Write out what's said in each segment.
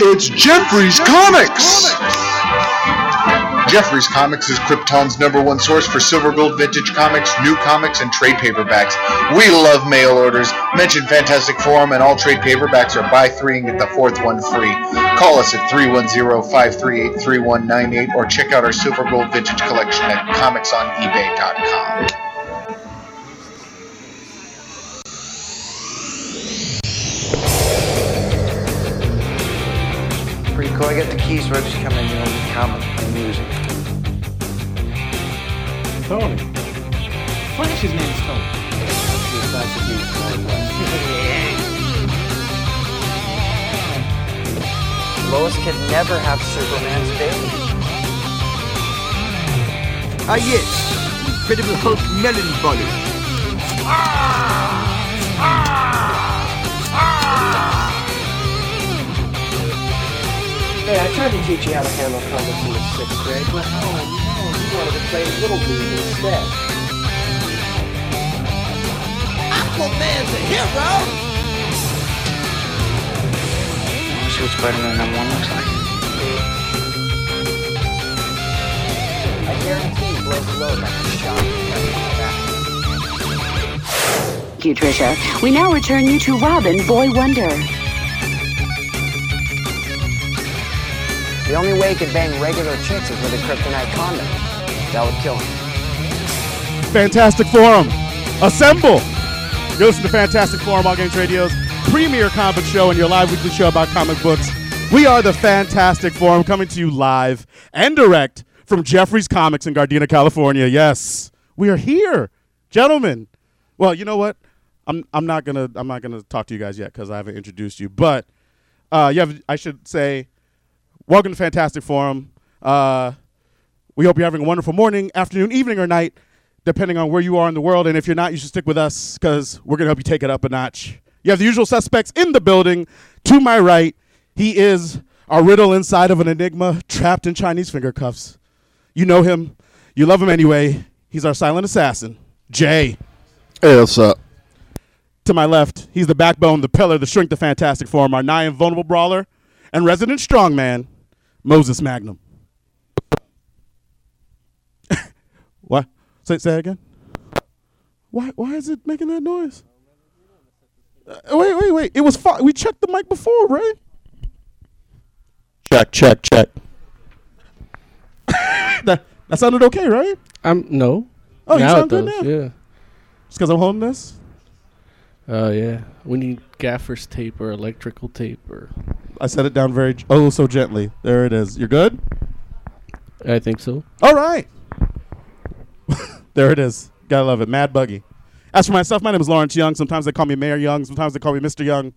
it's Jeffrey's Comics! Jeffrey's Comics is Krypton's number one source for silver gold vintage comics, new comics, and trade paperbacks. We love mail orders. Mention Fantastic Forum, and all trade paperbacks are buy three and get the fourth one free. Call us at 310 538 3198 or check out our silver gold vintage collection at comicsonebay.com. Rico, I got the keys. We're just coming in and we comment on music. Tony. Flash's name is Tony. Lois can never have Superman's baby. Ah yes, Incredible Hulk melon body. Hey, I tried to teach you how to handle comics in the sixth grade, but oh no, you wanted to play Little League instead. I want to see what Spider-Man number one looks like. I guarantee you blows the load like a shot. Thank you, Tricia. We now return you to Robin Boy Wonder. The only way he could bang regular chicks is with a kryptonite condom. That would kill him. Fantastic Forum. Assemble. You're listening to Fantastic Forum, All Games Radio's premier comic show and your live weekly show about comic books. We are the Fantastic Forum, coming to you live and direct from Jeffrey's Comics in Gardena, California. Yes, we are here, gentlemen. Well, you know what? I'm, I'm not gonna I'm not gonna talk to you guys yet because I haven't introduced you. But uh, you have I should say, welcome to Fantastic Forum. Uh, we hope you're having a wonderful morning, afternoon, evening, or night, depending on where you are in the world. And if you're not, you should stick with us because we're going to help you take it up a notch. You have the usual suspects in the building. To my right, he is a riddle inside of an enigma trapped in Chinese finger cuffs. You know him, you love him anyway. He's our silent assassin, Jay. Hey, what's up? To my left, he's the backbone, the pillar, the shrink, the fantastic form, our nigh invulnerable brawler, and resident strongman, Moses Magnum. what? Say, say that again. Why? Why is it making that noise? Uh, wait, wait, wait! It was fi- we checked the mic before, right? Check, check, check. That that sounded okay, right? I'm no. Oh, you now sound it good does, now. Just because I'm holding this, Yeah. Oh yeah. We need gaffer's tape or electrical tape or. I set it down very g- oh so gently. There it is. You're good. I think so. All right. there it is. Gotta love it. Mad Buggy. As for myself, my name is Lawrence Young. Sometimes they call me Mayor Young. Sometimes they call me Mr. Young.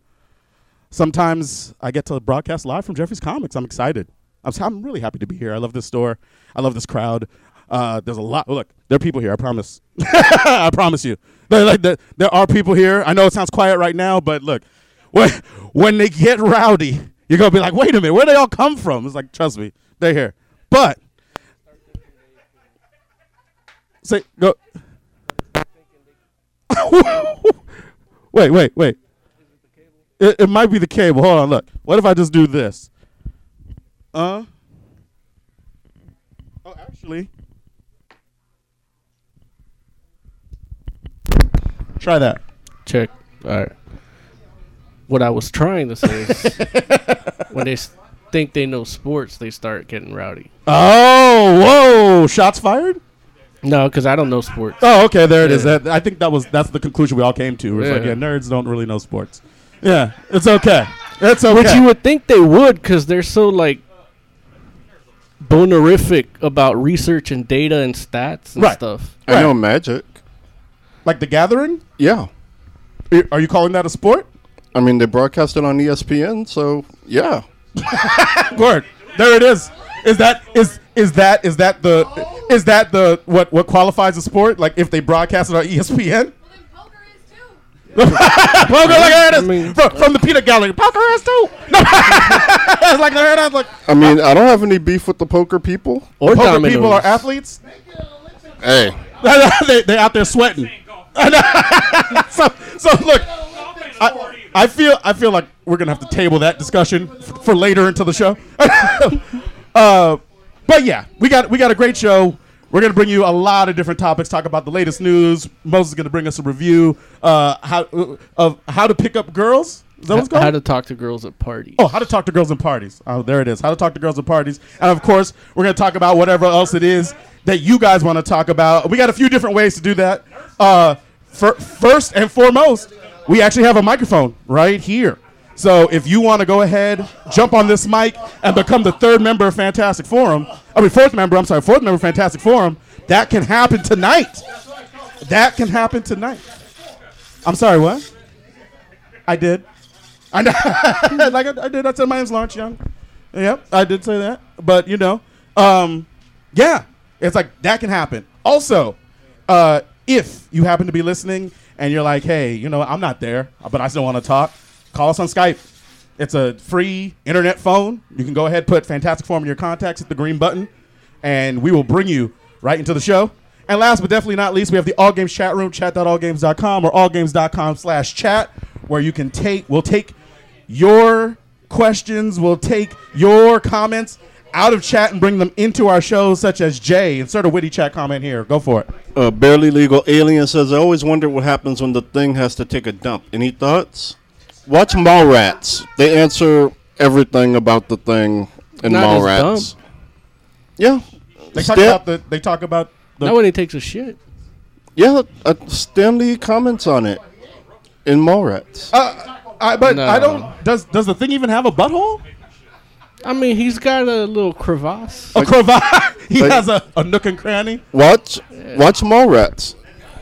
Sometimes I get to broadcast live from Jeffrey's Comics. I'm excited. I'm, s- I'm really happy to be here. I love this store. I love this crowd. Uh, there's a lot. Look, there are people here. I promise. I promise you. There, like, there, there are people here. I know it sounds quiet right now, but look, when, when they get rowdy, you're going to be like, wait a minute, where they all come from? It's like, trust me, they're here. But Say go. wait, wait, wait. It, it might be the cable. Hold on, look. What if I just do this? Uh. Oh, actually. Try that. Check. All right. What I was trying to say is when they s- think they know sports, they start getting rowdy. Oh, whoa! Shots fired. No, because I don't know sports. Oh, okay, there it is. Yeah. That, I think that was that's the conclusion we all came to. It's like, Yeah. yeah, nerds don't really know sports. Yeah, it's okay. It's okay. But you would think they would because they're so like bonerific about research and data and stats and Right. stuff. Right. I know magic. like the Gathering? Yeah. Are- Are you calling that a sport? I mean, they broadcast it on E ESPN, so yeah. Word. There it is. Is that is is that is that the is that the what what qualifies a sport? Like if they broadcast it on E ESPN? Poker is too. Poker, like there it is. I mean- from, from the Peter Gallery. Poker is too. No, it's like there it is. Like I mean, I don't have any beef with the poker people. Or poker dominoes. people are athletes. Hey, they they out there sweating. so so look. I, I feel I feel like we're gonna have to table that discussion f- for later into the show. uh, but yeah, we got we got a great show. We're gonna bring you a lot of different topics. Talk about the latest news. Moses is gonna bring us a review uh, how of how to pick up girls. Is that what's called? How to talk to girls at parties. Oh, how to talk to girls in parties. Oh, there it is. How to talk to girls in parties. And of course, we're going to talk about whatever else it is that you guys want to talk about. We got a few different ways to do that. Uh, fir- first and foremost, we actually have a microphone right here. So if you want to go ahead, jump on this mic and become the third member of Fantastic Forum. I mean, fourth member, I'm sorry, fourth member of Fantastic Forum. That can happen tonight. That can happen tonight. I'm sorry, what? I did. I know, like I, I did. I said my name's Lawrence Young. Yep, I did say that. But you know, um, yeah, it's like that can happen. Also, uh, if you happen to be listening and you're like, hey, you know, I'm not there, but I still want to talk, call us on Skype. It's a free internet phone. You can go ahead, put Fantastic Form in your contacts, hit the green button, and we will bring you right into the show. And last but definitely not least, we have the All Games chat room, chat.allgames.com or allgames.com slash chat, where you can take, we'll take your questions, we'll take your comments out of chat and bring them into our shows, such as Jay. Insert a witty chat comment here. Go for it. Uh, barely legal alien says, "I always wonder what happens when the thing has to take a dump." Any thoughts? Watch Mallrats. They answer everything about the thing in Not as Mallrats. Yeah, They talk Stan- about the, they talk about the, Not when he takes a shit. yeah. Uh, Stanley comments on it in Mallrats. I, but I No. don't, does, does the thing even have a butthole? I mean, he's got a little crevasse. A crevasse. he Like- has a, a nook and cranny. watch, watch Mallrats.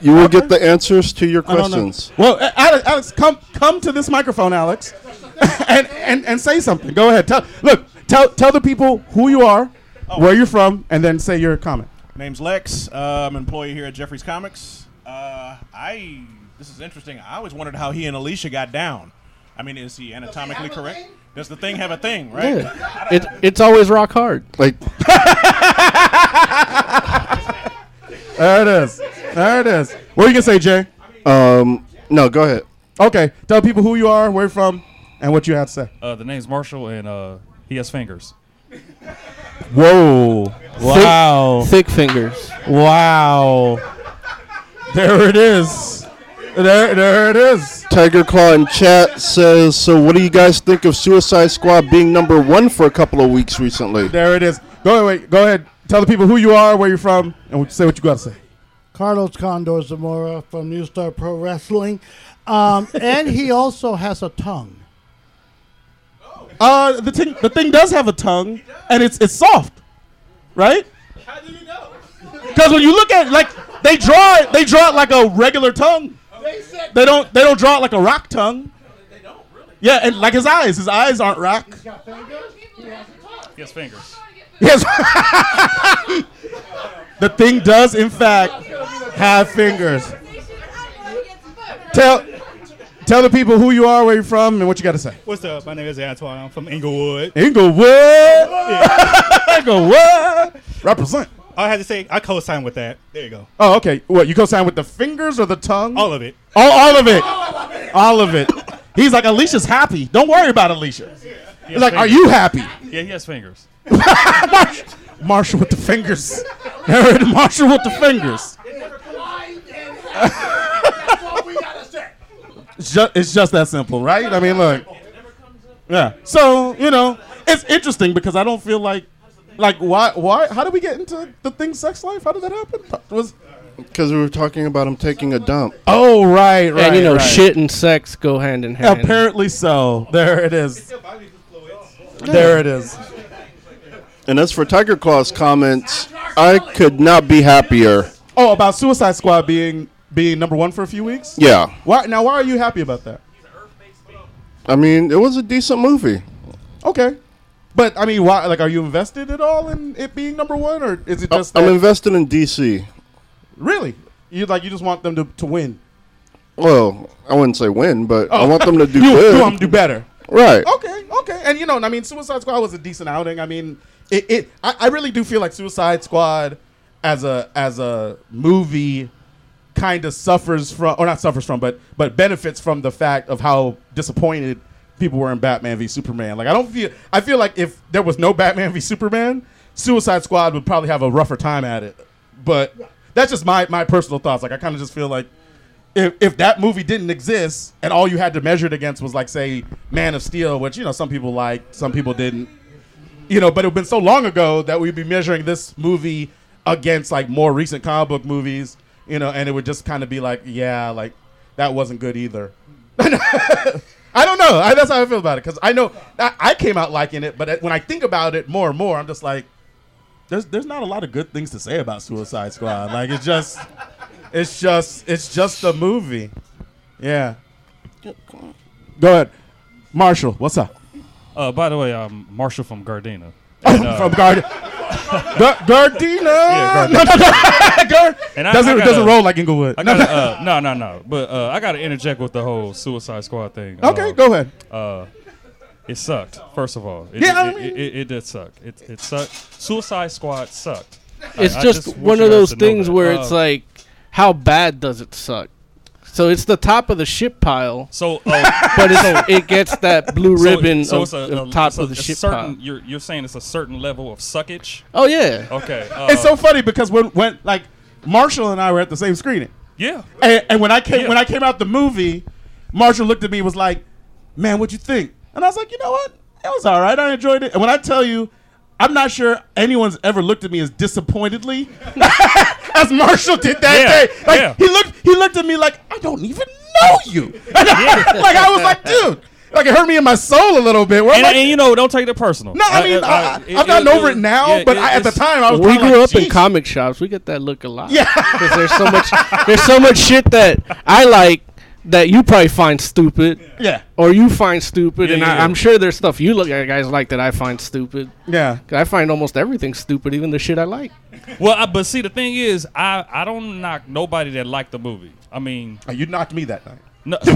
You will get the answers to your I don't know. questions. Well, A- Alex, Alex, come come to this microphone, Alex, and, and and say something. Go ahead. Tell look. Tell tell the people who you are, where you're from, and then say your comment. Name's Lex. Uh, I'm an employee here at Jeffrey's Comics. Uh, I this is interesting. I always wondered how he and Alicia got down. I mean, is he anatomically correct? Does the thing have a thing, right? Yeah. It, it's always rock hard. Like, There it is. There it is. What are you gonna say, Jay? um, no, go ahead. Okay. Tell people who you are, where you're from, and what you have to say. Uh, the name's Marshall, and uh, he has fingers. Whoa! Wow! Thick fingers. Wow! There it is. There, there it is. Tiger Claw in chat says, "So, what do you guys think of Suicide Squad being number one for a couple of weeks recently?" There it is. Go ahead. Go ahead. Tell the people who you are, where you're from, and say what you got to say. Carlos Condor Zamora from New Star Pro Wrestling. Um, and he also has a tongue. Uh, the thing, the thing does have a tongue, and it's it's soft, right? Because when you look at it, like they draw it, they draw it like a regular tongue. They don't they don't draw it like a rock tongue. Yeah, and like his eyes, his eyes aren't rock. He has fingers. Yes. the thing does in fact have fingers. Tell tell the people who you are, where you're from, and what you got to say. What's up? My name is Antoine. I'm from Inglewood. Inglewood, Inglewood, represent. I had to say, I co-sign with that. There you go. Oh, okay. What you co-sign with the fingers or the tongue? All of it. all, all of it, all of it. He's like Alicia's happy. Don't worry about Alicia. He's like, are you happy, Yeah, he has fingers. Marshall with the fingers? Herod Marshall with the fingers. It's ju- it's just that simple, right? I mean, look. Yeah. So you know, it's interesting because I don't feel like, like why why how did we get into the thing sex life? How did that happen? Was Because we were talking about him taking a dump. oh right right and you know, right. shit and sex go hand in hand. Apparently so. There it is. There it is. And as for Tiger Claw's comments, I could not be happier. Oh, about Suicide Squad being being number one for a few weeks. Yeah. Why now? Why are you happy about that? I mean, it was a decent movie. Okay, but I mean, why? Like, are you invested at all in it being number one, or is it just? I'm that- invested in DC. really. You like you just want them to, to win. Well, I wouldn't say win, but I want them to do Oh. you, good. You want them to do better. Oh, Right. Okay, okay, and you know, I mean, Suicide Squad was a decent outing. I mean, it, it I, I really do feel like Suicide Squad as a as a movie kind of suffers from, or not suffers from, but but benefits from the fact of how disappointed people were in Batman v Superman. Like I don't feel, I feel like if there was no Batman v Superman, Suicide Squad would probably have a rougher time at it. But that's just my my personal thoughts. Like I kind of just feel like if, if that movie didn't exist and all you had to measure it against was like say Man of Steel, which you know some people liked, some people didn't, you know, but it had been so long ago that we'd be measuring this movie against like more recent comic book movies, you know, and it would just kind of be like, yeah, like that wasn't good either. I don't know. I, that's how I feel about it because I know I, I came out liking it, but when I think about it more and more, I'm just like, there's there's not a lot of good things to say about Suicide Squad. Like it's just, it's just, it's just a movie. Yeah. Go ahead, Marshall. What's up? Uh, by the way, I'm Marshall from Gardena. uh, from Gard- Gar- Gardena. Yeah, No, no, no. Gar- And I- doesn't I gotta- doesn't roll like Inglewood. I gotta, uh, no, no, no. But uh, I got to interject with the whole Suicide Squad thing. Okay, Uh, go ahead. Uh, it sucked. First of all, it, Yeah, I it, it, it, it did suck. It, it sucked. Suicide Squad sucked. I- It's I just, want one you of guys those to know things that. where Oh. Uh, it's like, how bad does it suck? So it's the top of the shit pile. oh. So, uh, Oh, but it's, it gets that blue ribbon of, of top it's a- of the a shit certain, pile. You're, you're saying it's a certain level of suckage. Oh, yeah. Okay. Uh, it's so funny because when when like Marshall and I were at the same screening. Yeah. And, and when I came Yeah. when I came out the movie, Marshall looked at me and was like, "Man, what'd you think?" And I was like, "You know what? It was all right. I enjoyed it." And when I tell you, I'm not sure anyone's ever looked at me as disappointedly as Marshall did that Yeah, day. Like yeah. he looked he looked at me like I don't even know you. like I was like, dude. Like it hurt me in my soul a little bit. Where I'm and, like, and you know, don't take it personal. No, I mean, I- I- I've gotten over it now, Oh, but I- at the it's- time, I was we kinda grew like, up in "Jeez." comic shops. We get that look a lot. Yeah. because there's so much. There's so much shit that I like that you probably find stupid. Yeah. Or you find stupid, Yeah, and yeah, yeah. I, I'm sure there's stuff you look at guys like that I find stupid. Yeah. 'Cause I find almost everything stupid, even the shit I like. Well, I, but see, the thing is, I, I don't knock nobody that liked the movie. I mean, Oh, you knocked me that night. No, Dude,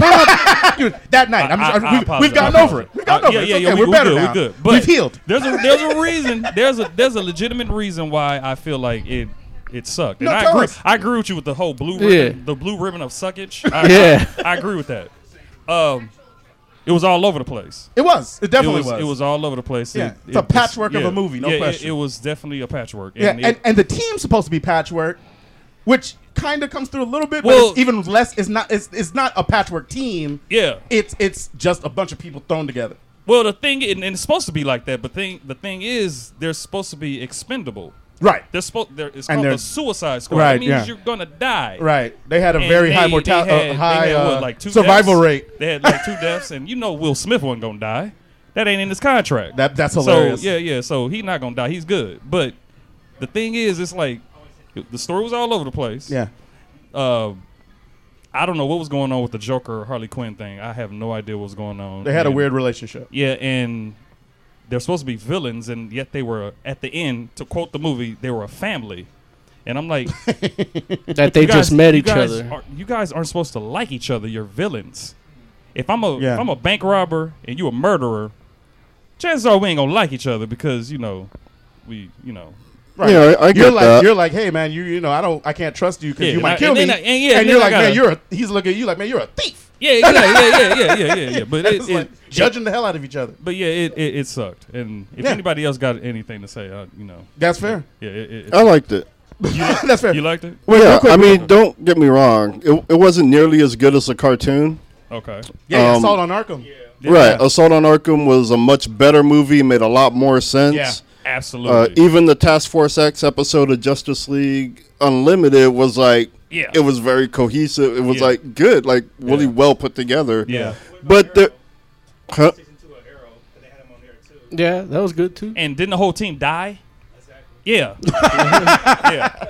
that night. I'm, I- I, I am we've, apologize. we've gotten I over it. apologize. We've gotten Uh, over yeah, it. It's yeah, okay. yeah, we- we're, we're better good, now. We're good. But we've healed. There's a there's a reason. There's a there's a legitimate reason why I feel like it it sucked. And No, I tell agree. us. I agree with you with the whole blue Yeah. ribbon, the blue ribbon of suckage. I, Yeah. I, agree with that. Um, it was all over the place. It was. It definitely was. It was all over the place. Yeah. It- It's a it just- patchwork of a movie, no yeah, it- question. It, was definitely a patchwork. Yeah, And and, it- and, the team's supposed to be patchwork, which kind of comes through a little bit, Well- but it's even less. It's not. It's, it's not a patchwork team. Yeah. It's it's just a bunch of people thrown together. Well, the thing, and, and it's supposed to be like that, but thing, the thing is, they're supposed to be expendable. Right. They're supposed. They're, it's And called they're- the Suicide Squad. Right, It means yeah. you're gonna die. Right. They had a And very high they- mortal- they had- uh, high, they had, what, uh, like two survival deaths? rate. They had like two deaths, and you know Oh, Will Smith wasn't gonna die. That ain't in his contract. That- that's hilarious. So yeah, yeah. So he's not gonna die. He's good. But the thing is, it's like the story was all over the place. Yeah. Um, I don't know what was going on with the Joker or Harley Quinn thing. I have no idea what was going on. They had a And- weird relationship. Yeah, and they're supposed to be villains, and yet they were at the end. To quote the movie, they were a family. And I'm like, That they you just met you each guys other. aren't- you guys aren't supposed to like each other. You're villains. If I'm a Yeah. if I'm a bank robber and you a murderer, chances are we ain't gonna like each other because you know we you know Right. Yeah, I- I you're get like that. you're like, hey man, you you know I don't I can't trust you because Yeah, you and might I- kill and me. then I- and yeah, and and then you're I like, man, gotta- you're a, he's looking at you like, man, you're a thief. Yeah, yeah, yeah, yeah, yeah, yeah, yeah, yeah. But it, It's it- like, judging the hell out of each other. But yeah, it, it, it sucked. And if Yeah. anybody else got anything to say, I, you know, That's fair. Yeah, it, it, I liked it. That's fair. You liked it? yeah, I mean, don't get me wrong. It, it wasn't nearly as good as a cartoon. Okay. Yeah, Um, assault on Arkham. Right. Assault on Arkham was a much better movie, made a lot more sense. Yeah, absolutely. Uh, even the Task Force X episode of Justice League Unlimited was like, Yeah. it was very cohesive. It was like good, like really well put together. Yeah. But the. Huh? Yeah, that was good too. And didn't the whole team die? Yeah. yeah.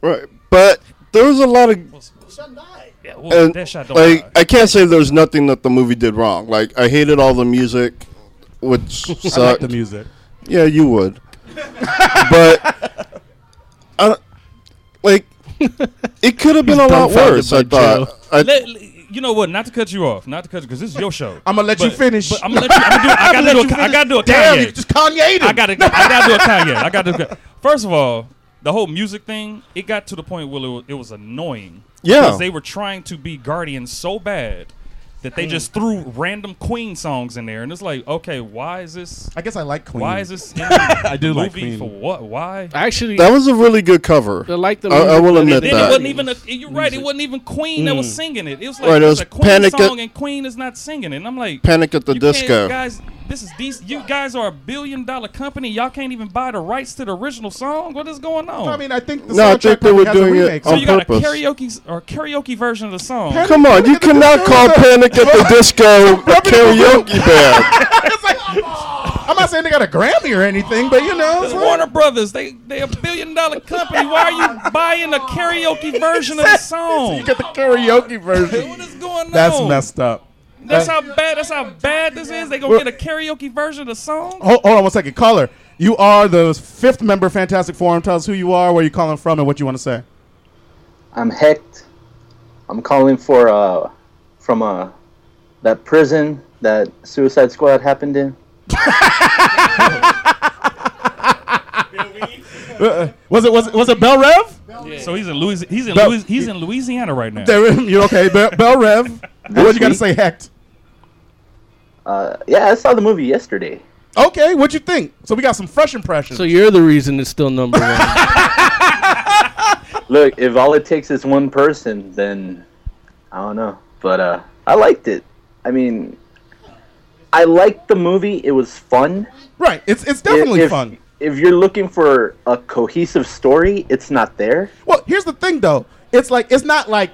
Right. But there was a lot of Yeah, well, and, that shot don't like die. I can't say there's nothing that the movie did wrong. Like I hated all the music, which sucked. I like the music. Yeah, you would. but I, don't- like it could have been a lot dumbfounded worse. by I thought. I, Let- you know what? Not to cut you off. Not to cut you because this is your show. I'm gonna let you But- finish. But I'm gonna let you. I'm gonna do, I I'ma gotta let do. you A, I finish. gotta do a Kanye. Damn, you just Kanye. I gotta. I gotta do a Kanye. I gotta. do a- First of all, the whole music thing, it got to the point where it was, it was annoying. Yeah. Because they were trying to be Guardian so bad that they just threw random Queen songs in there, and it's like, okay, why is this? I guess I like Queen. Why is this? In the I do movie like Queen. for what? Why? Actually, That was a really good cover. I like the I, I music, will but admit then that. It wasn't even. A, you're right. It wasn't even Queen that was Mm. singing it. It was like Right, it it was was a Queen Panic at- song, and Queen is not singing it. And I'm like, Panic at the you can't- Disco. guys. This is these. You guys are a billion dollar company. Y'all can't even buy the rights to the original song. What is going on? I mean, I think the No, I think soundtrack they were probably has a doing it remake. so on you got purpose. a karaoke s- or karaoke version of the song. Come on, you cannot call Panic at the Disco a karaoke band. I'm not saying they got a Grammy or anything, but you know, it's It's Warner Brothers. They they a billion dollar company. Why are you buying a karaoke version of the song? You got the karaoke version. what is going that's on? messed up. That's That- how bad. That's how bad this is. They gonna Well- get a karaoke version of the song. Hold, hold on one second. Caller, you are the fifth member of Fantastic Forum. Tell us who you are, where you're calling from, and what you want to say. I'm Hecht. I'm calling for uh from uh that prison that Suicide Squad happened in. Uh, was it was it was it Bell Rev? So he's in Louis. He's in That- Louis. He's in Louisiana right now. There- you okay? Bell, Bell Rev. What you got to say, Hecht? Uh, yeah, I saw the movie yesterday. Okay, what'd you think? So we got some fresh impressions. So you're the reason it's still number one. Look, if all it takes is one person, then I don't know. But uh, I liked it. I mean, I liked the movie. It was fun. Right. It's it's definitely if, fun. If you're looking for a cohesive story, it's not there. Well, here's the thing though. It's like it's not like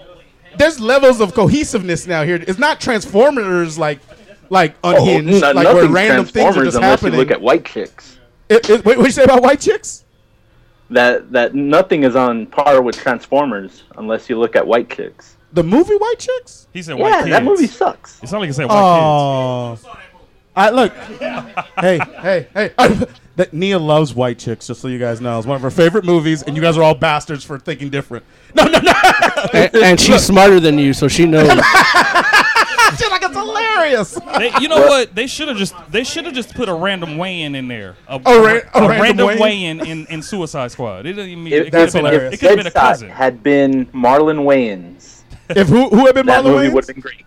there's levels of cohesiveness now here. It's not Transformers like like unhinged, no- like where Oh, nothing's random things are Transformers just unless happening. you look at White Chicks. It- it- wait, what you say about white chicks? That that nothing is on par with Transformers unless you look at White Chicks. The movie White Chicks? He said Yeah, white kids. that movie sucks. It's not like he said white Oh, I look. hey, hey, hey! that Nia loves White Chicks. Just so you guys know, it's one of her favorite movies, and you guys are all bastards for thinking different. and, and she's smarter than you, so she knows. Dude, like it's hilarious. kids. They, you know what? They should have just. They should have just put a random weigh-in in there. A, A ra- a a random random weigh-in? weign in, in, Suicide Squad. It doesn't even. Mean, If- it could have been, a- it could have been a Deadshot cousin. had been Marlon Wayans, If who who had been that Marlon movie Wayans? would have been great.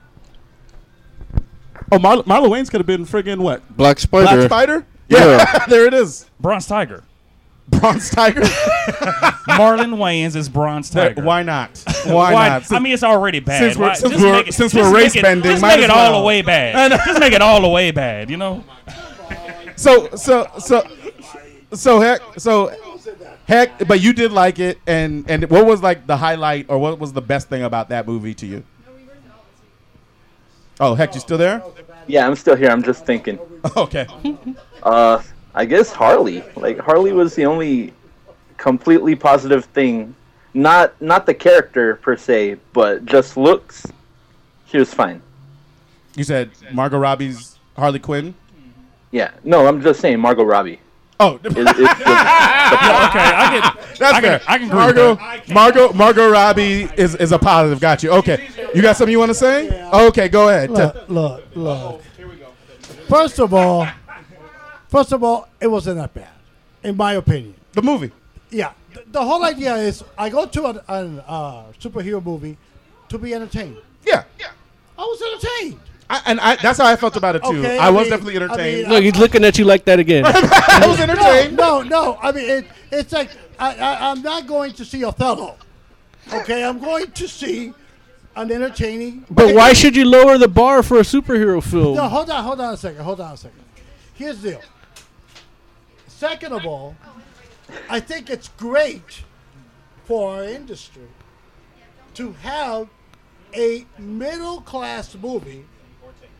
Oh, Marlo, Marlon Wayans could have been friggin' what? Black Spider. Black Spider. Yeah. there it is. Bronze Tiger. Bronze Tiger. Marlon Wayans is Bronze Tiger. Why not? Why, not? I mean, it's already bad. Since we're- Why- since just we're- make it- since just we're make race it- bending, just might make as it all well. the way I bad. know. Just make it all the way bad. You know. so so so so heck so heck. But you did like it, and and what was like the highlight, or what was the best thing about that movie to you? Oh heck, you still there? Yeah, I'm still here. I'm just thinking. Okay. Uh, I guess Harley. Like Harley was the only completely positive thing. Not not the character per se, but just looks. She was fine. You said Margot Robbie's Harley Quinn. Yeah. No, I'm just saying Margot Robbie. Oh. It- it's just- I That's fair. I can Margot, Margot, Margot Robbie is, is a positive. Got you. Okay. You got something you want to say? Okay, go ahead. Tell- Look, look, Oh, look. First of all, first of all, it wasn't that bad, in my opinion. The movie. Yeah. The, the whole idea is I go to an, an uh, superhero movie to be entertained. Yeah. I was entertained. I, and I, that's how I felt about it too. Okay, I, I was mean- definitely I mean, entertained. Look, he's looking at you like that again. I was entertained. No, no, no. I mean, it, it's like I, I, I'm not going to see Othello. Okay, I'm going to see an entertaining. But why should you lower the bar for a superhero film? No, hold on, hold on a second. Hold on a second. Here's the deal. Second of all, I think it's great for our industry to have a middle class movie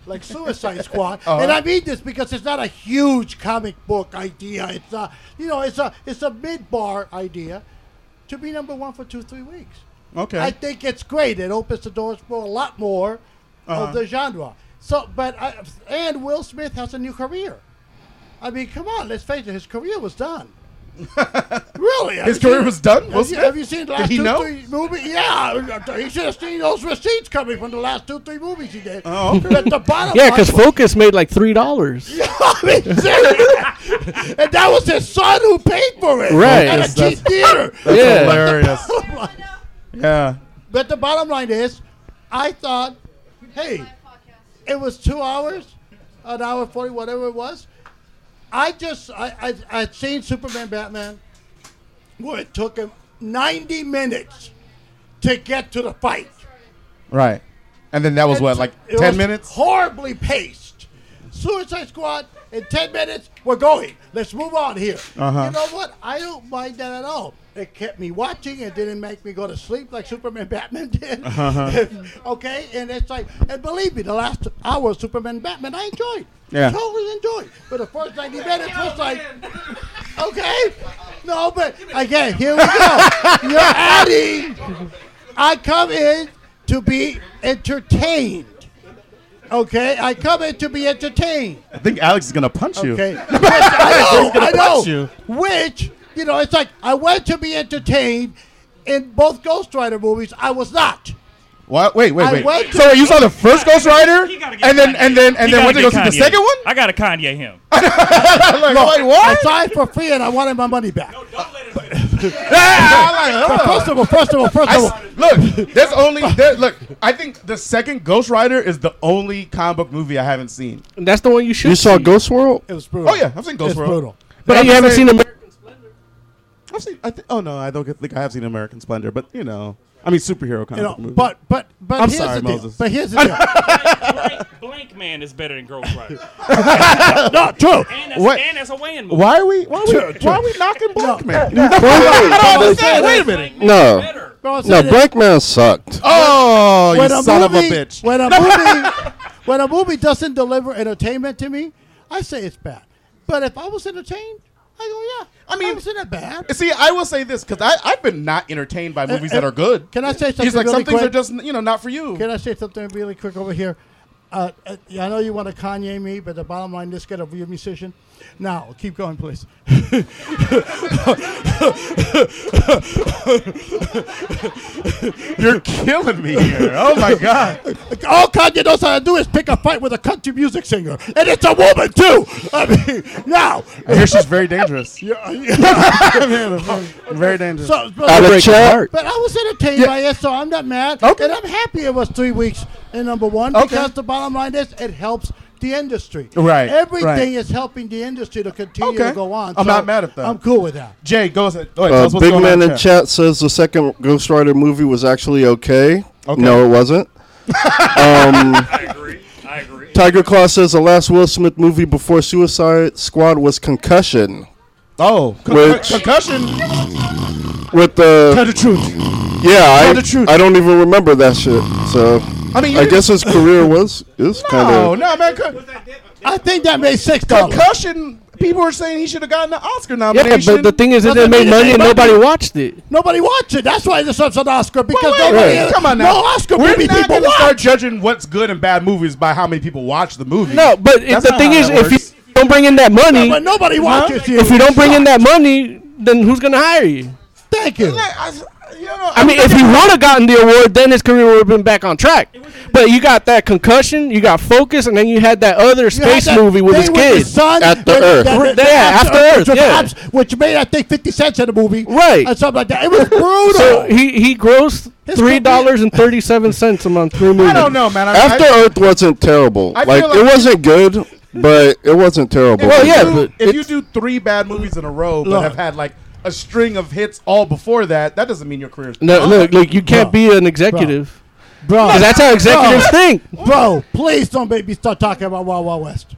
like Suicide Squad. Uh-huh. And I mean this because it's not a huge comic book idea. It's a you know, it's a it's a mid bar idea to be number one for two, three weeks. Okay. I think it's great. It opens the doors for a lot more Uh-huh. of the genre. So, but I, and Will Smith has a new career. I mean, come on, let's face it, his career was done. really? Have His you career seen- was done, Have, wasn't you, it? have you seen the Did last he two, know? three movies? Yeah, he should have seen those receipts coming from the last two, three movies he did. Oh, okay. But the bottom Yeah, line because was- Focus made like three dollars. I mean, seriously. and that was his son who paid for it. Right. At That's- a cheap that's- theater. that's Yeah. hilarious. But the bottom line- Yeah. But the bottom line is, I thought, hey, it was two hours, an hour forty, whatever it was. I just I I I'd seen Superman Batman, where it took him ninety minutes to get to the fight. Right. And then that was what, like It ten was minutes? Horribly paced. Suicide Squad in ten minutes. We're going. Let's move on here. Uh-huh. You know what? I don't mind that at all. It kept me watching. It didn't make me go to sleep like Superman Batman did. Uh-huh. okay, and it's like, and believe me, the last hour of Superman Batman, I enjoyed. Yeah. Totally enjoyed. But the first ninety minutes was like, okay, no, but again, here we go. You're adding. I come in to be entertained. Okay, I come in to be entertained. I think Alex is gonna punch you. Okay. Which I know, gonna I punch know. you. Which, you know, it's like I went to be entertained in both Ghost Rider movies. I was not. What? Wait, I wait, wait. wait. So you saw the first Ghost Rider, and then and then and He then gotta went to go get see the Kanye. second one. I gotta Kanye him. Like, wait, what? I signed for free and I wanted my money back. Ah, I'm like, First of all, first of all, first I of s- all. look, there's only there, look. I think the second Ghost Rider is the only comic book movie I haven't seen. And that's the one you should. You saw Ghost World? It was brutal. Oh yeah, I've seen Ghost It's World. brutal. But I'm you just haven't saying- seen American Splendor. I've seen. I th- oh no, I don't think I have seen American Splendor, but you know, I mean superhero comic You know, book movie. but but but I'm here's sorry, the deal. Moses. But here's the deal. Blank, blank Man is better than Ghost Rider. Not true. And that's, What? And that's a Wayne movie. why are we why are True, we true. why are we knocking Black Man? Black- I don't understand. Wait a minute. No. Bro, say No, that- Black Man sucked. Oh, when you a son movie, of a bitch. When a movie, when a movie doesn't deliver entertainment to me, I say it's bad. But if I was entertained, I go, yeah. I mean, wasn't that bad. See, I will say this because I I've been not entertained by movies that are good. Can I say something? He's like really some things quick? are just you know not for you. Can I say something really quick over here? Uh, uh, yeah, I know you want to Kanye me, but the bottom line is get a real musician. Now, keep going, please. You're killing me here. Oh my god. All Kanye knows how to do is pick a fight with a country music singer, and it's a woman too. I mean, now. I hear she's very dangerous. Yeah, yeah. Very dangerous. So, but, Out of chat. but I was entertained by it, so I'm not mad. Okay. And I'm happy it was three weeks in number one Okay. because the bottom line is it helps the industry. Right, Everything right. is helping the industry to continue Okay. to go on. uh, I'm so not mad at that. I'm cool with that. Jay, go ahead. Oh, wait, tell Uh, us what's Big going Man on in chat says the second Ghost Rider movie was actually okay. Okay. No, it wasn't. um, I agree. I agree. Tiger Claw says the last Will Smith movie before Suicide Squad was Concussion. Oh, con- Which- concussion. With the Tell the truth. yeah, I, the truth. I don't even remember that shit. So I mean, you I didn't- guess his career was is kind No, of no, man. Con- I think that made six dollars. concussion. People are saying he should have gotten an Oscar Yeah, nomination. but the thing is, it didn't make money and nobody watched it. Nobody watched it. That's why this is an Oscar because Wait, nobody. wait, come on now. No Oscar We're movie not people going to watch. start judging what's good and bad movies by how many people watch the movie. No, but if That's the not thing how is, that if you works. don't bring in that money, But nobody watches you. if you don't bring in that money, then who's gonna hire you? thank you. I, you know, I mean, if he would have gotten the award, then his career would have been back on track. But you got that concussion, you got focus, and then you had that other You had space that movie with thing his kid. his son, At the with- Earth. that- Right, that- yeah, that- After that- Earth, which, yeah. was- which made I think fifty cents in the movie, Right. And something like that. It was brutal. So he he grossed His three dollars and thirty seven cents a month through movies. I don't know, man. I, After I, Earth wasn't terrible. I Like, feel like- it wasn't good, but it wasn't terrible. Well, if yeah, you- but if you do three bad movies in a row but Look. have had like a string of hits all before that, that doesn't mean your career's No, look, look, you can't be an executive bro, because that's how executives think. bro. Please don't make me start talking about Wild Wild West.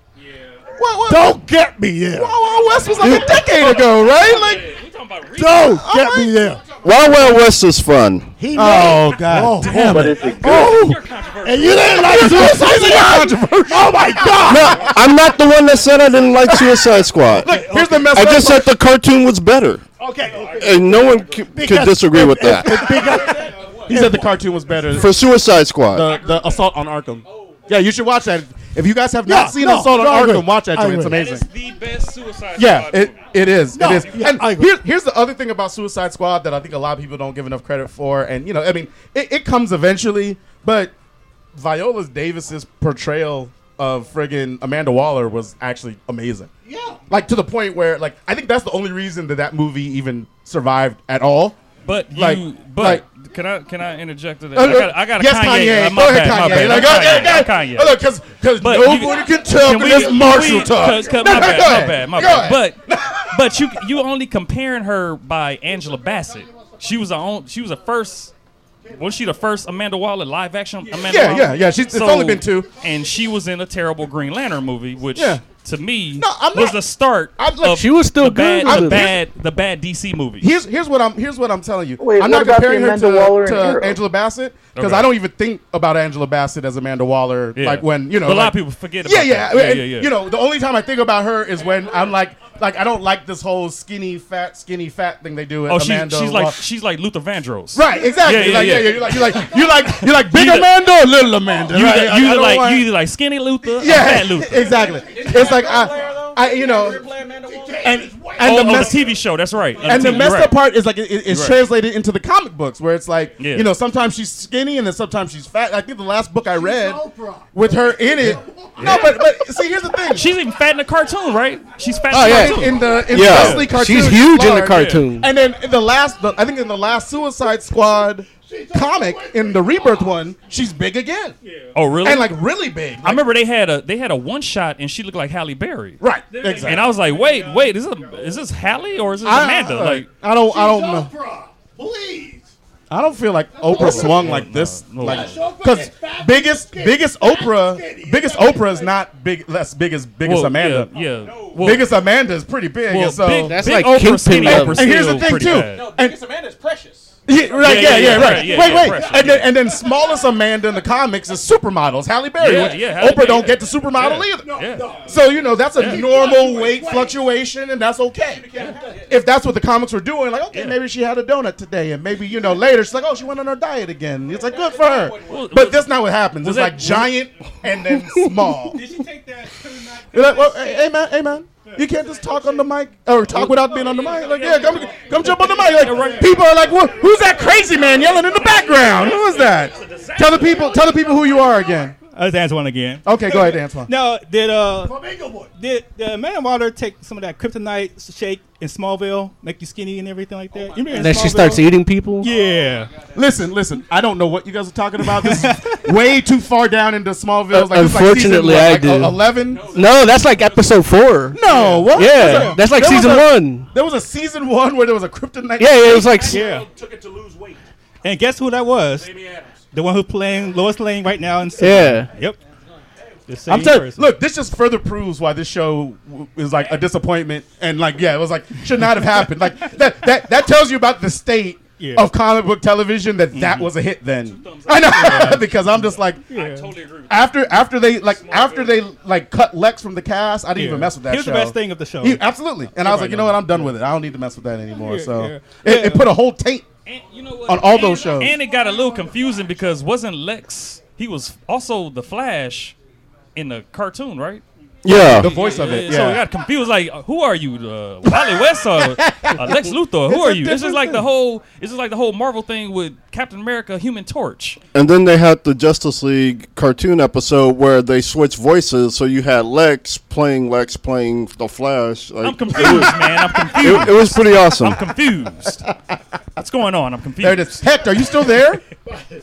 What, what? Don't get me there. Wild Wild West was like a decade ago, right? Like, We talking about re- Don't get me there. Wild Wild West is fun. He oh god, Oh, damn But it! is it good? oh, You're controversial. and you didn't like Suicide Squad? Oh my god! No, I'm not the one that said I didn't like Suicide Squad. Here's the mess. I just said the cartoon was better, Okay, okay. and no one c- could Because disagree if- with if- that. if- because- he said the cartoon was better. For Suicide Squad, the, the assault on Arkham. Yeah, you should watch that. If you guys have Yeah, not seen no, Assault on no, I agree. Arkham, watch that I joint. It's agree. amazing. the best Suicide Yeah, it, It is. No, it is. yeah, I and agree. here, here's the other thing about Suicide Squad that I think a lot of people don't give enough credit for. And you know, I mean, it, it comes eventually, but Viola Davis's portrayal of friggin' Amanda Waller was actually amazing. Yeah. Like to the point where, like, I think that's the only reason that that movie even survived at all. But you, Like- but like- can I can I interject to that? Uh, I got I got a yes, Kanye. Kanye. uh, my Go ahead, bad, my Kanye. bad, Like, I'm oh, yeah, Kanye. I'm yeah. Oh, Kanye. look, 'cause- 'cause But nobody can tell 'cause it's Marshall can we- 'cause- time. 'cause- my No, bad, go my ahead. bad, my Go bad. But but you you only comparing her by Angela Bassett. She was the on, she was the first. Was she the first Amanda Waller live action Amanda Yeah, Waller? yeah, yeah. She's- it's only been two. And she was in a terrible Green Lantern movie, which Yeah. to me I'm was not- the start I'm like- of She was still the bad, good. the I'm- bad, the bad DC movie. Here's here's what I'm here's what I'm telling you. Wait, I'm what not about comparing the her Amanda Waller to, and to Arrow? Angela Bassett because Okay. I don't even think about Angela Bassett as Amanda Waller. Yeah. Like when you know, But a lot of like- people forget Yeah, about yeah, that. Yeah, and, yeah, yeah. You know, the only time I think about her is when I'm like, like I don't like this whole skinny fat, skinny fat thing they do. At Oh, she, Amanda she's like Waller. she's like Luther Vandross. Right, exactly. Yeah, yeah, like, yeah. you're like, you're like, you're like, you're like big You the- Amanda or little Amanda. You right? either- I- I you don't either like want- you either like skinny Luther or yeah, fat Luther. exactly. It's like I, I, you know, And and oh, the oh, mess- TV show, that's right. Of and the TV, you're messed right. up part is like it, it- it's You're right. translated into the comic books where it's like Yeah. you know sometimes she's skinny and then sometimes she's fat. I think the last book I read with her in it. No, but but see here's the thing. She's even fat in the cartoon, right? She's fat. in Oh, the yeah. cartoon. in the in Yeah. Wesley She's cartoon. huge in the large. cartoon. And then in the last, the, I think in the last Suicide Squad comic in the Rebirth one, she's big again. Oh, really? And like really big. I remember they had a they had a one shot and she looked like Halle Berry. Right. Exactly. And I was like, wait, wait, is this is this Halle or is this Mm-hmm. I- Amanda? I- like, I don't, I don't know. I don't feel like Oprah swung like this, like because biggest biggest Oprah, biggest Oprah is not big, less big as biggest Well, Amanda. Yeah. yeah. Well, biggest Amanda is pretty big, Well, and so big- That's big like Oprah, Kingpin skinny level. And, Oprah and here's the still thing pretty too, bad. no, biggest Amanda is precious. Yeah, right, yeah, yeah, right, yeah, wait, yeah, wait, precious, and then and then smallest Amanda in the comics is supermodels, Halle Berry. Yeah, which yeah, Halle Oprah Berry, don't yeah. get to supermodel Yeah. either. So you know that's a normal weight fluctuation, and that's okay. If that's what the comics were doing, like okay, maybe she had a donut today, and maybe you know later she's like, oh, she went on her diet again. It's like good for her, but that's not what happens. was It's that- like was- giant and then small. Did she take that? You're like, well, hey hey, man, hey man, you can't just talk on the mic or talk without being on the mic. Like, yeah, come, come jump on the mic. Like, people are like, "Wha- who's that crazy man yelling in the background? Who is that? Tell the people, tell the people who you are again. Let's answer one again. Okay, go ahead, Antoine. Now, did uh did the Amanda Waller take some of that kryptonite shake in Smallville, make you skinny and everything like that? You remember in And then she Smallville? starts eating people. Yeah. Listen, listen. I don't know what you guys are talking about. This is way too far down into Smallville. It's like, it's like Uh, Unfortunately, season, what, I like, do. uh, Eleven. No, that's like episode four. No, what? There's Yeah, a- that's like there was season a- one. There was a season one where there was a kryptonite. Yeah, yeah, it was like s- Yeah. And guess who that was? The one who's playing Lois Lane right now in Yeah. Yep. The same I'm telling. person. Look, this just further proves why this show w- is like a disappointment, and like, yeah, it was like should not have happened. Like that, that, that tells you about the state Yeah. of comic book television. That Mm-hmm. that was a hit then. I know, because I'm just like, totally agree. after after they like after they like cut Lex from the cast, I didn't even Yeah. mess with that. He was the show. best thing of the show. He- absolutely, and I Everybody was like, you know what, I'm done with it. I don't need to mess with that anymore. Yeah, so yeah. It, it put a whole taint on all those shows. And it got a little confusing because wasn't Lex? He was also the Flash in the cartoon, right? Yeah. The voice of it, So yeah. we got confused. Like, uh, who are you, uh, Wally West or uh, Lex Luthor? Who It's are a you? This is different like the thing. whole. This is like the whole Marvel thing with Captain America, Human Torch. And then they had the Justice League cartoon episode where they switched voices, so you had Lex playing Lex playing the Flash. Like, I'm confused, man. I'm confused. It, it was pretty awesome. I'm confused. What's going on? I'm confused. There it is. Heck, are you still there?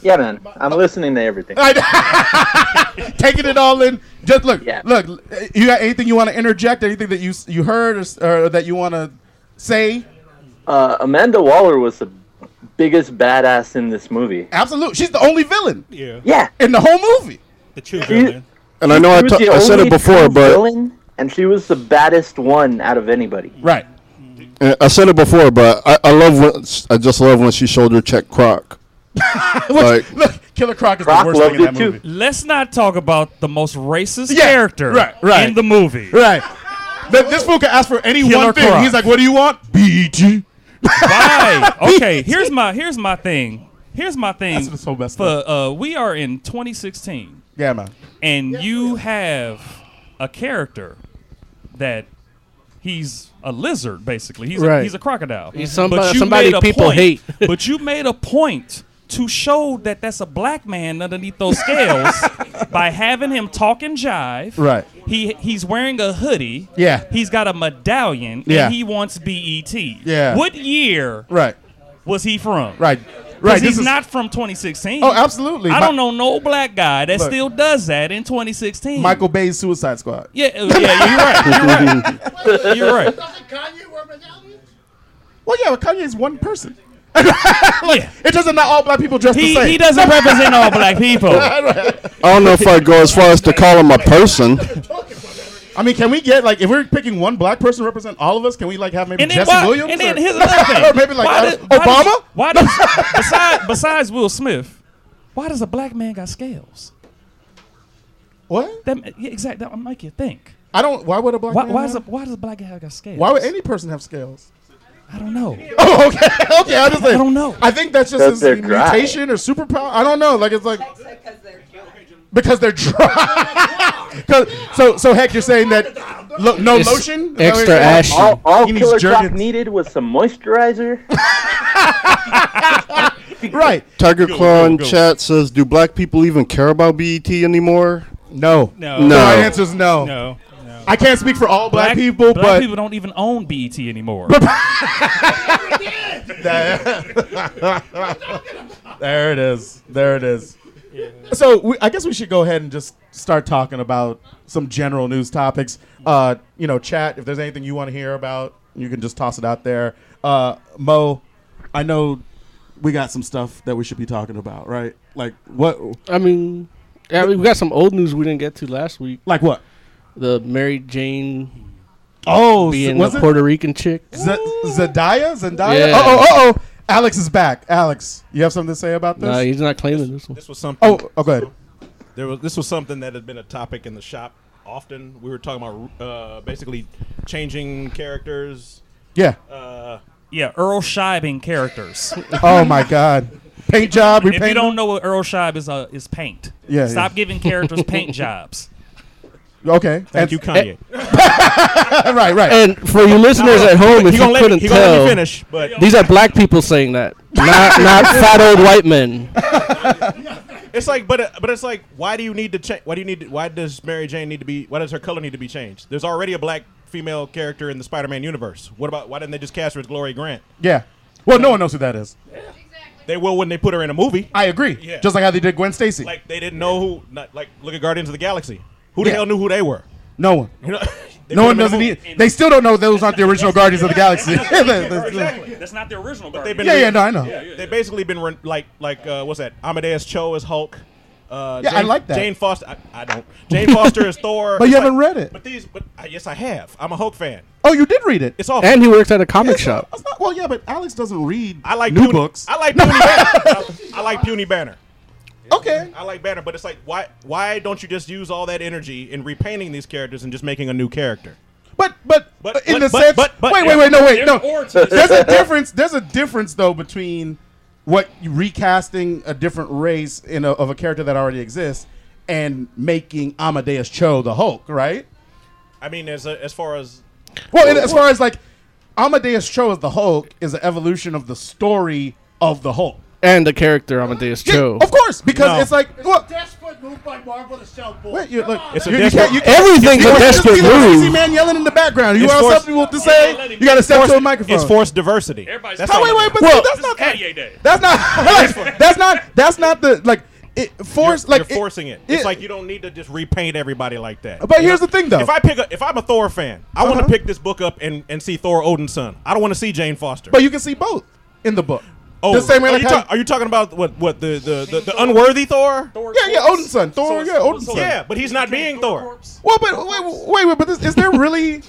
Yeah, man. I'm listening to everything. taking it all in. Just look, look. You got anything you want to interject? Anything that you you heard or, s- or that you want to say? Uh, Amanda Waller was the biggest badass in this movie. Absolutely, she's the only villain. Yeah. Yeah. In the whole movie. The true villain. And I know I ta- I said it before, but- villain, and she was the baddest one out of anybody. Right. And I said it before, but I, I love when I just love when she shoulder checked Croc. like, Look, Killer Croc is the worst thing in that movie. Let's not talk about the most racist Yeah, character right, right. in the movie. Right. Th- this fool can ask for any Killer one thing. Croc. He's like, "What do you want?" BG. Why? Okay, here's my here's my thing. Here's my thing. That's what's so messed for, uh, we are in 2016. Yeah, man. and you have a character that he's a lizard basically he's Right. a, he's a crocodile He's But somebody- you somebody made a people point- hate. but you made a point to show that that's a black man underneath those scales by having him talking jive Right. he he's wearing a hoodie Yeah. he's got a medallion Yeah. and he wants BET Yeah. what year Right. was he from Right. Right. Right, This he's is not from 2016. Oh, absolutely. I My- don't know no black guy that Look. still does that in 2016. Michael Bay's Suicide Squad. Yeah, uh, yeah, you're right. You're right. You're right. Well, yeah, but Kanye's one person. like, It doesn't not all black people dress He- the same. he doesn't represent all black people. I don't know if I'd go as far as to call him a person. I mean, can we get like if we're picking one black person to represent all of us? Can we like have maybe And then Jesse why- Williams and then or, here's another thing. or maybe like Why Al- did- why does- Obama? Why does, besides besides Will Smith, why does a black man got scales? What? That, yeah, exactly. That make you think. I don't. Why would a black Why, man why is a, have- why does a black guy got scales? Why would any person have scales? I don't know. Oh, okay, okay. I just like, I don't know. I think that's just That's his their drive. mutation or superpower. I don't know. Like it's like because they're dry. 'Cause- so so heck, you're saying that lo- no It's lotion, extra ashy. All, all He needs Killer Croc Jergens. needed was some moisturizer. right. Tiger Go, Claw go, in go. chat says, "Do black people even care about BET anymore?" No. No. No. My answer is no. No, I can't speak for all black, people, black but people don't even own BET anymore. there it is. There it is. So we, I guess we should go ahead and just start talking about some general news topics. Uh, you know, chat. If there's anything you want to hear about, you can just toss it out there. Uh, Mo, I know we got some stuff that we should be talking about, right? Like what? I mean, yeah, we got some old news we didn't get to last week. Like what? The Mary Jane. Oh, being was the it- Puerto Rican chick. Z- Zendaya, Zendaya. Yeah. Oh, oh, oh! Alex is back. Alex, you have something to say about this? Nah, he's not claiming this one. This was something. Oh, oh, go ahead. There was this was something that had been a topic in the shop often. We were talking about uh, basically changing characters. Yeah. Uh, yeah, Earl Scheibing characters. Oh my God! Paint job. If you repaint. don't know what Earl Scheib is, uh, is paint. Yeah, Stop yeah. giving characters paint jobs. Okay. Thank you, Kanye. right, right. And for you listeners at home, if you He gonna let me- couldn't he gonna let me tell, finish, but- these are black people saying that, not not fat old white men. It's like, but uh, but it's like, why do you need to change? Why do you need? To, why does Mary Jane need to be? Why does her color need to be changed? There's already a black female character in the Spider-Man universe. What about? Why didn't they just cast her as Glory Grant? Yeah. Well, no one knows who that is. They will when they put her in a movie. I agree. Yeah. Just like how they did Gwen Stacy. Like they didn't know who. Not, like look at Guardians of the Galaxy. Who the Yeah. hell knew who they were? no one. You know, they No put one them in a doesn't movie. need. They still don't know those aren't the original Guardians of the Galaxy. Exactly. That's not the original. But they've been Yeah, yeah, no, I know. They've basically been re- like like uh, what's that? Amadeus Cho is Hulk. Uh, Yeah, I Jane, like that. Jane Foster. I, I don't. Jane Foster is Thor. But you It's haven't like- read it. But these. But uh, yes, I have. I'm a Hulk fan. Oh, you did read it. It's awful. And he works at a comic It's not- shop. it's not- well, yeah, but Alex doesn't read. I like new puny, books. I like puny banner. I, I like puny banner. Okay. I like banner, but it's like why why don't you just use all that energy in repainting these characters and just making a new character? But but, but in but- the but- sense. but- but- wait, wait, wait, no, wait, there's no. more to this. There's a difference. There's a difference though between what you- recasting a different race in a, of a character that already exists and making Amadeus Cho the Hulk, right? I mean, as a, as far as Well, and as far as like Amadeus Cho as the Hulk is an evolution of the story of the Hulk. And the character Amadeus Cho. Of course, because No. it's like what? Desperate move by Marvel to sell bull. Wait, you, look, It's a you, you desperate- can't- you can't- Everything's you a can't just desperate be the move. crazy man yelling in the background. You It's want forced- something people to say? You got to step forced- to a microphone. It's forced diversity. That's oh all wait, it wait, is. but see, that's not That's not. like, that's not. That's not the like. It force like You're forcing it. It's like you don't need to just repaint everybody like that. But here's the thing, though. Uh-huh. If I pick, a, if I'm a Thor fan, I want to pick this book up and, and see Thor Odin's son. I don't want to see Jane Foster. But you can see both in the book. oh, the same way are, like you how- ta- are you talking about what what the the, the, the unworthy Thor? yeah, yeah, Odin's son, Thor, yeah, Odin's son. Yeah, but he's not being Thor. Well, but wait, wait, wait but this, is there really?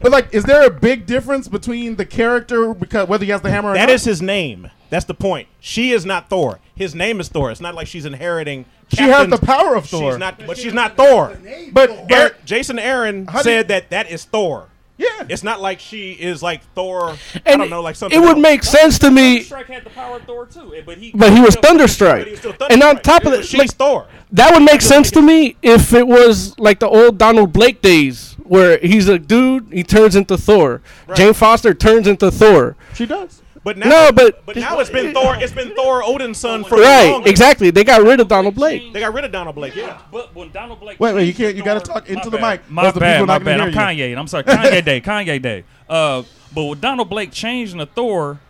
But like, is there a big difference between the character because whether he has the hammer? or That not? is his name. That's the point. She is not Thor. His name is Thor. It's not like she's inheriting. She has Captain- the power of Thor. She's not, but she's not Thor. But Aaron- Jason Aaron How do said you- that that is Thor. Yeah, it's not like she is like Thor. I And don't know, like it something. would else. make sense to me- Thunderstrike had the power of Thor too, eh, but he But he was still- Thunderstrike. but he was still And on Thunderstrike. top of But it, she's Thor. That would make sense to me if it was like the old Donald Blake days where he's a dude, he turns into Thor. Jane Foster turns into Thor. She does. But now, No, but- now it's been Thor. It's been Thor Odin's son for right, longer. exactly. They got rid of Donald Blake. They got rid of Donald Blake. Yeah, but when Donald Blake Wait, wait, you can't. You got to talk into the mic. My Those are bad, people my not gonna bad. I'm hear you. Kanye, and I'm sorry, Kanye Day, Kanye Day. Uh, but with Donald Blake changing to Thor,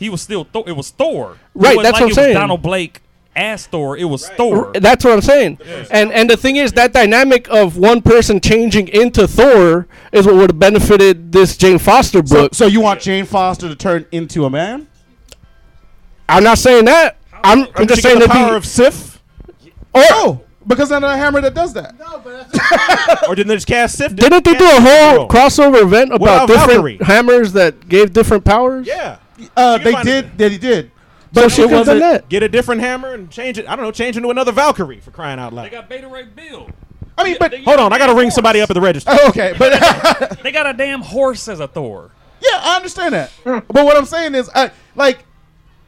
he was still Thor. It was Thor. Right, It wasn't like that's what I'm it saying. Was Donald Blake as Thor. It was Thor. That's what I'm saying. And and the thing is that dynamic of one person changing into Thor is what would have benefited this Jane Foster So, book. so you want Jane Foster to turn into a man? I'm not saying that. I'm I'm Couldn't just she get saying the it'd be- power of Sif. Oh, because of the hammer that does that. or didn't they just cast Sif? Didn't they do a whole crossover event What about about Valkyrie? different hammers that gave different powers? yeah. Uh, they did. They did. But she was Get a- that. Get a different hammer and change it. I don't know, change into another Valkyrie for crying out loud. They got Beta Ray Bill. I mean, but hold on, I got to ring somebody up at the register. Oh, okay, but they got a damn horse as a Thor. Yeah, I understand that. but what I'm saying is, I, like,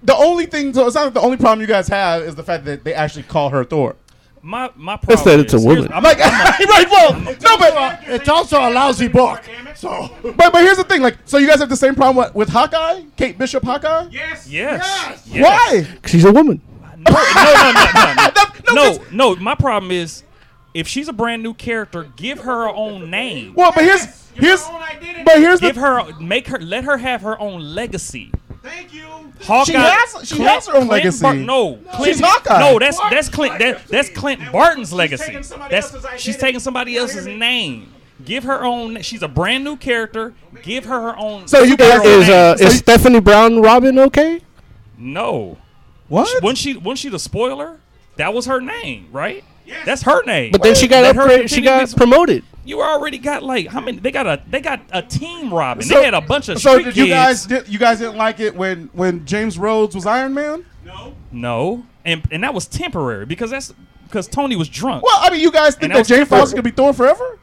the only thing. So it sounds like the only problem you guys have is the fact that they actually call her Thor. My my problem. That's that it's a is- woman. here's- I'm Like, I'm right, well, no, but it's also a lousy book. So but but here's the thing, like, so you guys have the same problem with, with Hawkeye, Kate Bishop Hawkeye. Yes. Yes. yes. Why? She's a woman. No, no, no. My problem is if she's a brand new character, give her her own name. Well, but here's here's but here's the give her make her let her have her own legacy. Thank you. Hawkeye. She has- she has her own Clint legacy. Bar- no, No, Clint, she's Hawkeye. No, that's that's Clint. That, that's Clint Barton's legacy. that's she's taking somebody else's name. Give her own. She's a brand new character. Give her her own. superhero is name. uh, is Stephanie Brown Robin okay? No. What? She, wasn't she wasn't she the spoiler? That was her name, right? That's her name. But then she got Let her upgraded. She continue got this- promoted. You already got like how many? They got a they got a team Robin. So- they had a bunch of so street did you kids. guys did, you guys didn't like it when when James Rhodes was Iron Man? no, and and that was temporary because that's because Tony was drunk. Well, I mean, you guys And think that that was Jane Thor. Foster could be Thor forever?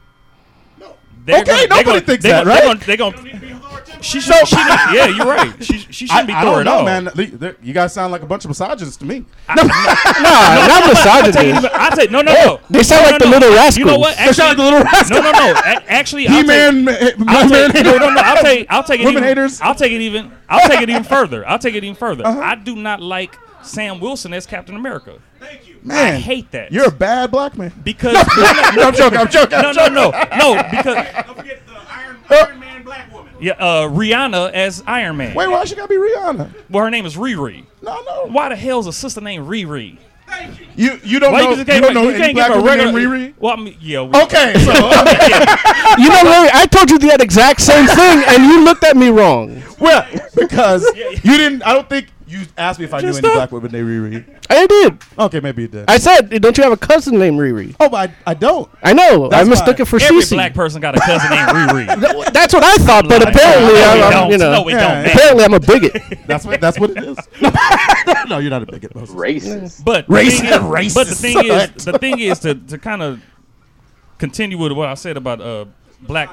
They're okay, they're nobody thinks they're that, right? They're gonna, they're gonna, she should, she didn't- yeah, you're right. She, she shouldn't I, be I Thor don't at know, all. man. Le- there- You guys sound like a bunch of misogynists to me. Nah, not misogynists. I take no, no, no. They sound No, like no, the no. Little You know Rascals. what? They sound like the Little No, no, no. Rascals. A- actually, He-Man, I'll take, ma- I'll man take, no, no, no. I'll haters. take, I'll take it Women even, haters. I'll take it even. I'll take it even further. I'll take it even further. I do not like Sam Wilson as Captain America. Thank you. Man, I hate that You're a bad black man. because No, I'm joking, I'm joking, No, I'm no, joking. no, no. Because don't forget the Iron, Iron Man black woman. Yeah, uh, Rihanna as Iron Man. Wait, why she gotta be Rihanna? Well, her name is Riri. No, no. Why the hell's a sister named Riri? You you don't Why know you just can't- don't know you any can't black give a women named regular- Riri. Well, I mean, yeah. we- Okay, so you know, Larry, I told you that exact same thing, and you looked at me wrong. well because you didn't. I don't think you asked me if I knew any black women named Riri. I did. Okay, maybe you did. I said, don't you have a cousin named Riri? Oh, but I, I don't. I know. I That's mistook why it for Every Cece. black person got a cousin named Riri. Th- That's what I thought, but Like, apparently, no, we I'm, I'm, don't. you know, No, we don't, man. apparently I'm a bigot. That's what that's what it is. no, you're not a bigot. Racist. But Racist, The thing is, but the racist. thing is, the thing is to, to kind of continue with what I said about uh black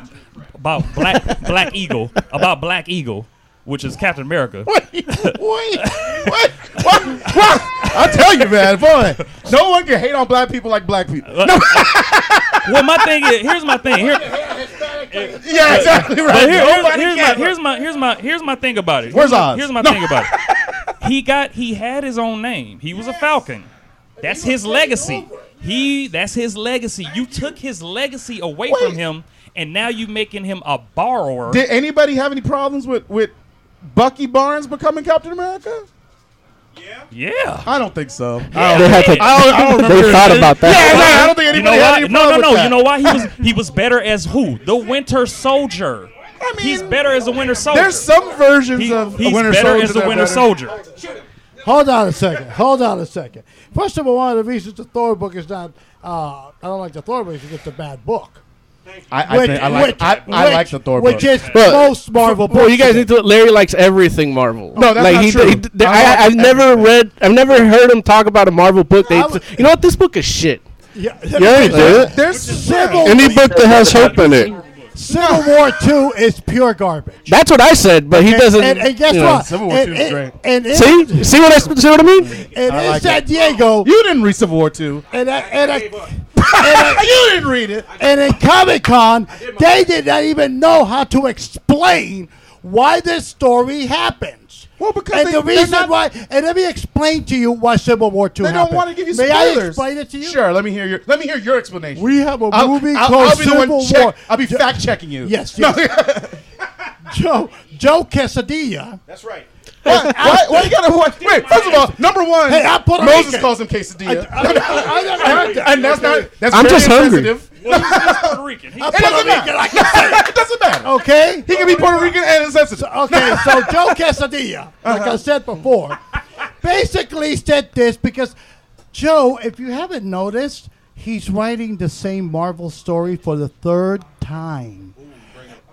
about black Black Eagle about Black Eagle, which is Captain America. I tell you, man, boy, no one can hate on black people like black people. well, my thing is, here's my thing. Here, yeah, exactly right. But here- here's- Nobody here's, my, can. here's my here's my here's my thing about it. Where's here's, my- Oz? Here's my No. thing about it. He got he had his own name. He was a Falcon. That's his legacy. He that's his legacy. You took his legacy away from him, and now you making him a borrower. Did anybody have any problems with with Bucky Barnes becoming Captain America? Yeah. I don't think so. Yeah, I they don't, had I to- don't, I don't they remember. thought about that. Yeah, no, I don't think You anybody know had why? any No, no, problem no. with that. You know why he was he was better as who? The Winter Soldier. I mean, he's better as the Winter Soldier. There's some versions of he's Winter better Soldier as the that are Winter better. Soldier. Hold on a second. Hold on a second. First of all, one of the reasons the Thor book is not, uh, I don't like the Thor book because it's a bad book. I, I, think, I like I, I like the Thor which book. is But- most Marvel Well, books you guys need to. Larry likes everything Marvel. No, that's like not he, true. he- th- I I, like have never read. I've never heard him talk about a Marvel book. They, you know what? This book is shit. Yeah, Yeah, he did. There's several. Any book that has hope in it. Civil War Two is pure garbage. That's what I said, but he And- doesn't. And, and guess you know. what? And it- And it- see, see what I see what I mean? And in San Diego, Oh, you didn't read Civil War Two. And I, and I, you didn't read it. And in Comic Con, they did not even know how to explain why this story happens. Well, because and they- the they're reason not- why, and let me explain to you why Civil War Two. They don't happened. want to give you May spoilers. I explain it to you? Sure, let me hear your let me hear your explanation. We have a I'll- movie I'll- called I'll be the one Civil check- War. I'll be fact checking you. Yes, yes. Joe Joe Quesadilla. That's right. Why, why, why you gotta why, wait? First of all, number one, Hey, I'm Puerto Moses Rican. calls him quesadilla, I never heard and, that. and that's not that's I'm very just hungry. insensitive. I'm Puerto Rican. I can say it. doesn't matter. Okay, he can be Puerto Rican and insensitive. okay, so Joe Quesadilla, like I said before, basically said this because Joe, if you haven't noticed, he's writing the same Marvel story for the third time.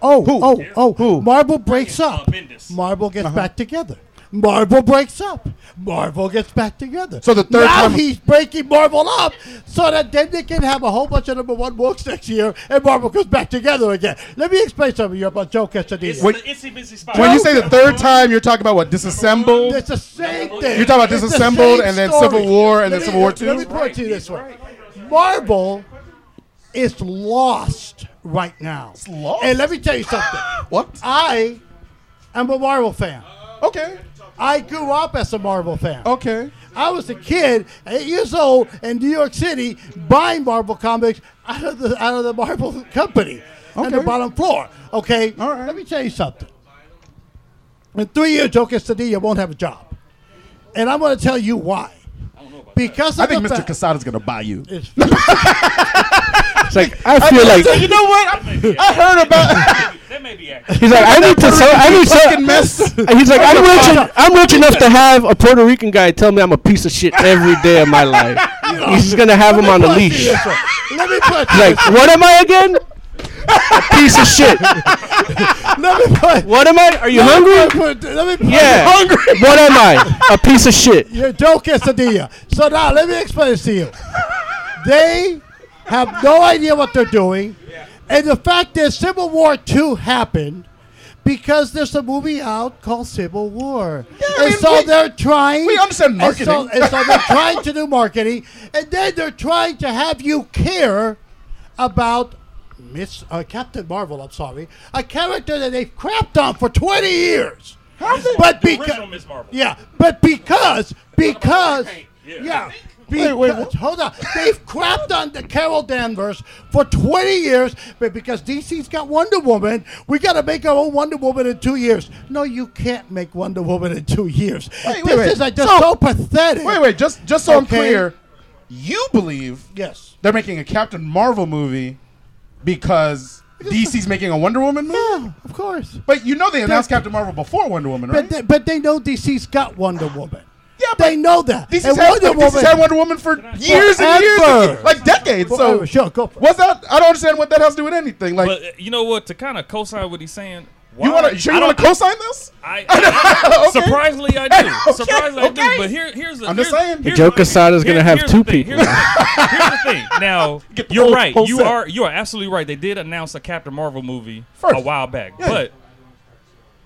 Oh, oh, oh! Marvel breaks up. Marvel Uh-huh. gets back together. Marvel breaks up. Marvel gets back together. So the third now time- he's breaking Marvel up so that then they can have a whole bunch of number one books next year, and Marvel goes back together again. Let me explain something to you about Joe Quesadilla. When- When you say the third time, you're talking about what disassembled. It's the same thing. You're talking about It's the disassembled same and then story. Civil War and Let then me- Civil War Let me Two. put it to you this way: Marvel is lost right now. It's lost. And let me tell you something. what? I am a Marvel fan. Okay. I grew up as a Marvel fan. Okay. I was a kid, eight years old, in New York City, buying Marvel comics out of the out of the Marvel company on the Okay. bottom floor. Okay. All right. Let me tell you something. In three years, Joe Quesadilla won't have a job, and I'm going to tell you why. Because I of think the Mr. fact- Casada's gonna buy you. It's like I feel like- so you know what? I, I heard about. He's like, I need to sell. I need Fucking to. He's like, I'm rich. en- I'm rich enough to have a Puerto Rican guy tell me I'm a piece of shit every day of my life. He's just gonna have him on a leash. He's Let me put like, what am I again? A piece of shit. Let me put. What am I? Are you Let me hungry? put- let me put- Yeah. What am I? A piece of shit. You're Joe Quesadilla. So now let me explain this to you. They have no idea what they're doing. And the fact is, Civil War 2 happened because there's a movie out called Civil War. and mean, so we- they're trying. we understand and so- marketing. And so, they're trying to do marketing. And then they're trying to have you care about. Miss uh, Captain Marvel, I'm sorry, a character that they've crapped on for 20 years. But because yeah, but because because yeah. Because, hold on. They've crapped on the Carol Danvers for 20 years, but because DC's got Wonder Woman, we got to make our own Wonder Woman in two years. No, you can't make Wonder Woman in two years. Wait, this wait, wait. is like, just so, So- pathetic. Wait, wait. Just just so I'm Okay. clear, you believe Yes. they're making a Captain Marvel movie because DC's making a Wonder Woman movie. Yeah, of course. But you know they announced Captain Marvel before Wonder Woman, right? But they, but they know DC's got Wonder Woman. Yeah, they know that. DC's And had- DC's had Wonder Woman for years and years, Forever. like decades. So Forever. Sure, go what's that? I don't understand what that has to do with anything. Like but uh, you know what? To kind of co-sign what he's saying. You wanna- you sure you I wanna don't- co-sign this? I, I- Okay. surprisingly I do. surprisingly I do. But here, here's the. I'm just here's- saying. here's Joe my- Quesada's here- gonna have here's two the thing, people. Here's the thing. Here's the thing. Now the you're whole- right. whole you set. are you are absolutely right. They did announce a Captain Marvel movie a First. while back, Yeah. but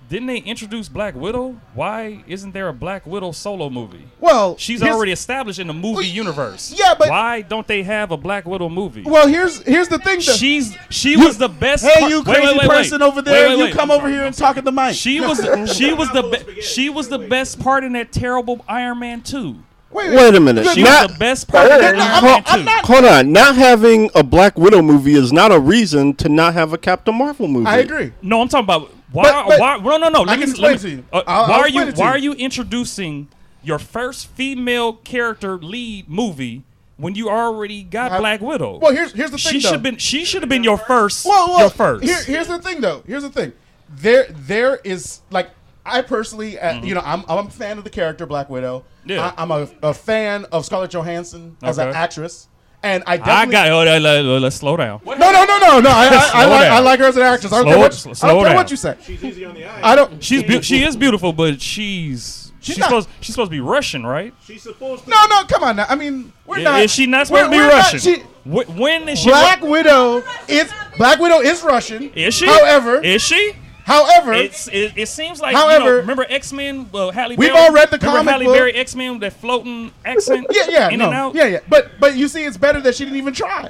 didn't they introduce Black Widow? Why isn't there a Black Widow solo movie? Well, she's here's- already established in the movie universe. yeah, but- why don't they have a Black Widow movie? Well, here's here's the thing. That She's she was the best. Hey, part- you Wait, wait, crazy wait, wait. person over Wait, there! wait, you wait. come over here and talk at the mic. She was she was the be- she was the best part in that terrible Iron Man two. Wait a minute. She Not- was the best part in that Iron Man Hold, two. hold on. Not having a Black Widow movie is not a reason to not have a Captain Marvel movie. No, I'm talking about why But- but- why no no no. Let I me, can let me- explain to you. uh, I'll- why I'll are you explain it to why you. are you introducing your first female character lead movie? When you already got Black Widow. well, here's- here's the She thing, though. should been she should have been your first. Well, well, your first. Here, here's the thing, though. Here's the thing. There, there is like I personally, uh, you know, I'm, I'm a fan of the character Black Widow. Mm-hmm. Yeah. I, am a, a fan of Scarlett Johansson as an Okay. actress, and I I definitely got. Oh, let, us slow down. no, no, no, no, no. I, I, I, Slow like, down. I like her as an actress. I don't Slow- care what, sl- I don't slow care down. what you say. She's easy on the eye. I don't. She's beau- she is beautiful, but she's she's, not- supposed she's supposed to be Russian, right? She's supposed to. No, no, come on now. I mean, we're I- not. Is she not we're- supposed to be we're not- Russian? she- Wh- when is she? Black Widow is Black Widow is Russian. Is she? However, is she? However, it's, it, it seems like. However, However- remember X Men? Well, Halle We've Berry- all read the remember comic Halle book. Berry X Men with that floating accent. yeah, yeah, in no, and out. yeah, yeah. But but you see, it's better that she didn't even try.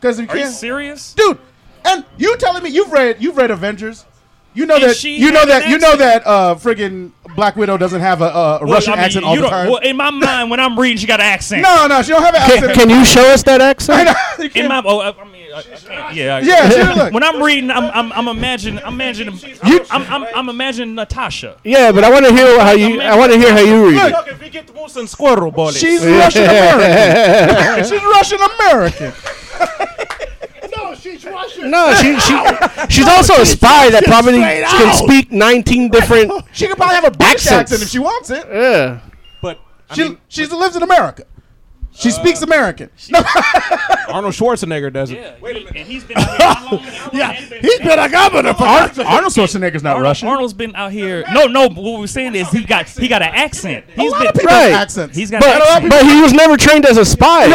Because you Are you can't- serious? dude? And you telling me you've read you've read Avengers? You know And that she you know had that an you know that uh, friggin' Black Widow doesn't have a, a Well, Russian I mean, accent you all the don't- time. Well, in my mind, when I'm reading, she got an accent. No, no, she don't have an accent. us that accent? in my, oh, I, I mean, I, I can't, yeah, I- Yeah, sure, look. When I'm reading, I'm, I'm, I'm imagining, I'm imagining, I'm, I'm, I'm, I'm imagining Natasha. Yeah, but I want to hear how you. I want to hear how you read it. Squirrel ball. She's Russian American. She's Russian American. No, she's Russian. No, she, she she's also a spy that just probably straight can out. speak 19 different. She could probably have a British accents. accent if she wants it. Yeah. But she she lives in America. She speaks American. No. Uh, Arnold Schwarzenegger does it. Wait a minute. And he's been out here how long? How long? Yeah, And been- he's been a governor for Ar- Arnold Schwarzenegger's not Arnold- Russian. Arnold's been out here. No, no. but What we're saying is he got he got an accent. He's lot been of people have Right. accents. He's got an But, accent. but he was never trained as a spy.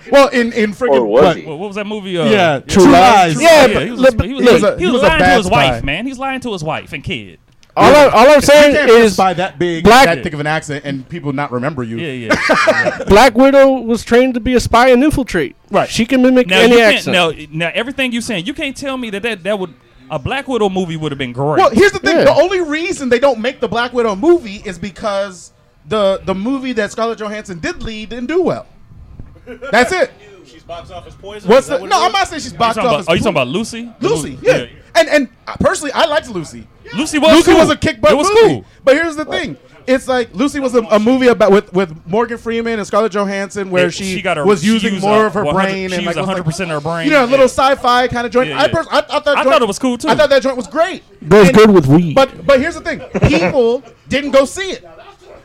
well, in in friggin' but- Well, what was that movie? Uh, Yeah, True True Lies. Lies. Yeah, True but- Lies. look, he was, he look. was, he he was was a lying to bad his spy. wife, man. He's lying to his wife and kid. All, I, all I'm you saying can't is by that big, Black- that thick of an accent, and people not remember you. Yeah, Black Widow was trained to be a spy and infiltrate. Right. She can mimic Now, any you can't, accent. now, now everything you saying, you can't tell me that that, that would a Black Widow movie would have been great. Well, here's the thing: the only reason they don't make the Black Widow movie is because the the movie that Scarlett Johansson did lead didn't do well. That's it. She's box office poison. What's Is that the, what no? it I'm is? not saying she's box you talking office. about- are you talking poison. about Lucy? Lucy? Yeah. And and uh, personally, I liked Lucy. Lucy was Lucy cool. was a kick butt It was movie. cool. But here's the thing: it's like Lucy was a, a movie about with, with Morgan Freeman and Scarlett Johansson, where It- she, she got her- was she using used more a of her 100 brain she and used like was 100% of her brain. You know, a little Yeah. sci-fi kind of joint. Yeah, I, yeah. pers- I, I thought I joint- thought it was cool, too. I thought that joint was great. Does good with weed. But but here's the thing: people didn't go see it,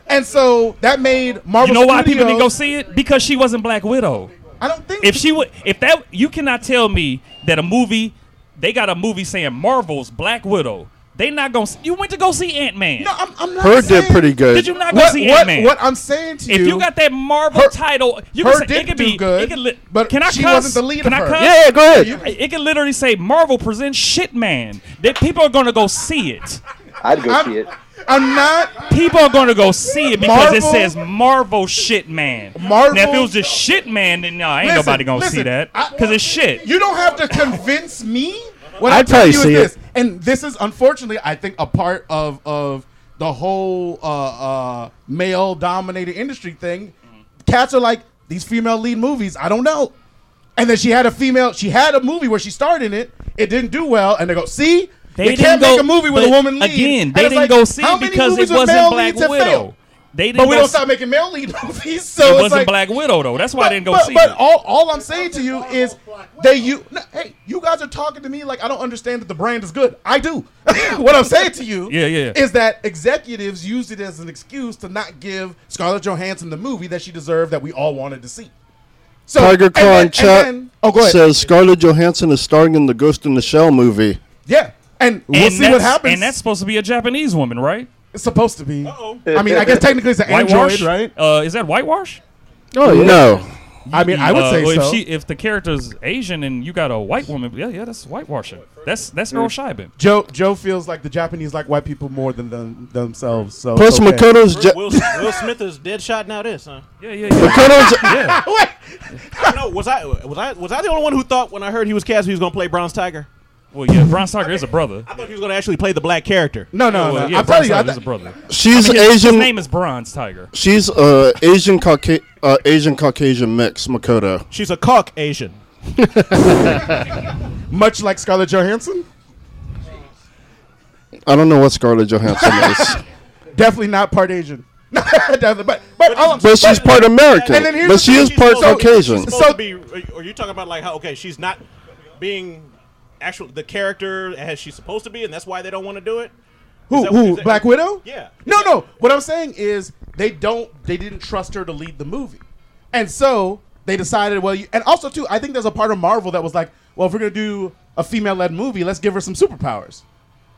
and so that made Marvel. you know why people didn't Studios- go see it? Because she wasn't Black Widow. I don't think if she would. If that you cannot tell me that a movie they got a movie saying Marvel's Black Widow. They not gonna. See, you went to go see Ant Man. No, I'm, I'm not Her did saying- pretty good. Did you not go What- see what- Ant Man? what I'm saying to if you- if you got that Marvel title, you can her say, did it could do be good, It could li- but can I she cuss? wasn't the lead Can of I her. cuss? Yeah, yeah, go ahead. You- It could literally say Marvel presents Shit Man. That people are gonna go see it. I'd go I'm- see it. I'm not. People are going to go see it because it Marvel- says Marvel shit man. Marvel- Now if it was just shit man, then no, ain't Listen, nobody going to see listen, that because it's shit. You don't have to convince me. What I'd I'm telling probably you is see it. this, and this is unfortunately, I think, a part of of the whole uh, uh, male dominated industry thing. Cats are like these female lead movies. I don't know. And then she had a female. She had a movie where she starred in it. It didn't do well, and they go, "See, They you didn't can't go- make a movie with a but woman lead." again, And they it's didn't like, go see how it many because it movies with wasn't male Black leads have Widow. failed? They didn't But we go don't see- stop making male lead movies, so it it's wasn't like- Black Widow though. That's why I didn't go but, see but it. all, all I'm saying to you is they you no, hey you guys are talking to me like I don't understand that the brand is good. I do. what I'm saying to you Yeah, yeah. is that executives used it as an excuse to not give Scarlett Johansson the movie that she deserved that we all wanted to see. Tiger and Claw then- in and chat then- oh, go ahead. says Scarlett Johansson is starring in the Ghost in the Shell movie. yeah, and we'll And see what that's- happens. And that's supposed to be a Japanese woman, right? It's supposed to be. I mean, I guess technically it's an Whitewash? android, right? Uh, is that whitewash? Oh, yeah. No. I mean, I would Uh, say well, so. If, she, if the character's Asian and you got a white woman, yeah, yeah, that's whitewashing. That's that's Earl Scheiben. Joe Joe feels like the Japanese like white people more than them, themselves. So Plus, it's okay. Makoto's Ja- Will, Will Smith is dead shot now. This, huh? Yeah, yeah, Makoto's- yeah. I don't know. Was I was I was I the only one who thought when I heard he was cast he was going to play Bronze Tiger? Well, yeah, Bronze Tiger is a brother. I thought he was going to actually play the black character. No, no, Yeah, well, no. yeah, I'm Bronze telling you, I Tiger is th- a brother. She's I mean, his, Asian. His name is Bronze Tiger. She's uh, Asian Cauca- uh, Asian Caucasian mix, Makoto. She's a cock Asian. Much like Scarlett Johansson, I don't know what Scarlett Johansson is. definitely not part Asian. Definitely, but but, all I'm- But she's part American. And then here's But the she thing, is she's part supposed to- Caucasian. Supposed to be, are you talking about like how okay she's not being actual the character as she's supposed to be, and that's why they don't want to do it? Who that- who is that- Black Widow? Yeah. No, no. What I'm saying is they don't they didn't trust her to lead the movie, and so they decided well. You, and also too, I think there's a part of Marvel that was like, well, if we're gonna do a female led movie, let's give her some superpowers.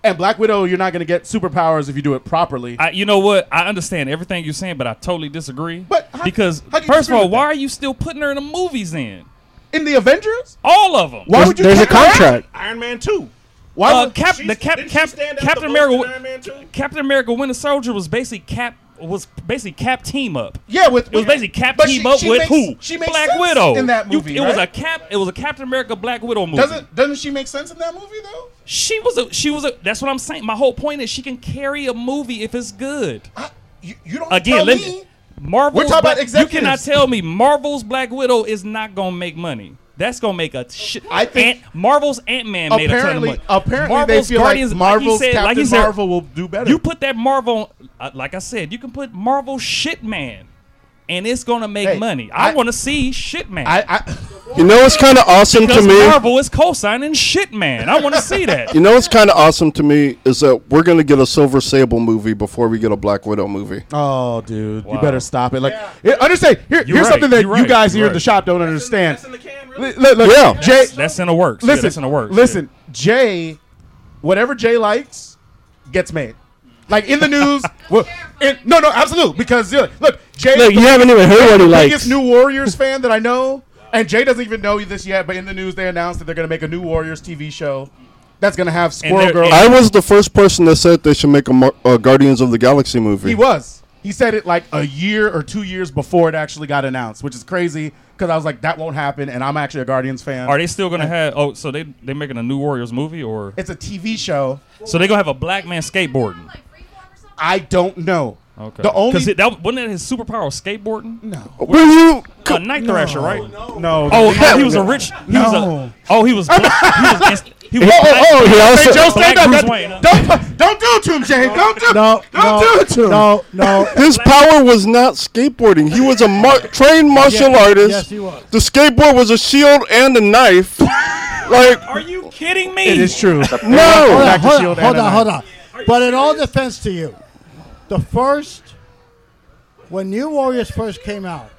And Black Widow, you're not gonna get superpowers if you do it properly. I, you know what? I understand everything you're saying, but I totally disagree. But because how do you first of disagree all, with why are you still putting her in the movies? Then in the Avengers? All of them. Why would you? keep her out? Iron Man two. Why Why uh, would- Cap, she's- the Cap, didn't she Cap, stand out the Captain most in America, Iron Man two? Captain America Winter Soldier was basically Cap was basically Cap team up. Yeah, with it was basically Cap but team she- up she with makes- who? she makes Black sense Widow in that You- movie, it was a right? Cap. It was a Captain America Black Widow movie. Doesn't doesn't she make sense in that movie though? She was a she was a. That's what I'm saying. My whole point is she can carry a movie if it's good. you, don't again. tell let me. Marvel's We're talking about Black- You cannot executives. tell me Marvel's Black Widow is not gonna make money. That's gonna make a shit. I think- Ant, Marvel's Ant Man made a ton of Apparently- money. apparently they feel like Marvel's Captain Marvel will do better. You put that Marvel, uh, like I said, you can put Marvel Shit Man, and it's gonna make Hey, money. I, want to see Shit Man. I, I You know what's kind of awesome to because me? Marvel is co-signing Shit Man. I want to see that. You know what's kind of awesome to me is that we're gonna get a Silver Sable movie before we get a Black Widow movie. Oh, dude, Wow. you better stop it. Like, Yeah, understand. Here, You're here's right, something that you're you right, guys you're here in right. the shop don't understand. Look, look, Yeah. Jay, that's in the works. Yeah, Listen, that's in the works. Listen, Jay, whatever Jay likes gets made. Like in the news, well, it- no, no, absolutely. Because yeah, look, Jay, Look, you haven't even heard what the he likes. Biggest new Warriors fan that I know, and Jay doesn't even know this yet. But in the news, they announced that they're going to make a new Warriors TV show that's going to have Squirrel Girl. I was the first person that said they should make a Mar- uh, Guardians of the Galaxy movie. He was. He said it like a year or two years before it actually got announced, which is crazy. Because I was like, that won't happen, and I'm actually a Guardians fan. Are they still gonna And have? Oh, so they they making a new Warriors movie or? It's a TV show. So they gonna have a black man skateboarding. I don't know. Okay. The only- 'Cause it- that wasn't that his superpower skateboarding. No. Were you a night thrasher, right? No. Oh, no, he was a no. rich. He was No. a. Oh, he was. Black, he was. inst- He was Oh, oh, black- oh, he also- Hey, Joe, Black stand up. Bruce That- Wayne, Don't, don't do it to him, Jay. Don't do. No, don't do it to him. No, no. His power was not skateboarding. He was a mar- trained martial Yes, artist. yes, he was. The skateboard was a shield and a knife. like, are you kidding me? It is true. No. Hold on, Back to hold on, hold Shield and on, Iron hold Man. on. But in all defense to you, the first, when New Warriors first came out,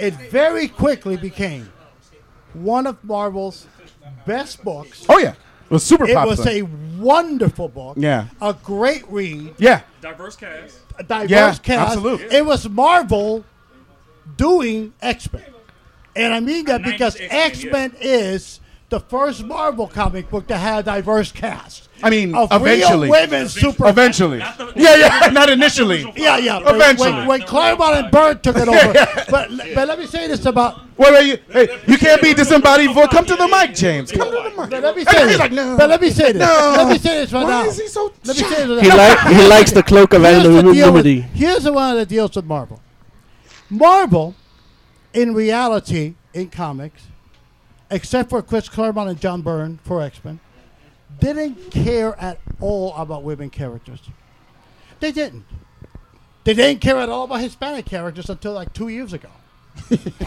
it very quickly became one of Marvel's best books. Oh yeah, it was super it popular. was a wonderful book. Yeah. A great read. Yeah. Diverse cast. A diverse Yeah, cast. absolute. It was Marvel doing X Men. And I mean that because X Men is the first Marvel comic book to have diverse cast. I mean, Of real eventually. women super. Eventually. yeah, yeah. Not initially. Yeah, yeah. but Eventually. When, when Claremont and Bird took it over. But, but let me say this about. Wait, wait. You, hey, you can't be disembodied voice. Come to the mic, James. Come to the mic. But let me say this. Like, no. But let me say this. No. Let me say this right Why now. is he so let me say this right He, now. like, he likes the cloak of Here's the deal with- anonymity. Here's the one that deals with Marvel. Marvel, in reality, in comics, except for Chris Claremont and John Byrne for X Men, didn't care at all about women characters. They didn't. They didn't care at all about Hispanic characters until like two years ago.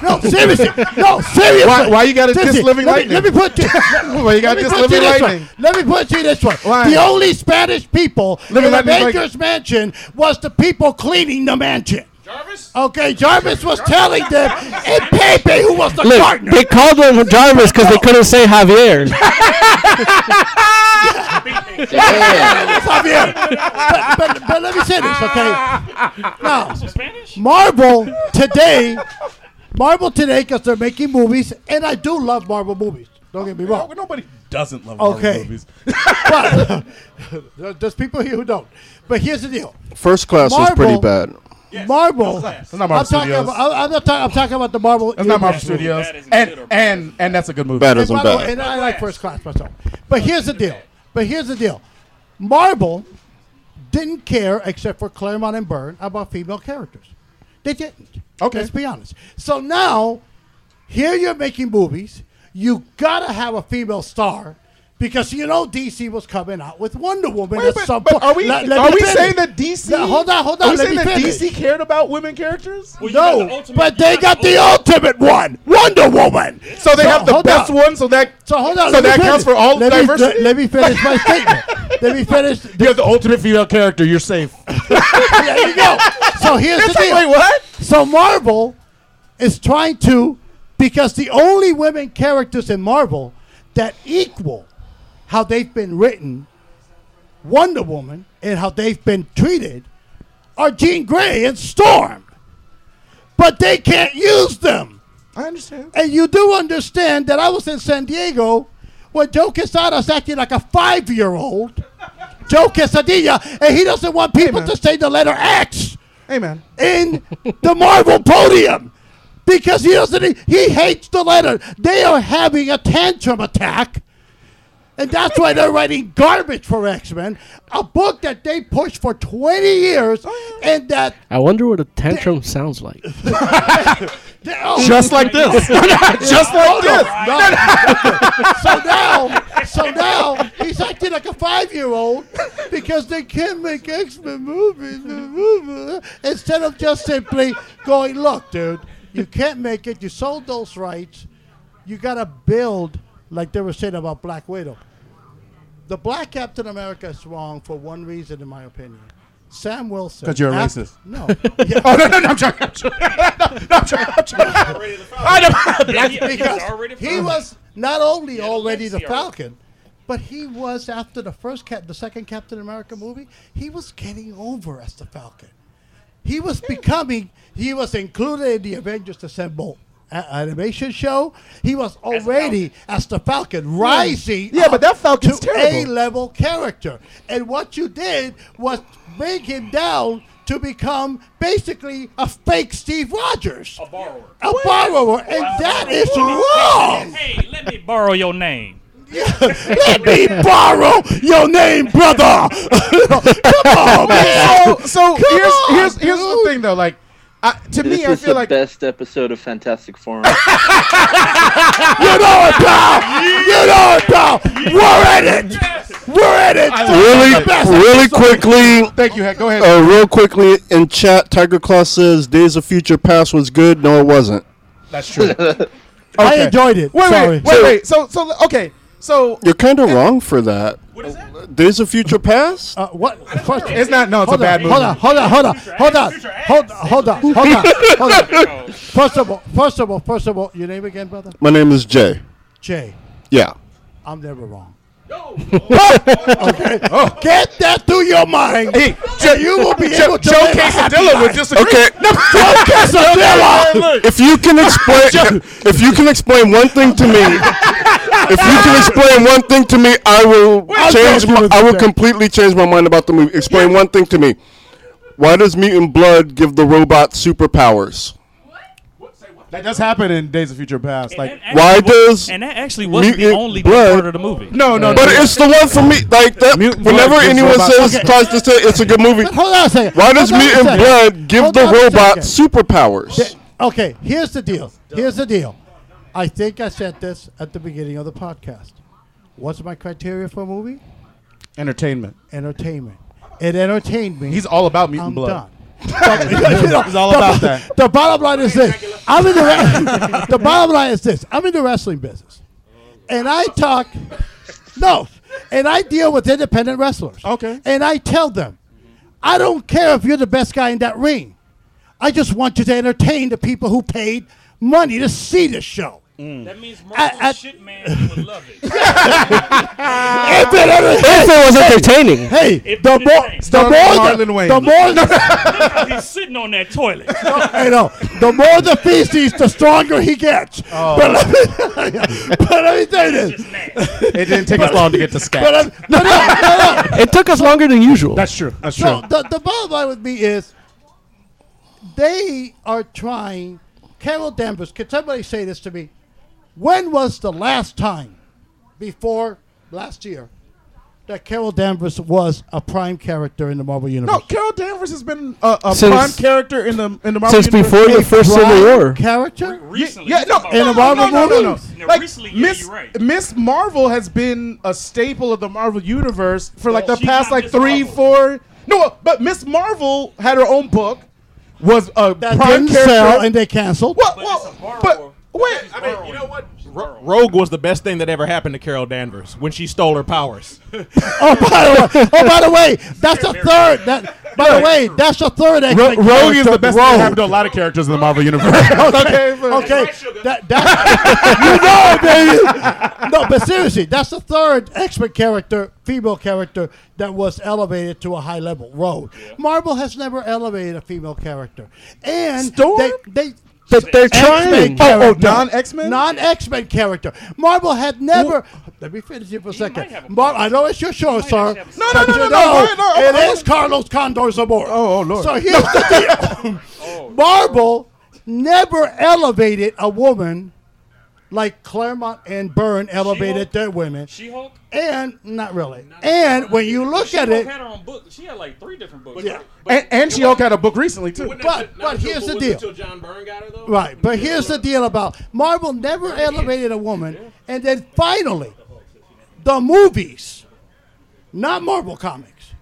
no, seriously. No, seriously. Why- why you gotta diss Seriously. Living let me- Lightning? let me put you. Why you gotta let me diss put it Living this way. Lightning? Let me put it to you this way. The only Spanish people Living in Lightning's like- Avengers Mansion was the people cleaning the mansion. Jarvis? Okay, Jarvis was telling them, and Pepe, who was the Look, gardener. they called him Jarvis because they couldn't say Javier. That's Javier. But, but, but let me say this, okay? Now, Marvel today, Marvel today, because they're making movies, and I do love Marvel movies. Don't get me wrong. Nobody doesn't love Okay. Marvel movies. but there- there's people here who don't. But here's the deal. First Class was pretty Marvel- bad. Marvel. That's not Marvel I'm talking Studios. about, I- I'm, not talking, I'm talking about the Marvel. That's not Marvel universe. Studios. And and and that's a good movie. Bad isn't And by the way- And I like First Class myself. But here's the deal. But here's the deal. Marvel didn't care, except for Claremont and Byrne, about female characters. They didn't. Okay. Let's be honest. So now, here you're making movies. You gotta have a female star. Because you know DC was coming out with Wonder Woman at some point. Are we, Let- let are me we finish. saying that DC? No, hold on, hold on. Are we let saying me that finish. DC cared about women characters? No, but they got the ultimate one, Wonder Woman. So they have the hold best one, so that so hold on. so let me that counts finish. for all let diversity? Me, let me finish my statement. Let me finish. You have the ultimate female character. You're safe. There you go. So here's the It's like, deal. wait, what? So Marvel is trying to because the only women characters in Marvel that equal how they've been written, Wonder Woman, and how they've been treated are Jean Grey and Storm. But they can't use them I understand. And you do understand that I was in San Diego when Joe Quesada's acting like a five year old, Joe Quesadilla, and he doesn't want people to say the letter X Amen. in the Marvel podium because he doesn't, he hates the letter. They are having a tantrum attack. And that's why they're writing garbage for X Men, a book that they pushed for 20 years, and that I wonder what a tantrum sounds like. Just like this. Just like this. so now, so now he's acting like a five-year-old because they can't make X-Men movies instead of just simply going, "Look, dude, you can't make it. You sold those rights. You gotta build like they were saying about Black Widow. The Black Captain America is wrong for one reason, in my opinion." Sam Wilson. 'Cause you're a after- racist. No. Oh, no, no, no, I'm joking, I'm joking. No, no, I'm joking, I'm joking. I That's know. Yeah, he was because already the he Falcon. was not only already the legacy already. Falcon, but he was after the first cap, the second Captain America movie, he was getting over as the Falcon. He was becoming. He was included in the Avengers Assemble a- animation show. He was already as the Falcon, rising. Yeah, but that Falcon's Falcon's a terrible. level character. And what you did was bring him down to become basically a fake Steve Rogers. A borrower. A borrower. And that is wrong. Hey, let me borrow your name. Let me borrow your name, brother. Come on, Oh, man. So, Oh, so here's, here's, here's the thing, though. Like, I, this to me, is I feel the like. Oh, best episode of Fantastic Four. You know it, pal. You know it, pal. We're in it. We're in it. Really, really quickly. Thank you. Go ahead. Uh, real quickly in chat, Tiger Claw says Days of Future Past was good. No, it wasn't. That's true. I enjoyed it. Wait, Sorry. wait, wait, wait. So, so okay. So You're kind of wrong for that. What is that? Days of Future Past. Uh, what? It's not- no, it's hold a bad on, Hold movie. on, hold on, hold on, hold on, hold on, hold on, hold on, hold on. First of all, first of all, first of all, your name again, brother? My name is Jay. Jay. Yeah. I'm never wrong. okay. Oh. Get that through your mind. Hey, you will be Oh. Joe- able to Joe live a happy Quesadilla would life. disagree. Okay. Joe Quesadilla. if you can explain, if you can explain one thing to me, if you can explain one thing to me, I will I'll change. help you My, with I will that. completely change my mind about the movie. Explain one thing to me. Why does mutant blood give the robot superpowers? That does happen in Days of Future Past. Like, Why does and that actually wasn't the mutant only blood- part of the movie. No, Uh, no, but no. it's the one for me. Like that. whenever blood gives anyone robot- says Okay. tries to say it's a good movie, Hold on a second. why does Hold on a mutant second. blood give Hold the on a robot second. superpowers? Okay, here's the deal. Here's the deal. I think I said this at the beginning of the podcast. What's my criteria for a movie? entertainment. Entertainment. It entertained me. He's all about mutant I'm blood. done. know, He's all the- about that. The bottom line is this: I'm in the wre- the bottom line is this: I'm in the wrestling business, and I talk no, and I deal with independent wrestlers. Okay, and I tell them, I don't care if you're the best guy in that ring. I just want you to entertain the people who paid money to see this show. That means Marvel shit man would love it. If it, ever- If it was entertaining. hey, If the it more, entertained. the more, the, Marlon Wayans. the more, the, He's sitting on that toilet. I know. The more the feces, the stronger he gets. Oh. But, let me, but let me tell you this. It didn't take us long to get to But scat. I'm, no, no, no, no. It took us longer than usual. That's true. That's true. no the, the bottom line with me is they are trying. Carol Danvers, can somebody say this to me? When was the last time before last year that Carol Danvers was a prime character in the Marvel Universe? No, Carol Danvers has been a, a Since- prime character in the in the Marvel since universe. before the first Prime Civil War. Character? Recently, Yeah, no, In no, the no, no, Marvel no, no, no. movies? Now, Like recently, yeah, Miss you're right. Miss Marvel has been a staple of the Marvel universe for like Well, the she's past not like Miss three, Marvel. four. No, but Miss Marvel had her own book, was a That prime didn't sell character. and they canceled. What? What? But wait, I mean, you know what? Ro- Rogue was the best thing that ever happened to Carol Danvers when she stole her powers. Oh, by the way, oh, by the way, that's a third. That, by the way, that's a third. Ro- X-Men Rogue is character. the best thing that happened to a lot of characters in the Marvel universe. okay, but- Okay, that, that you know, it, baby. No, but seriously, that's the third X-Men character, female character that was elevated to a high level. Rogue. Marvel has never elevated a female character, and Storm? they they But they're X-Men trying. character. Non X Men character. Marvel had never. Let me finish you for a second. Mar- I know it's your show, sir. No, no, no, no, no, no, no, It no. is Carlos Condor Zamora. Oh, oh, Lord. So here's the Oh. deal Marvel never elevated a woman like Claremont and Byrne elevated their women. She Hulk? And, not really. and when you look at it. Had her own book. She had like three different books. Yeah. And, and she Hulk had a book recently too. But but here's the deal. Right, but here's the deal about Marvel never elevated a woman, and then finally, the movies, not Marvel comics,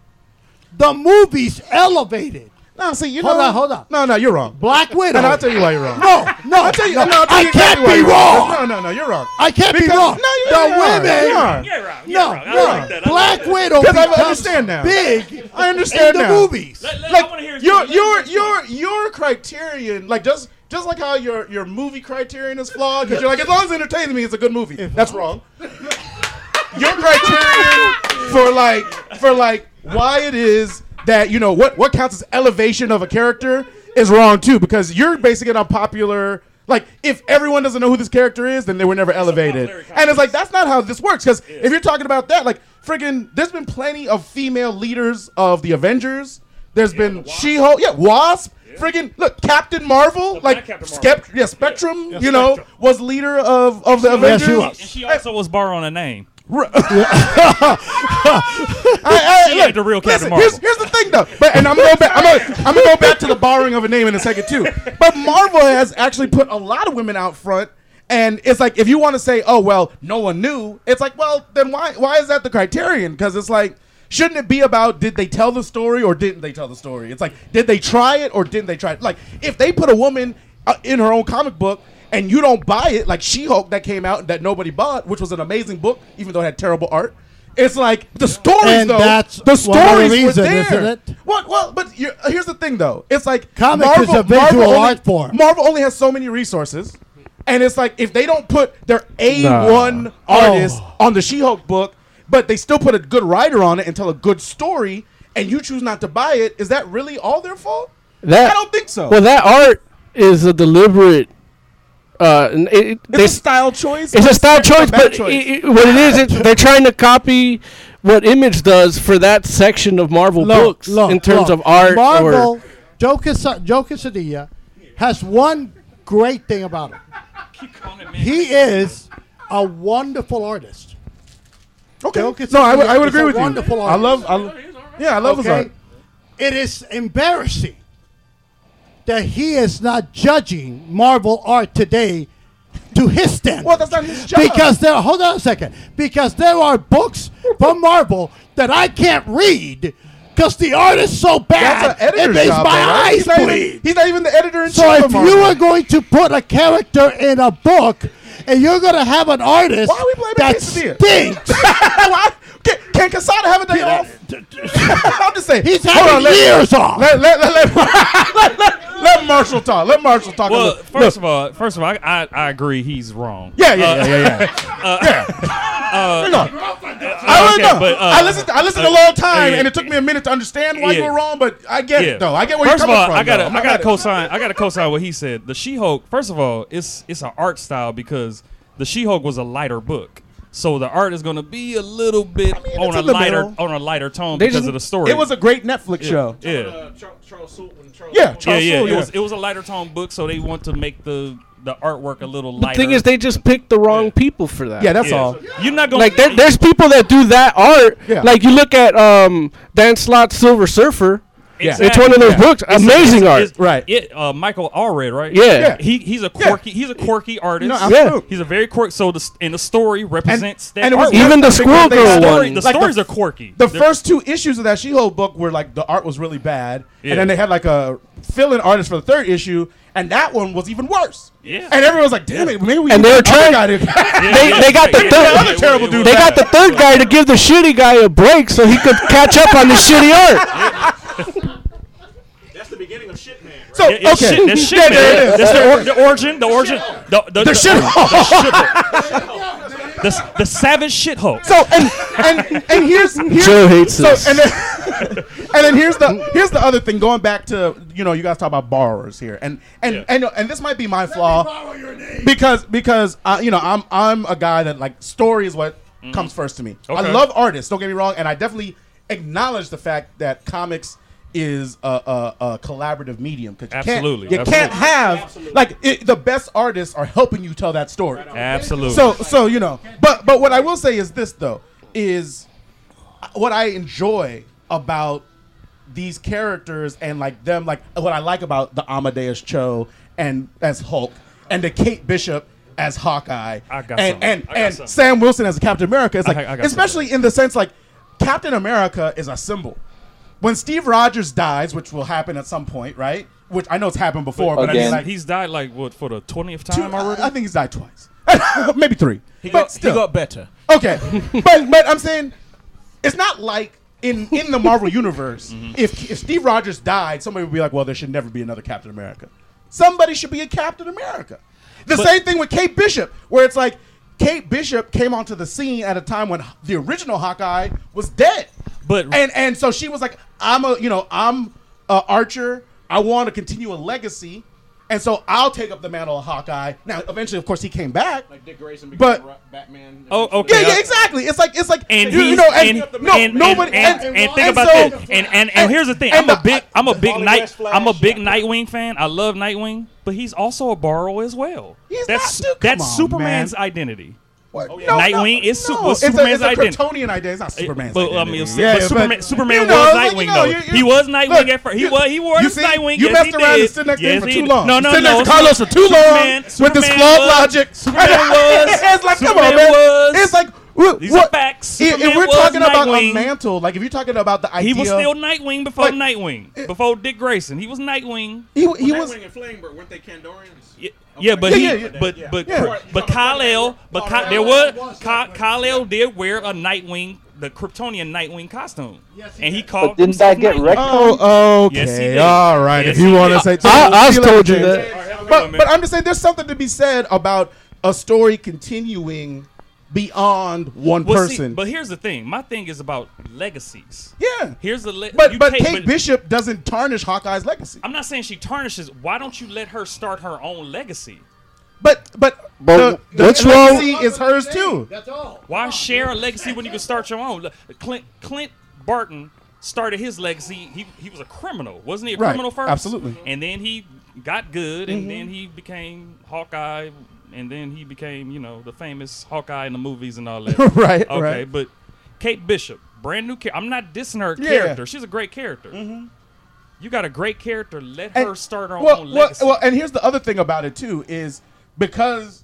the movies elevated. No, see, you hold know- on, hold on. No, no, you're wrong. Black Widow. And I'll tell you why you're wrong. No, no, I'll tell you, no, no, I'll tell I you can't exactly why be you're wrong. No, no, no, you're wrong. I can't be Because- wrong. No, you the you are. women. You are. no, no. Black Widow Because I becomes understand now. big. I understand in the now. movies. like your your your your criterion, like just just like how your your movie criterion is flawed because you're like as long as it entertains me, it's a good movie. That's wrong. your criterion for like for like why it is that you know what what counts as elevation of a character is wrong too because you're basing it on popular. Like if everyone doesn't know who this character is, then they were never elevated. And it's like that's not how this works. Because if you're talking about that, like friggin', there's been plenty of female leaders of the Avengers. There's been She Hulk, yeah, Wasp, friggin' look, Captain Marvel, like Skep- yeah, Spectrum, you know, was leader of of the And Avengers. she- and she also was borrowing a name. I, I, She look, ain't the real Captain listen, here's, Marvel. here's the thing, though. But and I'm gonna go back. I'm gonna, I'm gonna go back to the borrowing of a name in a second too. But Marvel has actually put a lot of women out front, and it's like if you want to say, oh well, no one knew. It's like, well, then why why is that the criterion? Because it's like. Shouldn't it be about did they tell the story or didn't they tell the story? It's like did they try it or didn't they try it? Like if they put a woman uh, in her own comic book and you don't buy it, like She Hulk that came out that nobody bought, which was an amazing book, even though it had terrible art. It's like the stories And though. that's the one of the stories were reason, there. isn't it? What? Well, but you're, here's the thing though. It's like Comics is a visual only, art form. Marvel only has so many resources, and it's like if they don't put their A one Nah. artist on the She-Hulk book, but they still put a good writer on it and tell a good story, and you choose not to buy it, is that really all their fault? That, I don't think so. Well, that art is a deliberate. Uh, and it, it's it's a style choice. It's a style choice, bad but it- it- what it is, it's, they're trying to copy what Image does for that section of Marvel books in terms look. of art. Marvel, or, Joe, Casa- Joe Quesadilla has one great thing about him. He is a wonderful artist. Okay. Joe No, I would- I Quesada would is agree a with you. wonderful I love- I artist. lo- yeah, I love his art. It is embarrassing that he is not judging Marvel art today to his standard. Well, that's not his job. Because there, hold on a second. Because there are books from Marvel that I can't read because the art is so bad. That's an it editor's makes job, my though, right? eyes He's not even- bleed. he's not even the editor in chief. so if you are going to put a character in a book and you're going to have an artist Why are we blaming that Quesadilla? stinks, Why? Can, can Casada have a day off? I'm just saying. He's Hold having on, let- years off. Let, let, let, let, let, let, let Marshall talk. Let Marshall talk. a Well, little- first of all, first of all, I, I, I agree he's wrong. Yeah, yeah, yeah, yeah, Uh, Hang yeah. on. Uh, I don't okay, know. but, uh, I listened. I listened uh, a long time, yeah. and it took me a minute to understand why Yeah. you were wrong. But I get Yeah. it, though. I get where first you're coming of all, from. I though. gotta, I'm I not gotta mad at- co-sign. I gotta co-sign what he said. The She-Hulk. First of all, it's it's an art style because the She-Hulk was a lighter book, so the art is gonna be a little bit on it's a in the lighter middle. on a lighter tone They because just- of the story. It was a great Netflix Yeah. show. Yeah. Yeah, Charles yeah, yeah. Soule, It was it was a lighter tone book, so they want to make the the artwork a little the lighter. thing is, they just picked the wrong people for that. You're not gonna Like there, there's people that do that art. Yeah. Like you look at um, Dan Slott's Silver Surfer. It's one of those Yeah. books. It's- Amazing it's- art. it's- It, uh, Michael Allred, right? Yeah. Yeah. He he's a quirky he's a quirky artist. No, absolutely. He's a very quirky. So the s- and the story represents that. and it was artwork. Even the Squirrel The Girl story- one. The Like the- stories are quirky. The They're- first two issues of that She-Hulk book were like the art was really bad, Yeah. and then they had like a fill-in artist for the third issue, and that one was even worse. Yeah. And everyone was like, "Damn it, maybe we." And need they were the other trying- guy to- they, they got the Yeah, third. other terrible dude. they got back. the third guy to give the shitty guy a break so he could catch up on the shitty art. So Yeah, it's okay, shit, that's shit, Yeah, man. there it is. That's the, or, the origin, the origin, the the, the shit hole. the shit hole. the, s- the savage shit hole. So and and and here's, here's Joe hates so, this. And then, and then here's the here's the other thing. Going back to you know you guys talk about borrowers here, and and and, and this might be my flaw because because uh, you know I'm I'm a guy that like story is what comes first to me. I Mm-hmm. Okay. love artists. Don't get me wrong, and I definitely acknowledge the fact that comics is a, a, a collaborative medium because you Absolutely. can't, you Absolutely. can't have like it, the best artists are helping you tell that story. Absolutely. So so you know, but but what I will say is this though is what I enjoy about these characters and like them like what I like about the Amadeus Cho and as Hulk and the Kate Bishop as Hawkeye I got and something. and I got and something. Sam Wilson as Captain America. It's I like got- I got especially in the sense like Captain America is a symbol. When Steve Rogers dies, which will happen at some point, right? Which I know it's happened before, but, I mean, like, he's died like what for the twentieth two- time already. I think he's died twice, maybe three. He but got- he still. got better. Okay, but but I'm saying it's not like in in the Marvel universe. If if Steve Rogers died, somebody would be like, well, there should never be another Captain America. Somebody should be a Captain America. The same thing with Kate Bishop, where it's like Kate Bishop came onto the scene at a time when the original Hawkeye was dead. But and and so she was like, I'm a you know I'm a Archer. I want to continue a legacy, and so I'll take up the mantle of Hawkeye. Now, eventually, of course, he came back. Like Dick Grayson became But- Batman. Oh, okay. Yeah, yeah, exactly. It's like it's like And you, he's, you know, and, and, no, and- nobody. and, and- and think about so- this. And, and, and here's the thing. I'm a big I'm a big night I'm a big Nightwing fan. I love Nightwing, but he's also a borrower as well. that's that's on, Superman's man. identity. What? No, Nightwing is su- was it's a- Superman's it's a identity. Kryptonian idea. It's not Superman's But I identity. mean, Yeah, but but- Superman, Superman you know, was like, Nightwing you know, though. you- you- he was Nightwing look, at first. He you- was he wore you his see, Nightwing. you yes, messed he around and did. stood next to him Yes, for he too did. long. No, You no, stood no. next to Carlos for too Superman- long with this Superman flawed was- logic. Superman was. it's like, come on, Superman man. was. It's like. What, These are what, facts. If, if Superman we're was talking about a Nightwing. mantle, like if you're talking about the idea, He was still Nightwing before Nightwing, before Dick Grayson. He was Nightwing. He, he was. and Flamebird weren't they Kandorians? Yeah, yeah, but he, Yeah, yeah, yeah. but Yeah. but Yeah. but, but Kal El, but Ka- there was Ka- Kal El did wear a Nightwing, the Kryptonian Nightwing costume, and he called. But didn't that himself get Nightwing. wrecked? Oh, okay. Yes, he did. All right. Yes, if you he want to did. say, I- I Feel told you James. that. All right, have a good But, one, man. but I'm just saying, there's something to be said about a story continuing beyond one Well, see, person. but here's the thing. My thing is about legacies. Yeah. Here's the le- but you but take- Kate Bishop doesn't tarnish Hawkeye's legacy. I'm not saying she tarnishes. Why don't you let her start her own legacy? But but, But the, the what's wrong- legacy is hers too. Why share a legacy when you can start your own? Clint Clint Barton started his legacy. He he was a criminal, wasn't he? A Right, criminal first, absolutely. And then he got good, and Mhm. then he became Hawkeye, and then he became you know the famous Hawkeye in the movies and all that. Right, Okay, right. but Kate Bishop, brand new character. I'm not dissing her Yeah. Mm-hmm. character. She's a great character. You got a great character. Let her start her well, own well, legacy. well, and here's the other thing about it too is because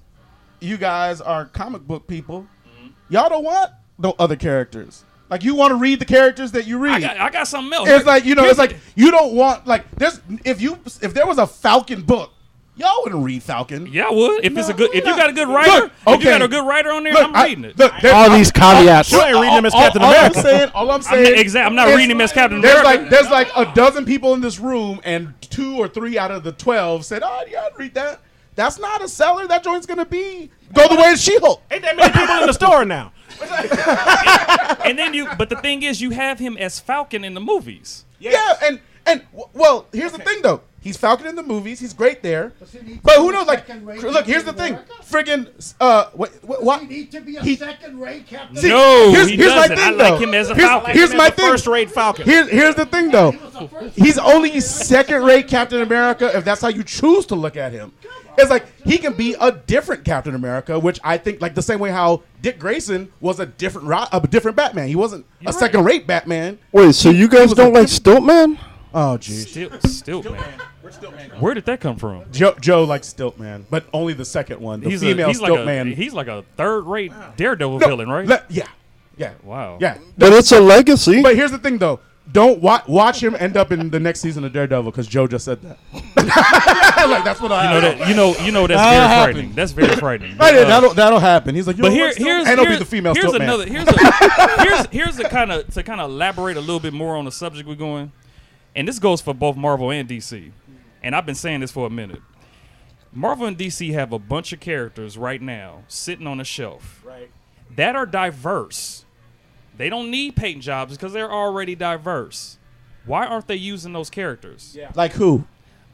you guys are comic book people, Mm-hmm. y'all don't want no other characters. Like you want to read the characters that you read. I got, I got something else. It's like you know, Here's it's like you don't want like there's if you if there was a Falcon book, y'all wouldn't read Falcon. Yeah, I would. If it's a good, if you got a good Look, writer, if okay. you got a good writer on there, Look, I'm I- reading it. look, there- All these caveats. Sure, I ain't reading him as Captain America. All I'm saying, all I'm I'm saying, not- exact- I'm not is reading him as Captain there's America. Like, there's like a dozen people in this room, and two or three out of the twelve said, "Oh, yeah, I'd read that." That's not a seller. That joint's gonna be go the way of She-Hulk. Ain't that many people in the store now? and then you, but the thing is, you have him as Falcon in the movies. Yeah, and and w- well, here's the thing though. He's Falcon in the movies. He's great there. But who knows? Like, second-rate look, here's the thing. Friggin', uh, what, what, He need to be a He- second-rate captain. See, here's, here's my thing, though. here's, Here's my thing. Here's, here's the thing, though. He's only second-rate Captain America if that's how you choose to look at him. It's like he can be a different Captain America, which I think, like the same way how Dick Grayson was a different ro- a different Batman. He wasn't a second-rate Batman. Wait, so you guys don't like Stiltman? Oh, jeez. Still, still, man. Where did that come from? Joe, Joe likes Stiltman, but only the second one, the he's female a, he's like a, Stiltman. He's like a third-rate daredevil No, villain, right? le- yeah, yeah. Wow. Yeah, But it's a legacy. But here's the thing, though. Don't watch watch him end up in the next season of Daredevil because Joe just said that. like that's what I. You know that. You know. You know that's That'll very happen. frightening. That's very frightening. Right, But, uh, that'll that'll happen. He's like, you but know here, what, Stiltman? here's and it'll be here's- the female here's Stiltman. another here's a, here's here's a kind of to kind of elaborate a little bit more on the subject we're going, and this goes for both Marvel and DC, and I've been saying this for a minute. Marvel and DC have a bunch of characters right now sitting on a shelf, right, that are diverse. They don't need paint jobs because they're already diverse. Why aren't they using those characters? Yeah. Like who?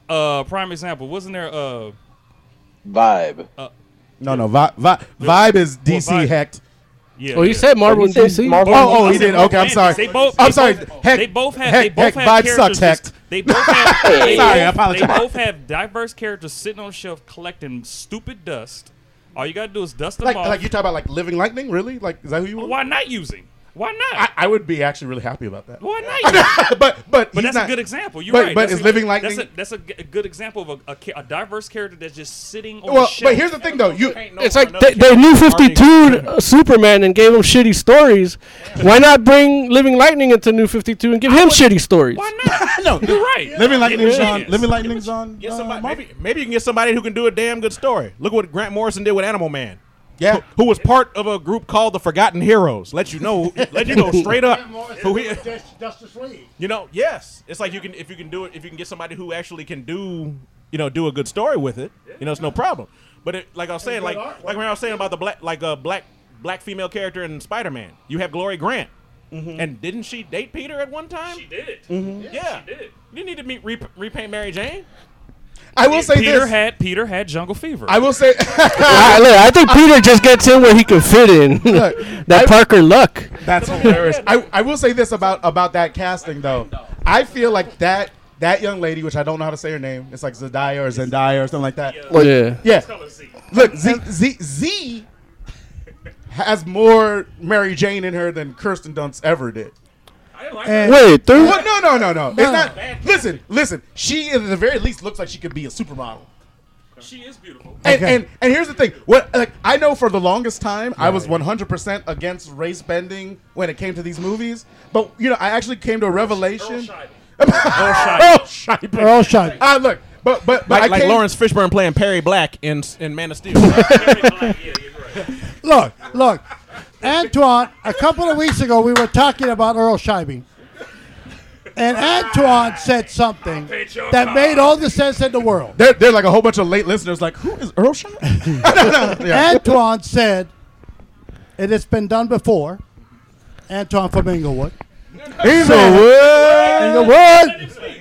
Uh, prime example. Wasn't there uh, Vibe. Uh, No, no. Vi- vi- vibe is DC hacked. Yeah, Oh, he yeah. said Marvel and DC. Marvel and oh, oh, DC. he did. Both Okay, I'm Atlantis. sorry. They both- I'm they sorry. both- heck, they both have- heck, they both heck, have vibe sucks. characters Heck. They both have. sorry, they I both- apologize. They both have diverse characters sitting on the shelf collecting stupid dust. All you gotta do is dust them Like, off. like you talk about like living lightning, really? Like is that who you? Want? Why not using? Why not? I, I would be actually really happy about that. Why not? but but but that's not- a good example. You're but- right. but that's is a, Living that's Lightning- a- That's a, g- a good example of a, a, ca- a diverse character that's just sitting on. Well, the but shelf. here's the thing, though. You- Ain't no It's like another they, they character. knew 52 Superman and gave him shitty stories. Why not bring Living Lightning into New 52 and give him shitty stories? no, you're right. Living Lightning's Yeah. on. Living Lightning's on. Get somebody, maybe, maybe you can get somebody who can do a damn good story. Look what Grant Morrison did with Animal Man. Yeah, who, who was part of a group called the Forgotten Heroes. Let you know, let you know straight up. Who he, Justice League. you know, yes, it's like you can if you can do it if you can get somebody who actually can do you know do a good story with it. You know, it's no problem. But it, like I was saying, like like when I was saying about the black like a black black female character in Spider Man, you have Glory Grant. And didn't she date Peter at one time? She Mm-hmm. did. Yeah, she did. You didn't need to meet, re- repaint Mary Jane. I will say Peter this. had Peter had jungle fever. I will say. I, look, I think Peter just gets in where he can fit in. that Parker Luck. That's hilarious. I, I will say this about about that casting though. I feel like that that young lady, which I don't know how to say her name, it's like Zendaya or Zendaya or something like that. Like, Yeah. yeah. Look, Z, Z Z has more Mary Jane in her than Kirsten Dunst ever did. And- Wait, there- Well, no, no, no, no. It's No. not. Listen, listen. She at the very least looks like she could be a supermodel. She is beautiful. And, and and here's the thing. What like I know for the longest time I was 100% against race bending when it came to these movies, but you know I actually came to a revelation. Earl Shipe. Earl Shipe. Earl Shipe. Ah, look, but but but like, I like came- Lawrence Fishburne playing Perry Black in in Man of Steel. Look, look, Antoine. A couple of weeks ago, we were talking about Earl Scheibe, and Antoine said something that made all the sense in the world. They're, they're like a whole bunch of late listeners. Like who is Earl Shipe? Yeah. Antoine said, "It has been done before." Antoine from Inglewood. Inglewood.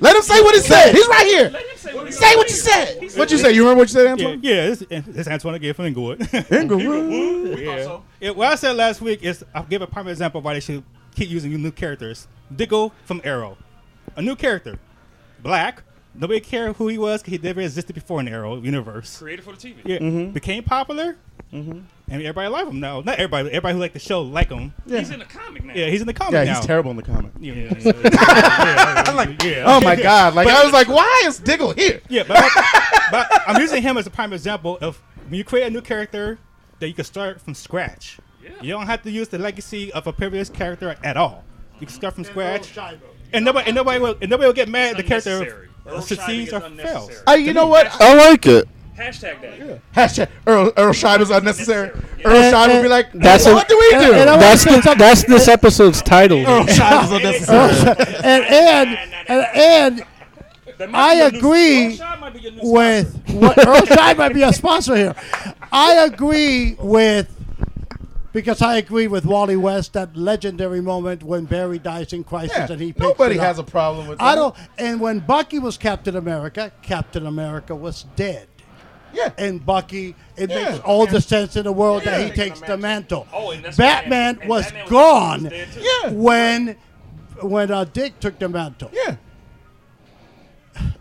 Let him say what he said. He's right here. Say what you said. What'd you say? You remember what you said, Antoine? Yeah, yeah this, this Antoine again from Inglewood. Inglewood. yeah. Yeah, what I said last week is I gave a prime example of why they should keep using new characters. Diggle from Arrow, a new character, black. Nobody cared who he was 'cause he never existed before in Arrow universe. Created for the TV. Yeah, Mm-hmm. Mm-hmm. became popular, and everybody liked him. Now, not everybody, but everybody who liked the show like him. He's in the comic now. Yeah, he's in the comic Yeah, now. he's terrible in the comic. Yeah, yeah, yeah, yeah, yeah, yeah. I'm like, oh my God. Like, I was like, why is Diggle here? Yeah, but, but- but I'm using him as a prime example of when you create a new character that you can start from scratch. You don't have to use the legacy of a previous character at all. You can start from scratch, and nobody, and nobody will, and nobody will get mad if the character Earl succeeds or Shibe is fails. unnecessary. Hey, you know what? I like it. Hashtag that. Hashtag Earl, Earl Shibe is unnecessary. Earl Shibe would be like, That's what a- do we do? That's, the, that's this episode's title. Oh, Earl Shibe is unnecessary. and and and, and I agree with what Earl Shine might be a sponsor here. I agree with because I agree with Wally West that legendary moment when Barry dies in Crisis Yeah, and he picks nobody it up. has a problem with I that. don't. And when Bucky was Captain America, Captain America was dead. Yeah. And Bucky, it makes all the sense in the world that he takes the mantle. Oh, and that's Batman and was Batman was- gone was dead too. Yeah. when when uh, Dick took the mantle. Yeah.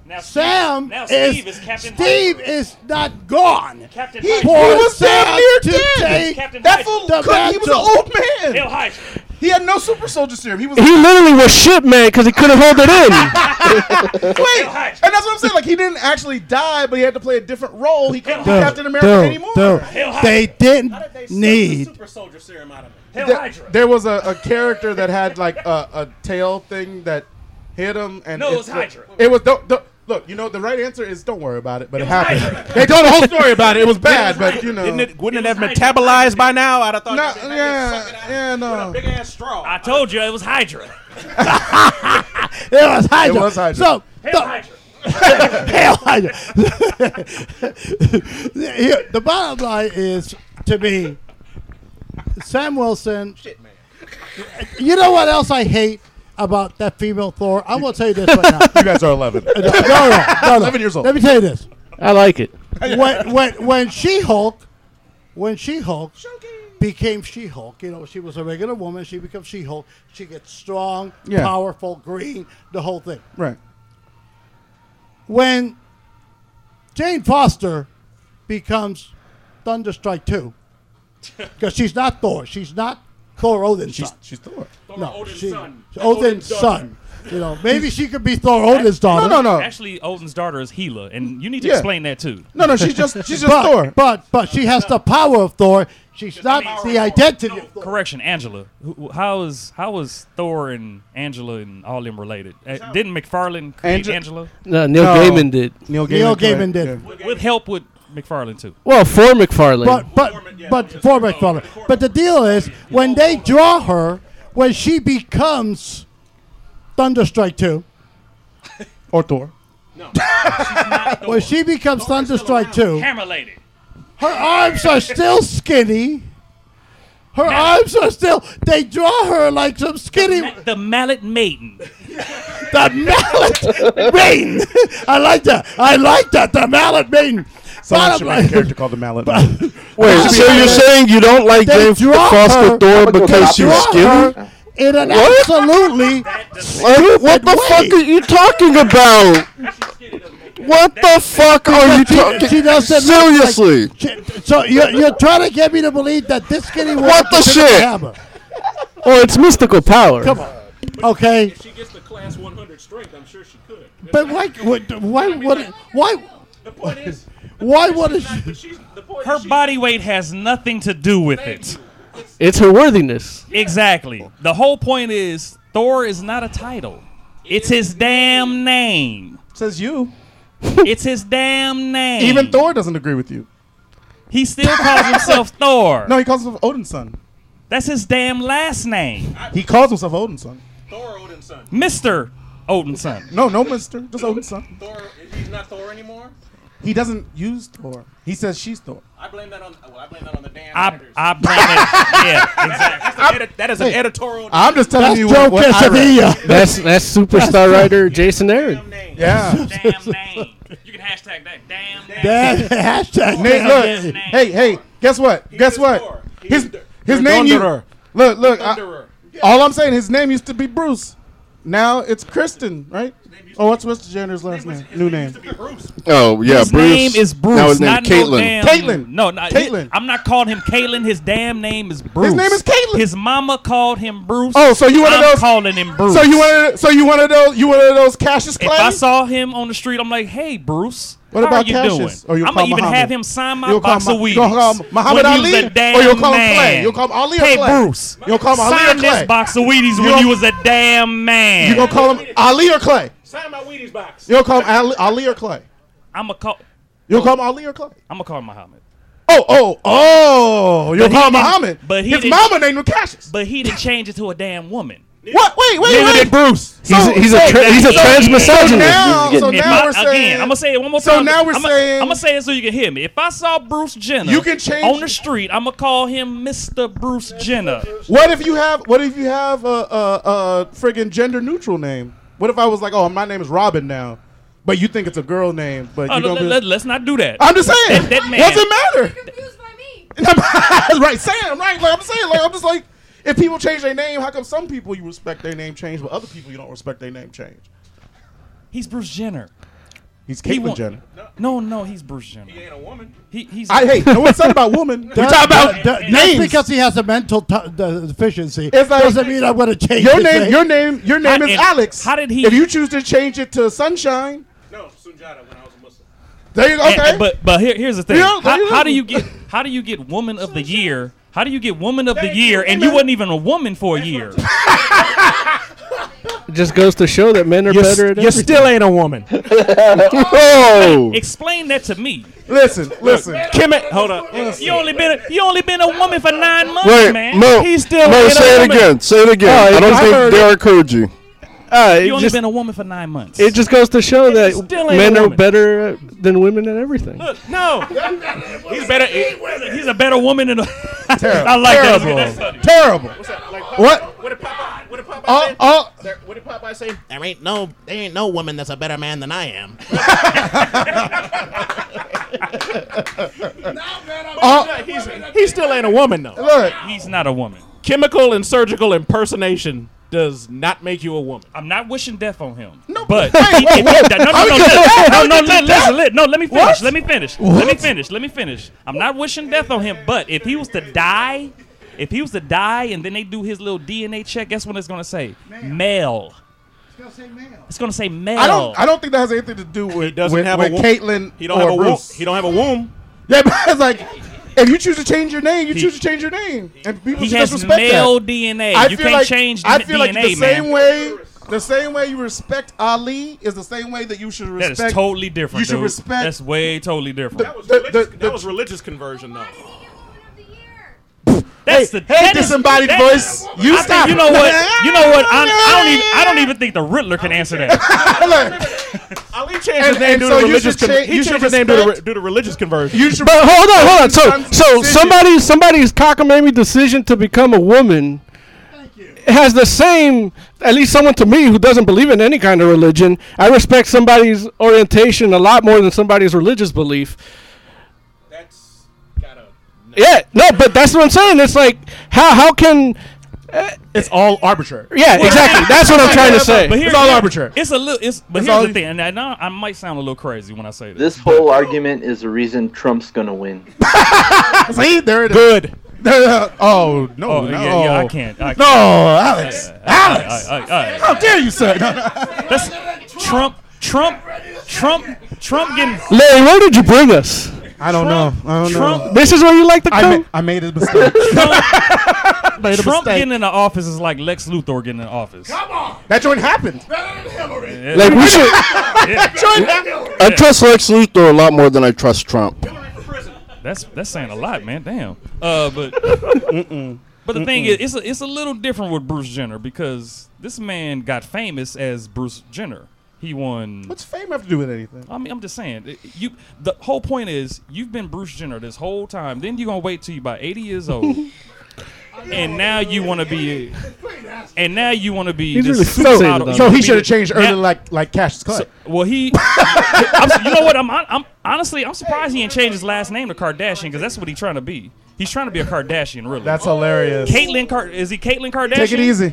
Now Sam Steve, now is, Steve is Captain Steve Hydra. is not gone. Captain He, Hydra. poor He was Sam damn near to dead. take Captain That fool the couldn't. He was an mantle. old man. Hail Hydra. He had no super soldier serum. He was. He literally was shit man because he couldn't hold it in. Wait, and that's what I'm saying. Like he didn't actually die, but he had to play a different role. He couldn't be Dude, Captain America dude, anymore. dude, They didn't need. Super soldier serum out of him. There- there was a, a character that had like a, a tail thing that hit him, and No, it was it's like- Hydra. It was don't, don't- look. You know the right answer is don't worry about it, but it, was happened. Hydra. They told a whole story about it. It was bad, but you know. Didn't it, wouldn't it, have metabolized by now? I'd have thought. No, it'd been- yeah, yeah, no. Big ass straw. I told you it was Hydra. It was Hydra. It was Hydra. So, Hail the, Hydra. Hail Hydra. Here, the bottom line is to me, Sam Wilson. You know what else I hate? about that female Thor. I'm going to tell you this right now. You guys are 11. No, no, no, no. 11 years old. Let me tell you this. I like it. when when when She Hulk, when She Hulk became She Hulk, you know, she was a regular woman. She becomes She Hulk. She gets strong, Yeah. powerful, green, the whole thing. Right. When Jane Foster becomes Thunderstrike two, because she's not Thor. She's not Thor Odin's son. She's Thor. no, Odin's she, son. Odin's son. You know, maybe she could be Thor Odin's daughter. Actually, Odin's daughter is Hela, and you need to Yeah. explain that too. but, But but she has the power of Thor. She's not the identity. of Thor. Correction, Angela. Who- who- How is how was Thor and Angela and all them related? Uh, didn't McFarlane create Ange- Angela? No, Neil No. Gaiman did. Neil Neil Gaiman did. With help with McFarlane too. Well, for McFarlane. But but but for McFarlane. But the deal is when they draw her, when she becomes Thunderstrike two, or Thor. when she becomes Thunderstrike two, Hammer lady. her arms are still skinny. Her arms are still. They draw her like some skinny. The mallet maiden. the mallet maiden. I like that. I like that. The mallet maiden. Someone Bottom should line- make a character called the Mallet. Wait, so you're saying you don't like They Jane draw Foster her- Thor because they she's draw skinny? her In an What? absolutely. What, what the fuck are you talking about? What the fuck are you talking? She doesn't look like- Seriously. she- so you're, you're trying to get me to believe that this skinny woman What the can pick up a shit? hammer. Oh, it's mystical power. Come on. Okay. She gets the class 100 strength. I'm sure she could. But why? What, why would? Why? The point is, Why would? it- Her body weight has nothing to do with it. It's her worthiness. Exactly. The whole point is Thor is not a title. It's his damn name. Says you. It's his damn name. Even Thor doesn't agree with you. He still calls himself Thor. No, he calls himself Odin's son. That's his damn last name. He calls himself Odin's son. Mr. Odin's son. No, no, Mister, just Odin's son. Thor, he's not Thor anymore. He doesn't use Thor. He says she's Thor. I blame that on. Well, I blame that on the damn. I, I blame it. Yeah, exactly. That's an edit- that is an editorial. I'm just telling That's you Joe what, what I read. Quesadilla. That's that's superstar writer Jason Aaron. Yeah. Damn name. You can hashtag that. Damn name. hashtag. Nate, damn look. name. Hey, hey. Guess what? guess what? His his name. You, Thunderer. look, look. I- all I'm saying, his name used to be Bruce. Now it's Kristen, right? Oh, what's Mr. Jenner's last name? New name. Oh yeah, his Bruce. name is Bruce. Now his name not is No Caitlin. damn, Caitlin. No, not, Caitlin. I'm not calling him Caitlin. His damn name is Bruce. name is Caitlin. His mama called him Bruce. Oh, so you one of I'm those- calling him Bruce. So you wanted, so you one of those, you one of those Cassius If I Clay. saw him on the street, I'm like, "Hey, Bruce, What how about are you Cassius? Or doing?" you'll I'm call gonna even Muhammad. have him sign my You'll call box Ma- of weed. you'll call Muhammad Ali? Or you'll call him Clay. You'll call him Ali or hey, Clay? Bruce, You'll call him Ali or sign Clay? this box of Wheaties You'll- when you was a damn man. You gonna call him Ali or Clay? Sign my Wheaties box. You gonna call him Ali, Ali or Clay? I'm gonna call. You gonna call him Ali or Clay? I'm gonna call him Muhammad. Oh, oh, oh! You'll But he call him didn't- Muhammad. But he his didn't- mama named him Cassius. But he didn't change it to a damn woman. What? Wait, wait, Neither wait. did Bruce. So- He's- he's a tra- he's a so- transmisogynist. So now, so If now I- we're saying. again, I'm gonna say it one more so time. now we're I'm saying- I'm gonna say it so you can hear me. If I saw Bruce Jenner, You can change- on the street. I'm gonna call him Mr. Bruce Jenner. What if you have? What if you have a a, a friggin' gender neutral name? What if I was like, oh, my name is Robin now, but you think it's a girl name, but Oh, you no, don't. let, be- us not do that. I'm just saying. That, that man. Doesn't matter. Confused by me. right, Sam. Right, like I'm saying, like I'm just like, if people change their name, how come some people you respect their name change, but other people you don't respect their name change? He's Bruce Jenner. He's He Caitlyn won't- Jenner. No, no, he's Bruce Jenner. He ain't a woman. He, he's. I hate. No, it's not about woman. We're talking about That- that's names. because he has a mental t- deficiency. It's like- doesn't mean I'm going to change your his name, Your name. Your name How- is and Alex. how did he- If you choose to change it to Sunshine, No, Sunjata when I was a Muslim. there you go. And- Okay. and- but but here, here's the thing. Yeah, there how, you how go. do you get how do you get woman of the year? How do you get woman of the year and you wasn't even a woman for a year? It just goes to show that men are You're s- better at you everything. still ain't a woman. oh. Explain that to me. Listen, listen. Kim, hold up. You only been a, you only been a woman for nine months, Wait, man. Mo, Mo, say it again. Say it again. Oh, I don't I think heard Derek heard you. Uh, it you only just- been a woman for nine months. It just goes to show And that you still ain't men a are woman. better than women at everything. Look, no, he's better. He's a better woman than a. Terrible. I like that. Terrible. That's funny. Terrible. What's that? Like Popeye, What? What did Popeye? What did Popeye Oh, say? oh. There- What did Popeye say? There ain't no, there ain't no woman that's a better man than I am. Oh, he's, he still ain't a woman though. Look, he's not a woman. Chemical and surgical impersonation does not make you a woman. I'm not wishing death on him. No, But Wait, it- it- what? it- no, no, How no, you listen, just- no, how no, you just- li- listen, li- no. Let me finish. What? Let me finish. Let me finish. Let me finish. I'm not wishing death on him, but if he was to die, if he was to die, and then they do his little DNA check, guess what it's gonna say? Male. It's gonna say male. I don't. I don't think that has anything to do with doesn't with, have a with wo- Caitlyn he don't or have a wo- Bruce. He don't have a womb. Yeah, but it's like if you choose to change your name, you He- choose to change your name, and people he should has disrespect male that. DNA. I You feel can't like, change I d- feel like DNA, the same man. way. The same way you respect Ali is the same way that you should That respect. is totally different. You should dude. respect. That's way totally different. That was the- Religious- that was religious conversion though. That's the hey disembodied voice. You stop. You know what? You know what? I, I don't even. I don't even think the Riddler can answer that. Ali changed And- his name and due so to you religious. should Con- cha- he you changed should his name due to, re- respect- due to religious conversion. You should. But hold on, hold on. So, so somebody's somebody's cockamamie decision to become a woman has the same, at least someone to me who doesn't believe in any kind of religion. I respect somebody's orientation a lot more than somebody's religious belief. That's gotta. Yeah, no, but that's what I'm saying. It's like how how can. It's all arbitrary. Yeah, exactly. That's what I'm trying to say. But here- It's all here- arbitrary. It's a little. It's but It's all- here's the thing, and I, now I might sound a little crazy when I say this. This whole argument is the reason Trump's gonna win. See, there it is. Good. oh no, Oh, no. yeah, yeah, I can't, I can't. No, Alex. Uh, uh, Alex. uh, uh, uh, How dare you, sir? No, no. That's Trump. Trump. Trump. Trump getting. Larry, where did you bring us? I don't know. I don't Trump- know. This is where you like to I come? ma- I made a mistake. Made a Trump mistake. getting in the office is like Lex Luthor getting in the office. That joint happened. Yeah. Like, we should- Yeah. I Yeah. trust Lex Luthor a lot more than I trust Trump. That's that's saying a lot, man. Damn. Uh, but but the thing is, Mm-mm. it's a, it's a little different with Bruce Jenner because this man got famous as Bruce Jenner. He won. What's fame have to do with anything? I mean, I'm just saying. it- You the whole point is you've been Bruce Jenner this whole time. Then you're gonna wait till you about 80 years old, and now you want to be. And now you want to be. He's this supermodel. really fixated on You it. wanna So he be shoulda the- changed earlier now- like- like Cassius Clay. So- well, he. I'm s- you know what? I'm, I'm honestly, I'm surprised he didn't change his last name to Kardashian because that's what he's trying to be. He's trying to be a Kardashian, really. That's hilarious. Caitlyn Car- is he Caitlyn Kardashian? Take it easy.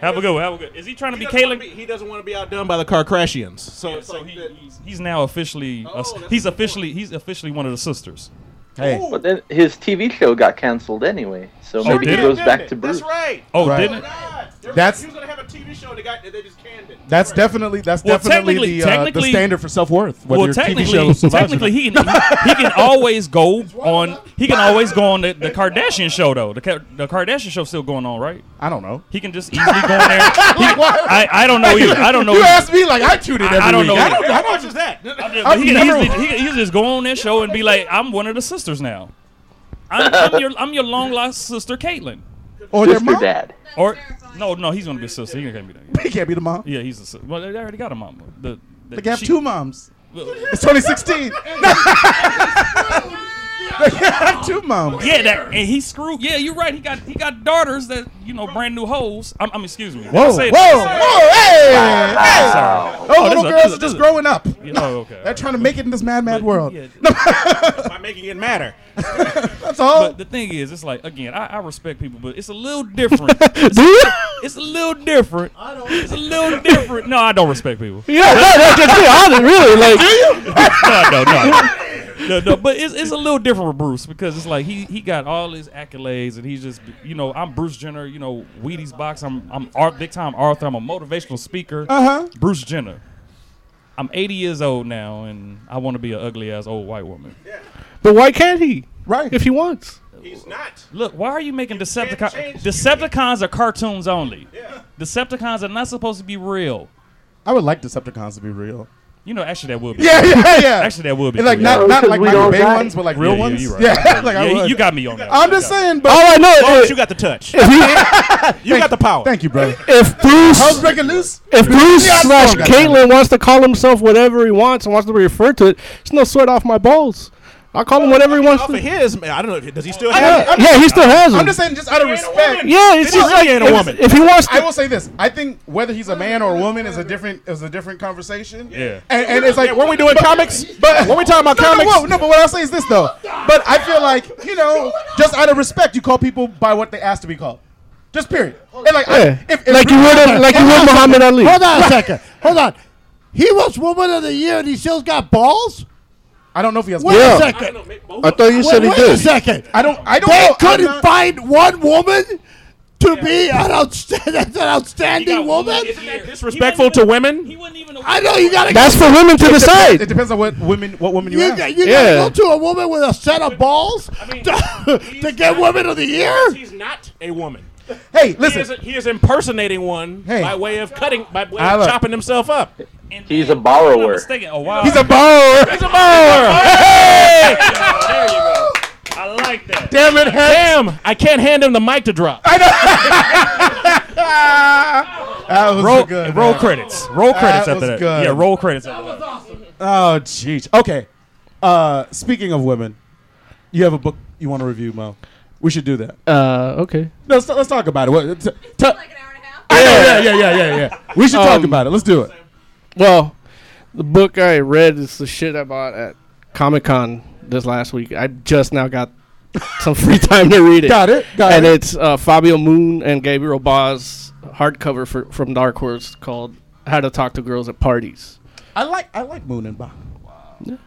Have a good one. Have a good. Is he trying to be Caitlyn? He doesn't want to be outdone by the Kardashians. So it's like that- He's now officially. a s- he's officially. He's officially one of the sisters. But then his TV show got canceled anyway, so Oh, maybe did he it? goes back Didn't to it? Bruce. That's right. Oh, Right. didn't it? That's that's definitely that's Well, technically- definitely the, uh, the technically- standard for self worth. Well, technically, technically, he can he, he can always go on. He can always go on the, the Kardashian show though. The, Ka- the Kardashian show's still going on, right? I don't know. He can just easily go on there. He- I, I don't know either. I don't know. You either. asked me like I tuned in I- every I don't week. know I don't, either. I don't just that. But he, can never- easily, he, can easily just go on their show and be like, "I'm one of the sisters now. I'm, I'm your I'm your long lost sister, Caitlyn." Or their Sister mom? dad. Or no, no, he's gonna be a sister. He can't be the. He can't be the mom. Yeah, he's a. si- Well, they already got a mama. The, the, They can have she- two moms. Well- It's 2016. they can have two moms. Yeah, that and he screwed. Yeah, you're right. He got he got daughters that you know brand new hoes. I'm, I'm excuse me. Whoa, Say it- whoa, say it. whoa, hey, hey. Sorry. Oh, this little is a- girls this are is- just growing up. Yeah, oh, okay. They're trying to make it in this mad, mad world. by making it matter. That's all. But the thing is, it's like again, I, I respect people, but it's a little different. it's, a, it's a little different. It's a little different. No, I don't respect people. Yeah, no, no, just be honest, really, like- Do you? no, no, no. No, no, but it's, it's a little different with Bruce because it's like he he got all his accolades and he's just you know I'm Bruce Jenner you know Wheaties box I'm I'm art big time author I'm a motivational speaker Uh-huh. Bruce Jenner I'm 80 years old now and I want to be an ugly ass old white woman But why can't he? Right. If he wants. He's not. Look, why are you making Decepticons? Decepticons are cartoons only. Decepticons are not supposed to be real. I would like Decepticons to be real. You know, actually, that would be. Yeah, cool. yeah, yeah. Actually, that would be. And, like, cool. not- Yeah, not because like we Michael don't Bay die. ones, but, like, real yeah, ones? Yeah, you're right. Yeah, like, I yeah, you- would. you got me on that. I'm just saying, but All I know Lawrence, is- you got the touch. If you got the power. Thank you, brother. If Bruce, How's breaking loose? if Bruce Yeah, I slash know, goddamn. Caitlyn wants to call himself whatever he wants and wants to be referred to it, it's no sweat off my balls. I call him whatever he wants Off to. of his, man, I don't know. if- Does he still I have? don't- I'm it? Yeah, he still has I'm them. just saying, just out of respect. Yeah, it's He really just like- ain't a if- woman. if he wants I to- will say this. I think whether he's a man or a woman is a different is a different conversation. Yeah. And, and it's like Yeah, when we doing but- comics, but when we talking about no, no, comics- whoa, no. But what I'll say is this though. But I feel like you know, just out of respect, you call people by what they asked to be called. Just period. And like, I- Yeah. if, if Like you would, like you would Muhammad Ali. Hold on a second. Hold on. He was Woman of the Year and he still's got balls? I don't know if he has Wait Yeah. a second. I thought you said wait, he wait a did. second. I don't. I don't. They know. I'm couldn't not- find one woman to be an, outsta- an outstanding woman. Disrespectful to women. I know you gotta. That's for women to It depends- decide. It depends on what women, what woman you, You, ask. got- you gotta go to a woman with a set of balls to, to get women of the year. He's not a woman. Hey, listen. He is, he is impersonating one by way of cutting, by way of Tyler. chopping himself up. He's a I'm not borrower. mistaken. Oh, wow. He's a borrower. He's a borrower. Hey! there you go. I like that. Damn it, Damn, I can't hand him the mic to drop. I That was roll, good. roll man. credits. Oh. Roll credits that after that. was Good. Yeah, roll credits after that. Oh, jeez. Okay. Uh, speaking of women, you have a book you want to review, Mo. We should do that. Uh, okay. No, let's, let's talk about it. What, t- t- I know, yeah, yeah, yeah, yeah, yeah. We should talk Um, about it. Let's do it. Well, the book I read is the shit I bought at Comic Con this last week. I just now got some free time to read it. Got it, got and it. it's uh, Fabio Moon and Gabriel Boz hardcover for, from Dark Horse called "How to Talk to Girls at Parties." I like I like Moon and Bach.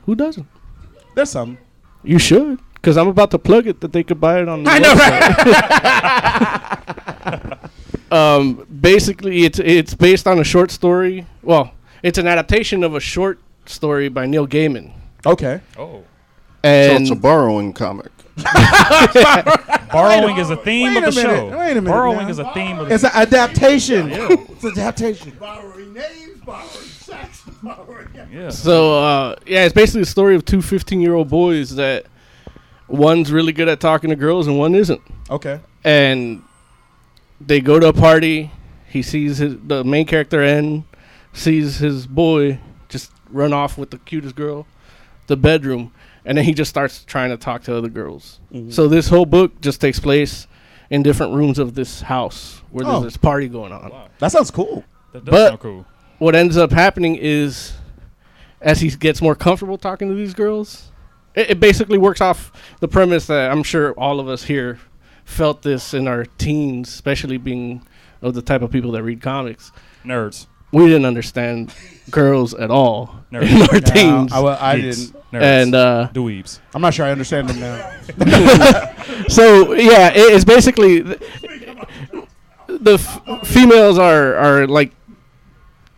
Who doesn't? There's some. You should, because I'm about to plug it that they could buy it on. The I know, website. um, basically, it's it's based on a short story. Well, it's an adaptation of a short story by Neil Gaiman. Okay. Oh. So And it's a borrowing comic. Borrowing is a theme Wait of a the minute. show. Wait a minute. Borrowing now. is a theme of the It's an adaptation. Yeah. it's an adaptation. Borrowing names, borrowing sex, borrowing. Yeah. So uh, yeah, it's basically the story of two 15 year old boys that one's really good at talking to girls and one isn't. Okay. And they go to a party. He sees his, the main character N sees his boy just run off with the cutest girl, the bedroom, and then he just starts trying to talk to other girls. Mm-hmm. Mhm. So this whole book just takes place in different rooms of this house where Oh. there's this party going on That sounds cool. That does but sound cool. what ends up happening is, as he gets more comfortable talking to these girls, it, it basically works off the premise that I'm sure all of us here felt this in our teens, especially being of the type of people that read comics. Nerds. We didn't understand girls at all Nerds. in our No, teens. I wa- I Geeks. didn't. Nerds. And uh, Dweebs. I'm not sure I understand them now. so yeah, it- it's basically th- the f- females are are like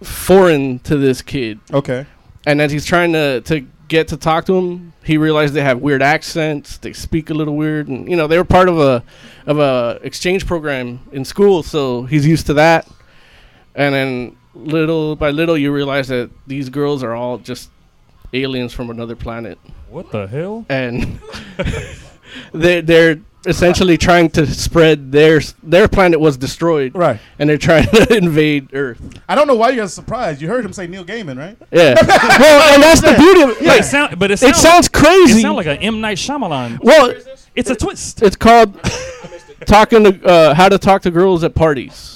foreign to this kid. Okay. And as he's trying to to get to talk to him, he realized they have weird accents. They speak a little weird, and you know they were part of a of a exchange program in school, so he's used to that. And then little by little, you realize that these girls are all just aliens from another planet What the hell? and they're they're essentially trying to spread their s- their planet was destroyed, Right. And they're trying to invade Earth. I don't know why you guys are surprised. You heard him say Neil Gaiman, right? Yeah. well, and that's the beauty of Yeah, it sound, but it, sound sounds like- crazy. It sounds like an M Night Shyamalan. Well, it's a twist. It's called talking to uh, how to talk to girls at parties.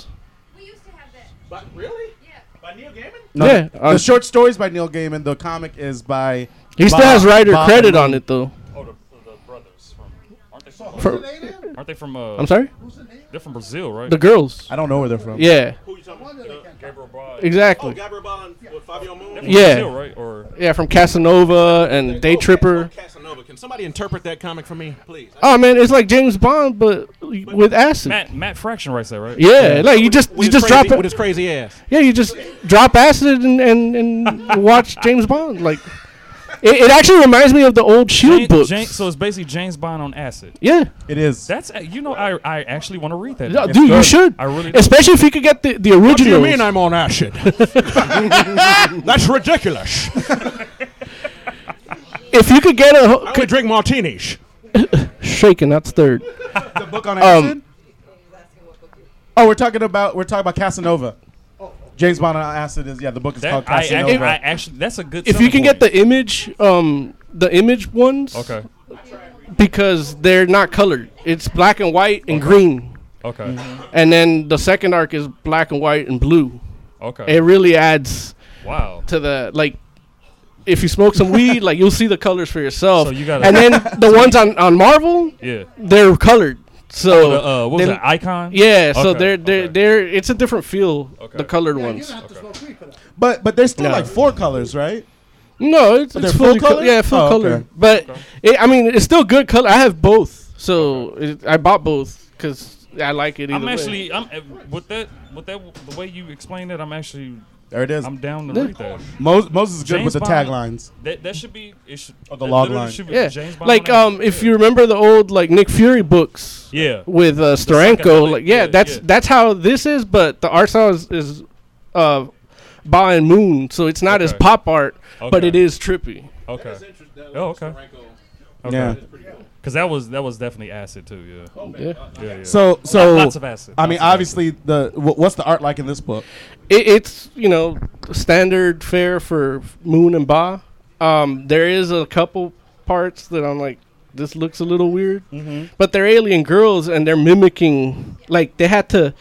No, Yeah, the uh, short stories by Neil Gaiman. The comic is by. He still Bob- has writer Bob credit and- on it though. Oh, the, the brothers from aren't they from? For- aren't they from? Uh, I'm sorry? They're from Brazil, right? The girls. I don't know where they're from. Yeah. Gabriel Bryant. Exactly. They're from Yeah. Brazil, right? Or yeah, from Casanova and Day Tripper. Casanova. Can somebody interpret that comic for me, please? Oh man, it's like James Bond but with acid. Matt Matt Fraction writes that, right? Yeah, like you just With you his just crazy, drop it with his crazy ass. Yeah, you just drop acid and and, and watch James Bond. Like It, it actually reminds me of the old Shield Jane- books. Jane- so it's basically James Bond on acid. Yeah. it is. That's a- you know I I actually want to read that. Yeah, now. Uh, dude, you should. I really do. Especially if you could get the, the original. What do you mean I'm on acid? That's ridiculous. if you could get a ho- I only drink martinis. shaken, that's third. the book on Um, acid. oh, we're talking about we're talking about Casanova. James Bond on acid is yeah. The book is called That, I, Casanova. actually, I actually that's a good. If you selling can point. get the image, um, the image ones. Okay. Because they're not colored. It's black and white and green. Okay. Mhm. And then the second arc is black and white and blue. Okay. It really adds. Wow. To the like. If you smoke some weed, like you'll see the colors for yourself. So you gotta- and then the ones on, on Marvel, Yeah. they're colored. So Oh, the, uh, what was they- that, Icon? Yeah, so Okay, they're they're they're it's a different feel. The colored ones. But but there's still No. like four colors, right? No, it's, But it's they're full, full color. color? Yeah, full Oh, color. okay. But it, I mean, it's still good color. I have both, so it, I bought both because I like it. Either I'm way. actually I'm uh, with that with that the way you explained it. I'm actually There it is. I'm down to Yeah. read that. Mos- Moses is good with the taglines. That, that should be it should Oh, the that log literally line. should be yeah. James Bond Like on um, if you remember the old like Nick Fury books. Yeah. With uh, The second Steranko, one, like yeah, yeah, that's yeah. that's how this is, but the art style is, is uh, Ba and Moon, so it's not as Okay. pop art, but Okay. it is trippy. Okay. Oh, okay. Okay. Yeah. Cause that was that was definitely acid too. Yeah. Yeah. yeah, yeah. So so lots of acid. I mean, Lots obviously the wh- what's the art like in this book? it, it's you know standard fare for Moon and Ba. Um, there is a couple parts that I'm like, this looks a little weird, Mm-hmm. but they're alien girls and they're mimicking. Like they had to,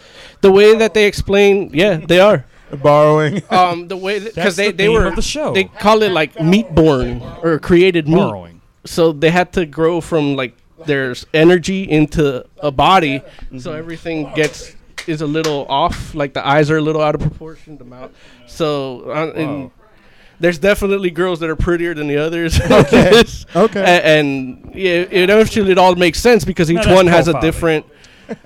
the way that they explain, yeah, they are. Borrowing. Um, the way because That's they the they theme were of the show. They call it like meat born or created meat. Borrowing. So they had to grow from like their s- energy into a body. Mm-hmm. So everything gets is a little off. Like the eyes are a little out of proportion. The mouth. So uh, and there's definitely girls that are prettier than the others. okay. Okay. And, yeah, it eventually it all makes sense because No, each that's one has a profiling. different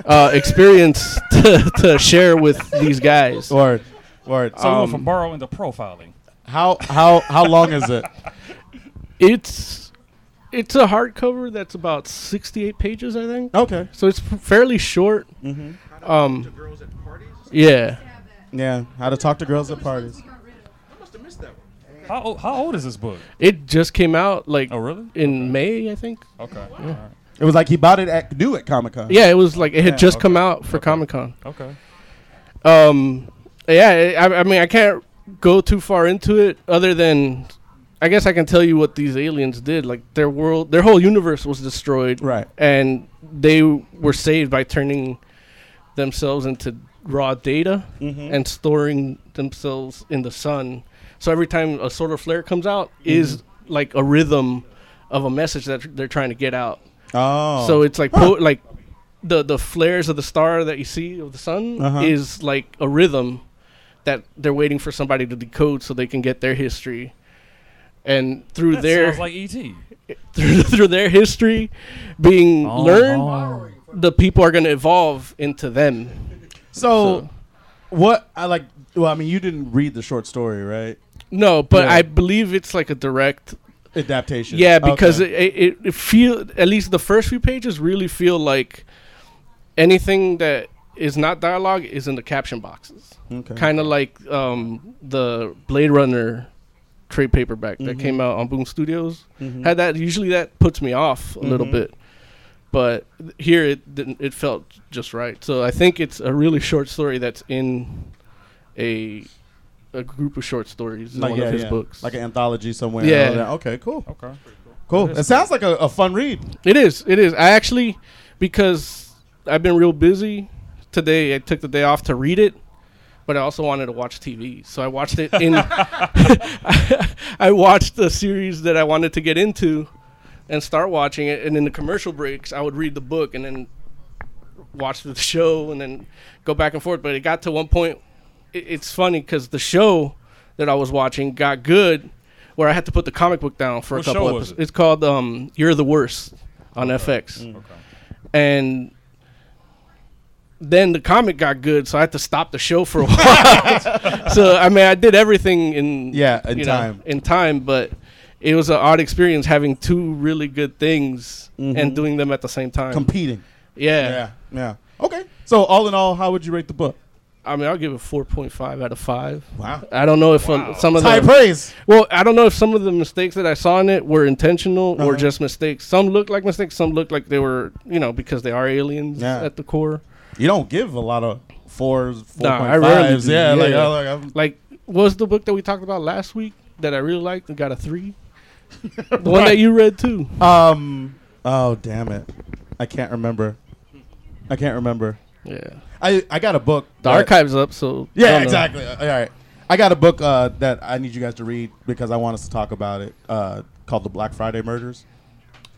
uh, experience to, to share with these guys. Word. Word. So we went Um, from borrowing to profiling. How how how long is it? It's it's a hardcover that's about sixty-eight pages, I think. Okay, so it's f- fairly short. Mm-hmm. Um, yeah, Yeah, how to talk to girls at parties. How old, how old is this book? it just came out like oh really in May, I think. Okay. Yeah, It was like he bought it at new at Comic Con. Yeah, it was like it had Yeah, just okay. come out for Comic Con. Okay. Um, yeah, I, I mean, I can't go too far into it, other than I guess I can tell you what these aliens did. Like their world, their whole universe was destroyed, right? And they were saved by turning themselves into raw data Mhm. and storing themselves in the sun. So every time a solar flare comes out, is Mm-hmm. like a rhythm of a message that they're trying to get out. Oh. So it's like po- like the the flares of the star that you see of the sun Uh-huh. is like a rhythm that they're waiting for somebody to decode so they can get their history. And through That their sounds like E E.T.. through, through their history being Oh. learned, the people are going to evolve into them. So, what I like? Well, I mean, you didn't read the short story, right? No, but Yeah. I believe it's like a direct Adaptation. Yeah, because Okay. it, it it feel at least the first few pages really feel like anything that is not dialogue is in the caption boxes. Okay. Kind of like um, the Blade Runner trade paperback that Mhm. came out on Boom Studios Mhm. had that. Usually that puts me off a little Mhm. bit, but here it didn't, it felt just right. So I think it's a really short story that's in a a group of short stories in Like, one yeah, of his yeah. books, Like an anthology somewhere. Yeah. Yeah. Okay. Cool. Okay. Cool. It sounds like a, a fun read. It is. It is. I actually, because I've been real busy today, I took the day off to read it, but I also wanted to watch TV. So I watched it in. I watched the series that I wanted to get into and start watching it. And in the commercial breaks, I would read the book and then watch the show and then go back and forth. But it got to one point. It, it's funny because the show that I was watching got good, where I had to put the comic book down for What a couple. show was episodes. It's called um, "You're the Worst" on FX, Mm. and then the comic got good, so I had to stop the show for a while. so I mean, I did everything in Yeah, in you know, time. in time, but it was an odd experience having two really good things and doing them at the same time. Mm-hmm. Competing. Yeah. Yeah. Yeah. Okay. So all in all, how would you rate the book? I mean, I'll give it four point five out of five. Wow. I don't know if um, some of It's high the praise. Well, I don't know if some of the mistakes that I saw in it were intentional or Uh-huh. just mistakes. Some looked like mistakes. Some looked like they were, you know, because they are aliens Yeah. at the core. You don't give a lot of fours, four Nah, I point rarely fives. do. Yeah, like, yeah. I- like, I'm- Like, was the book that we talked about last week that I really liked and got a three? the one that Right. you read too. Um. Oh damn it! I can't remember. I can't remember. Yeah. I I got a book. The archive's up, so I yeah, don't know. exactly. All right. I got a book uh, that I need you guys to read because I want us to talk about it. Uh, called the Black Friday Murders.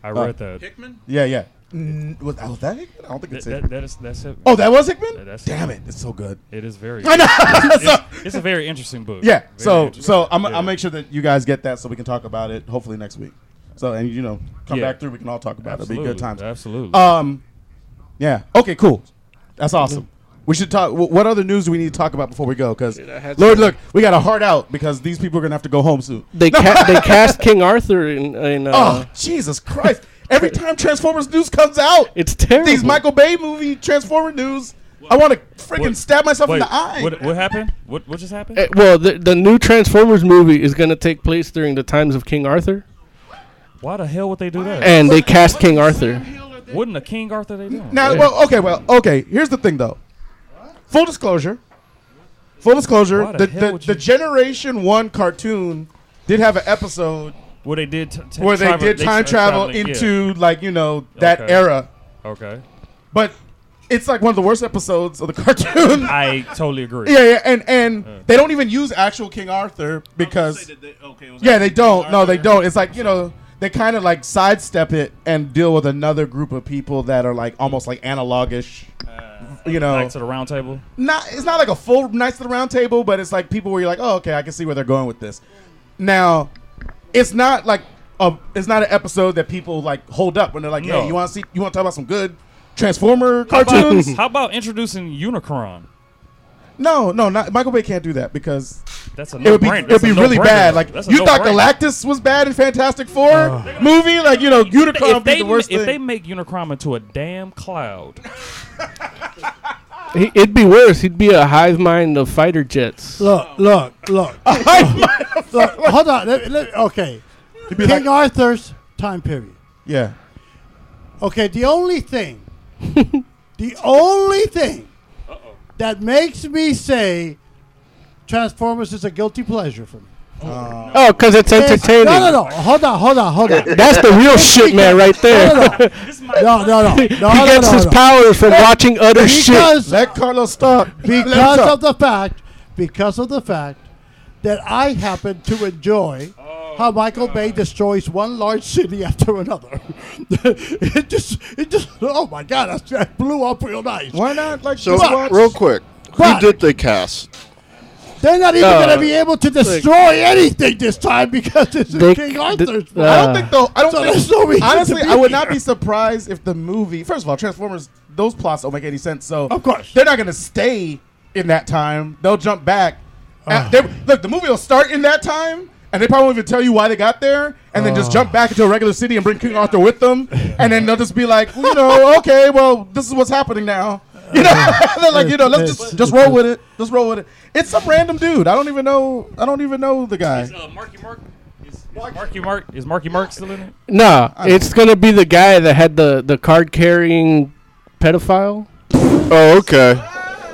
I Uh, read that. Hickman? Yeah, yeah. Mm, was, was that Hickman? I don't think it's That- Hickman. that- that is- that's Hickman. Oh, that was Hickman. That- that's Damn it! Hickman. It's so good. It is very I know. good. It's- So- it's a very interesting book. Yeah. Very so interesting. so I'm Yeah. I'll make sure that you guys get that so we can talk about it hopefully next week. So and you know come Yeah. back through we can all talk about it. It'll be good Absolutely, times. absolutely. Um. Yeah. Okay. Cool. That's awesome. We should talk. wh- What other news do we need to talk about before we go? Because had Lord, some- look, we got a heart out because these people are gonna have to go home soon. They ca- they cast King Arthur in. in uh, oh Jesus Christ! Every time Transformers news comes out, it's terrible. These Michael Bay movie Transformer news, I want to freaking stab myself in Wait, the eye. What, what happened? What what just happened? Eh, well, the, the new Transformers movie is going to take place during the times of King Arthur, Why the hell would they do that? and they cast King Arthur. Wouldn't a King Arthur they doing? Now, well, oh. okay, well, okay. Here's the thing, though. Full disclosure. Full disclosure. Why the The, hell the, would the Generation One cartoon did have an episode where they did t- t- where they travel- did they time tra- travel traveling, yeah. into like you know that Okay. era, Okay. but it's like one of the worst episodes of the cartoon. I totally agree. Yeah, yeah, and and they don't even use actual King Arthur because yeah, they don't. No, they don't. It's like you know they kind of like sidestep it and deal with another group of people that are like almost like analogish. you know, Back to Uh, the round table. not it's not like a full Knights of the Round Table, but it's like people where you're like, oh, okay, I can see where they're going with this. Now, it's not like a it's not an episode that people like hold up when they're like, yeah, No. you want to see, you want to talk about some good Transformer How about- cartoons? How about introducing Unicron? no, no, not Michael Bay can't do that because That's a it would be no-brainer. it would That's a be really no-brainer. bad. Like That's a you thought no-brainer. Galactus was bad in Fantastic Four movie, like you know, Unicron If would be they, the worst if thing. they make Unicron into a damn cloud, He, it'd be worse. He'd be a hive mind of fighter jets. Look, look, look. Look, hold on. Let, let- okay. King Arthur's time period. yeah, Okay, the only thing, the only thing that makes me say Transformers is a guilty pleasure for me. Oh, 'cause it's Is- entertaining. No, no, no. Hold on, hold on, hold on. That's the real It's shit, man, right there. No, no, no. No, no, no. He No, no, gets no, his no. powers from watching other Because- shit. Let Carlos stop. because of the fact, because of the fact that I happen to enjoy how Michael Bay destroys one large city after another. it just, it just. Oh my God, that's- that blew up real nice. Why not? Like, So but real quick, What? who did they cast? they're not even Uh, going to be able to destroy anything this time because it's They- King Arthur's. I don't think though. I don't uh, So think. there's no reason to honestly, be I would here. not be surprised if the movie. First of all, Transformers. Those plots don't make any sense. So of course they're not going to stay in that time. They'll jump back. And they- look, the movie will start in that time, and they probably won't even tell you why they got there, and then just jump back into a regular city and bring King Arthur with them, and then they'll just be like, you know, okay, well, this is what's happening now. You know, Uh, they're like, you know, let's just just roll with it. Just roll with it. It's some random dude. I don't even know. I don't even know the guy. Marky Mark is Marky Mark still in it? Nah, it's gonna be the guy that had the the card carrying pedophile. Oh, okay.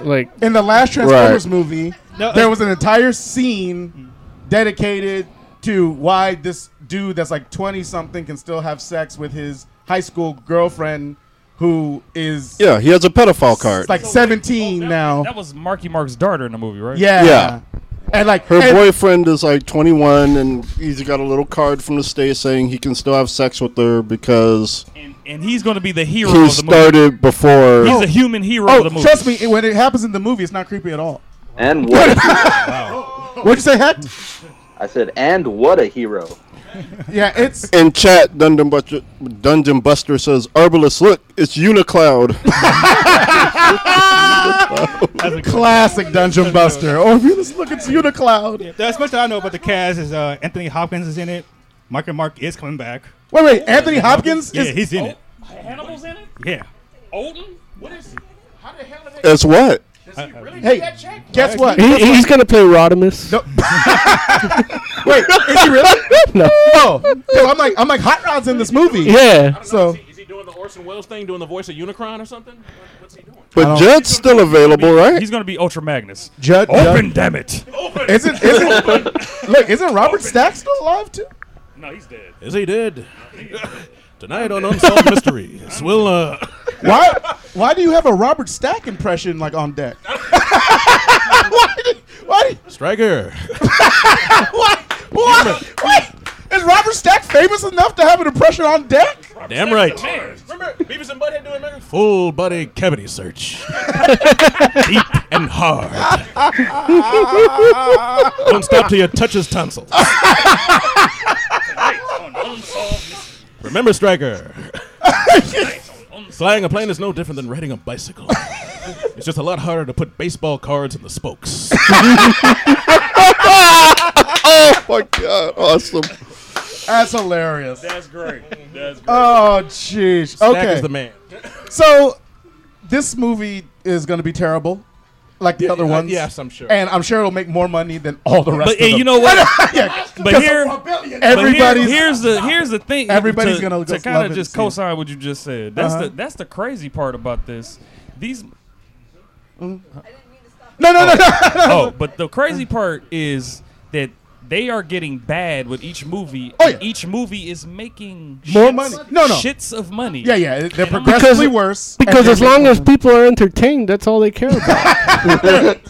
Like in the last Transformers Right. movie, No, there uh, was an entire scene dedicated to why this dude that's like 20 something can still have sex with his high school girlfriend who is Yeah, he has a pedophile card. like 17 now. Oh, That was Marky Mark's daughter in the movie, right? Yeah. Yeah. And like her and- boyfriend is like 21, and he's got a little card from the state saying he can still have sex with her because And he's going to be the hero he of the movie. started before. He's a human hero Oh, of the movie. trust me, when it happens in the movie, it's not creepy at all. And what? What'd you say, Hat? I said, and what a hero. Yeah, it's in chat. Dungeon Buster, Dungeon Buster says, "Arbalest, look, it's Unicloud." Classic Dungeon Buster. Or if you just look, it's Unicloud. As much as I know about the cast, is uh, Anthony Hopkins is in it. Marky Mark is coming back. Wait, wait, Anthony Hopkins Yeah, is- Oh. he's in it. Hannibal's in it? Yeah. Odin? What is How the hell did That's Uh, what? Hey, guess what? He, Guess he's what? gonna play Rodimus. Wait, is he really? no. No, 'cause I'm like, I'm like, Hot Rod's in this movie. Yeah. So, Is he doing the Orson Welles thing, doing the voice of Unicron or something? What- What's he doing? But Judd's still available, right? He's going to be Ultra Magnus. Judd, Open, Judd- damn it. Open. Isn't- isn't- look, isn't Robert Stack still alive too? No, he's dead. Is he dead? Tonight on Unsolved Mysteries, we'll uh, why, why do you have a Robert Stack impression like on deck? why? Did, why? Did, Striker. why? Why? Wait, is Robert Stack famous enough to have an impression on deck? Damn right. Remember Beavis and Butthead doing American Full body cavity search. Deep and hard. Don't stop till you touch his tonsils. Remember, Striker. Flying a plane is no different than riding a bicycle. it's just a lot harder to put baseball cards in the spokes. oh my god! Awesome. That's hilarious. That's great. That's great. Oh, jeez. Stack Okay. is the man. so, this movie is going to be terrible, like the other uh, ones. yes, I'm sure. And I'm sure it'll make more money than all the rest. But of and them. you know what? yeah, but here, but here- everybody's here's the here's the thing. Everybody's to, gonna to just kind love of it just and see it. co-sign what you just said. That's Uh-huh. the that's the crazy part about this. These no, no, no, no, no. oh, but the crazy part is that they are getting bad with each movie. and Each movie is making Oh, More shits- money. No, no. shits of money. Yeah, yeah, they're And I'm progressively like- Progressively worse. Because And as then long they- as people are entertained, that's all they care about. That's right.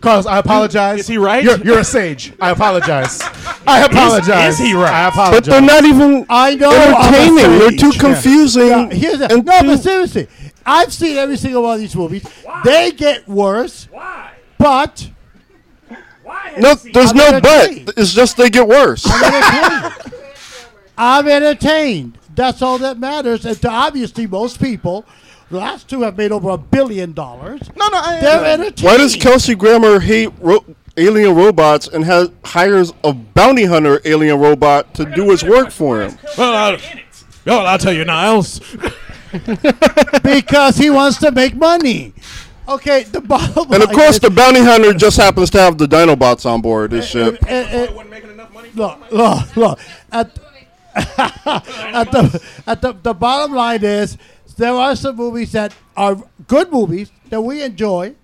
Carlos, I apologize. Is he right? You're, you're a sage. I apologize. I apologize. is he right? I apologize. But they're not even I know, I'm a entertaining. They're sage. too Yeah. confusing. Yeah, Here's the, no, but seriously, I've seen every single one of these movies. They get worse. Why? But No, there's I'm no but. entertained. It's just they get worse. I'm entertained. I'm entertained. That's all that matters. And to obviously most people, the last two have made over a billion dollars. No, no, I, they're entertained. Why does Kelsey Grammer hate ro- alien robots and has hires a bounty hunter alien robot to do his work for him? Well, I'll, well, I'll tell you, Niles. because he wants to make money. Okay, the bottom And of line course, is- the bounty hunter just happens to have the Dinobots on board his Uh, ship. uh, Look, look, look. At, at the at the, the bottom line is there are some movies that are good movies that we enjoy,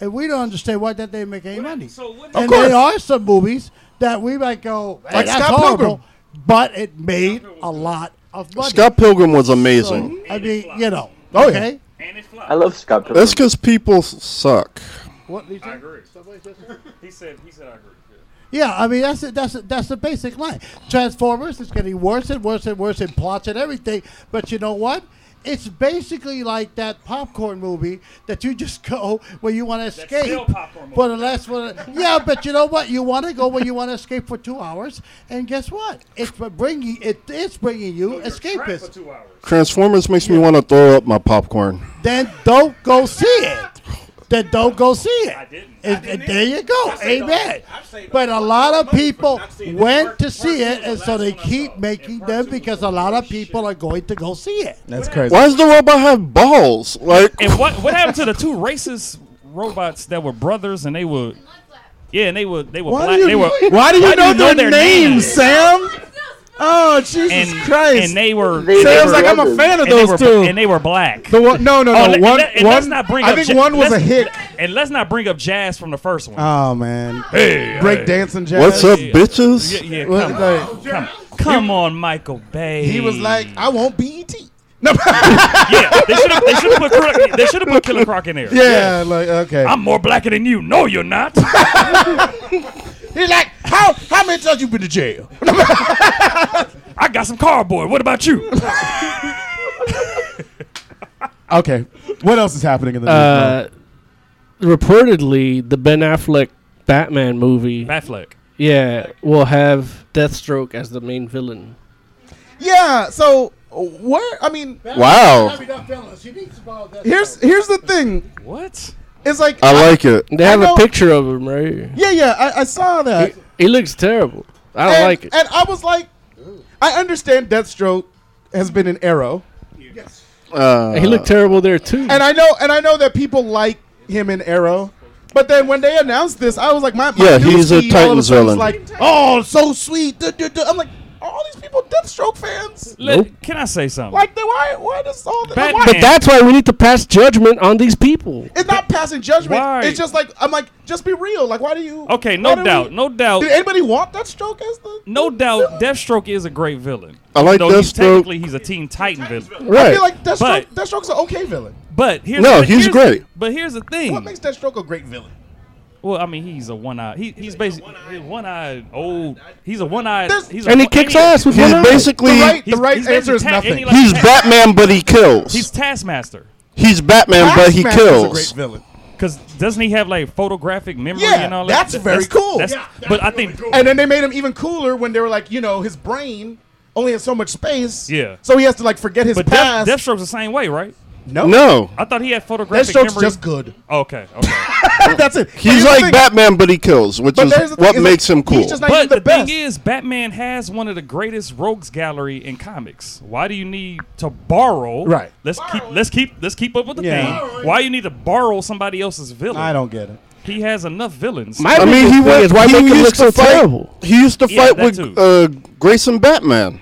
and we don't understand why that they make any money. and course. there are some movies that we might go, "Hey, Like that's Scott horrible," Pilgrim. but it made a lot of money. Scott Pilgrim was So, amazing. I mean, you know. Oh, yeah. okay. I love Scott Pilgrim. That's because people s- suck. What I agree. He said he said I agree. Yeah, I mean that's it. That's it. That's the basic line. Transformers is getting worse and worse and worse in plots and everything. But you know what? It's basically like that popcorn movie that you just go where you want to escape still popcorn for the last one. Yeah, but you know what? You want to go where you want to escape for two hours, and guess what? It's bringing it. It's bringing you escapists. Transformers makes me want to throw up my popcorn. Then don't go see it. Then don't go see it. I didn't. there you go. Amen. But a lot of people went to see it, and so they keep making them because a lot of people are going to go see it. That's crazy. Why does the robot have balls? Like, And what what happened to the two racist robots that were brothers and they were yeah, and they were they were Why black. do you- they were. why do you know their names, Sam? Oh Jesus and, Christ! And they were. Sam's they were like, "I'm a fan of and they those were- two." And they were black. Oh, The one- no, no, no, let- one- let- and let's one- not bring I up think Ja- one was a let's- hit. And let's not bring up jazz from the first one. Oh man. Hey, break hey. dancing jazz. What's up, bitches? Yeah, yeah, What- come, on, like- come, come on, Michael Bay. He was like, I won't BET. yeah, they should have they should have put Killer- they should have put Killer Croc in there. Yeah, like okay. I'm more blacker than you. No, you're not. He's like, how how many times you been to jail? I got some cardboard. What about you? Okay. What else is happening in the news? bro? uh, reportedly, the Ben Affleck Batman movie. Batfleck. Yeah, will have Deathstroke as the main villain. yeah. So where? I mean, Wow. Here's here's the thing. What? It's like I like it. They have I know- a picture of him, right? Yeah, yeah. I, I saw that. He looks terrible. I don't and, like it. And I was like, I understand Deathstroke has been an arrow. Uh, he looked terrible there too. And I know, and I know that people like him in Arrow, but then when they announced this, I was like, my, my Yeah, news he's a feed all of Titans sudden is villain. Like, oh, so sweet. duh, duh, duh." I'm like, are all these people Deathstroke fans. Let- Can I say Um, something? Like, then why, why does all the, like, why? But that's why we need to pass judgment on these people. It's not passing judgment. Why? It's just like I'm like, just be real. Like, why do you? Okay, why no do doubt, we- no doubt. Did anybody want Deathstroke as the? No doubt, Deathstroke is a great villain. I like Though he's Deathstroke. Technically, he's a Teen Titan villain. I feel like Deathstroke. But, Deathstroke's an okay villain. but here's No, the- he's here's- great. But here's the thing. What makes Deathstroke a great villain? Well, I mean, he's a one-eyed. He, he's basically he's one-eyed old. He's a one-eyed. He's a And he one- kicks he- ass with one eye. The right- the He's- right he's basically answer is ta- and he nothing. like- He's Batman, but he kills. He's Taskmaster. He's Batman, but he Taskmaster's a kills. great villain. Because doesn't he have like photographic memory Yeah, and all that? that's very cool. that's- Yeah, but I think And then they made him even cooler when they were like, you know, his brain only has so much space. Yeah. So he has to like forget his but Death, past. Deathstroke's the same way, right? No. No. I thought he had photographic Deathstroke's memory. just good. Okay. Okay. That's it. He's like Batman, but he kills, which is what makes him cool. but the, thing is, Batman has one of the greatest rogues gallery in comics. Why do you need to borrow? Right. Let's keep. Let's keep. Let's keep up with the Yeah. thing. Why you need to borrow somebody else's villain? I don't get it. He has enough villains. I mean, he was. he used to fight, He used to Yeah, fight that too. with uh, Grayson Batman,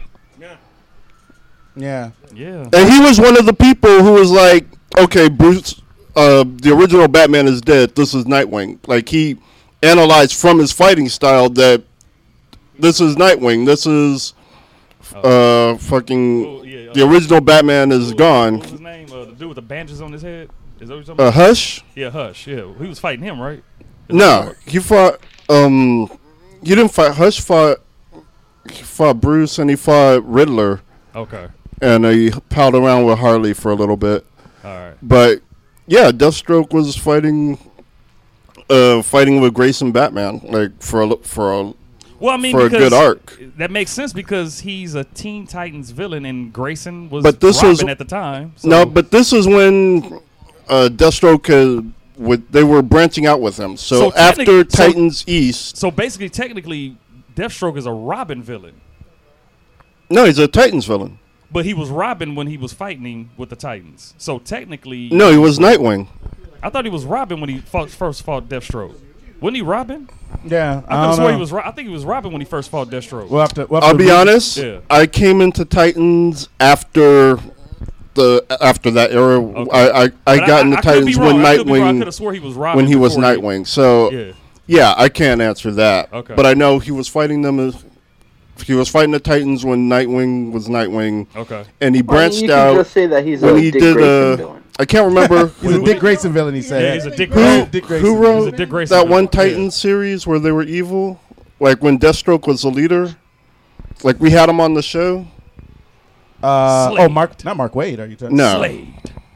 Yeah. Yeah. and he was one of the people who was like, "Okay, Bruce, uh, the original Batman is dead. This is Nightwing." Like he analyzed from his fighting style that this is Nightwing. This is uh, fucking the original Batman is gone. What's his name? Uh, the dude with the bandages on his head. Is that what you're talking Uh, about? Hush? Yeah, Hush. Yeah, he was fighting him, right? No, he fought. Um, you didn't fight. Hush fought. He fought Bruce and he fought Riddler. Okay. And he palled around with Harley for a little bit. All right. But yeah, Deathstroke was fighting. Uh, fighting with Grayson Batman, like for a li- for a Well, I mean, for a because good arc. That makes sense because he's a Teen Titans villain, and Grayson was But this Robin was at the time. So No, but this is when uh, Deathstroke uh, would they were branching out with him. So So, technic- after so- Titans East, so basically, technically, Deathstroke is a Robin villain, no, he's a Titans villain. but he was Robin when he was fighting him with the Titans. So technically, No, he was Nightwing. I thought he was Robin when he fought, first fought Deathstroke. Wasn't he Robin? Yeah, I, I could've don't swore he know. was. Ro- I think he was Robin when he first fought Deathstroke. We'll have to- we'll have I'll be honest. Yeah. I came into Titans after the after that era. I I, I But I- got I- into I could be Titans when wrong. I could be wrong. I Nightwing could've swore he was Robin when he was before he- Nightwing. so Yeah. yeah. I can't answer that. Okay. But I know he was fighting them as he was fighting the Titans when Nightwing was Nightwing. Okay. And he Well, branched you could out. just say that he's when a he Dick did Grayson uh, villain. I can't remember He's a Dick Grayson villain. He said. Yeah, he's a Dick who, Grayson. Dick Grayson. who He's a wrote Dick Grayson that one villain. Yeah. Titan series where they were evil? Like when Deathstroke was the leader? Like we had him on the show? Uh, oh, Mark, not Mark Wade. Are you talking? No.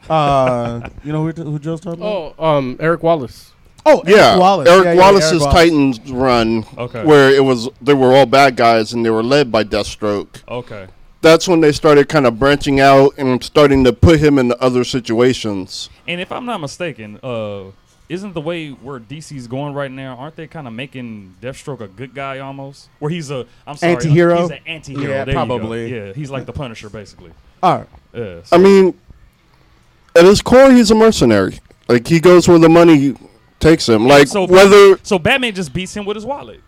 Uh, you know who, who Joe's talking about? Oh, um, Eric Wallace. Oh, yeah, Eric Yeah, yeah, Wallace's Eric Wallace. Titans run, Okay. where it was they were all bad guys and they were led by Deathstroke. Okay. That's when they started kind of branching out and starting to put him in other situations. And if I'm not mistaken, uh, isn't the way where DC's going right now? Aren't they kind of making Deathstroke a good guy almost? Where he's a I'm sorry, uh, Anti-hero? He's an anti-hero. Yeah, There you go. probably. Yeah, he's like the Punisher basically. All right. Yeah, I mean, at his core, he's a mercenary. Like he goes where the money takes him. Like so whether, so Batman just beats him with his wallet.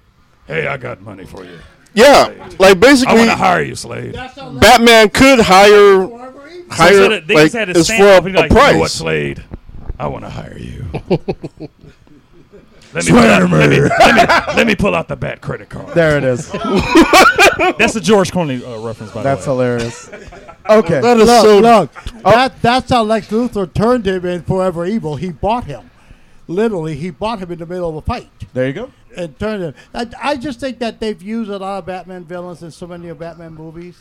Hey, I got money for you. yeah, like basically, I want to hire you, slave. Batman could hire, hire so they like just had to it's stand for up a, and be like, a price. You know what, Slade? I want to hire you. let, me pull Swear out, let, me, murder. let, me, let me pull out the bat credit card. There it is. That's the George Clooney uh, reference, by That's the way. hilarious. Okay. That is look, so- Look, Oh. that, that's how Lex Luthor turned him in Forever Evil. He bought him. Literally, he bought him in the middle of a fight There you go. and turned him. I, I just think that they've used a lot of Batman villains in so many of Batman movies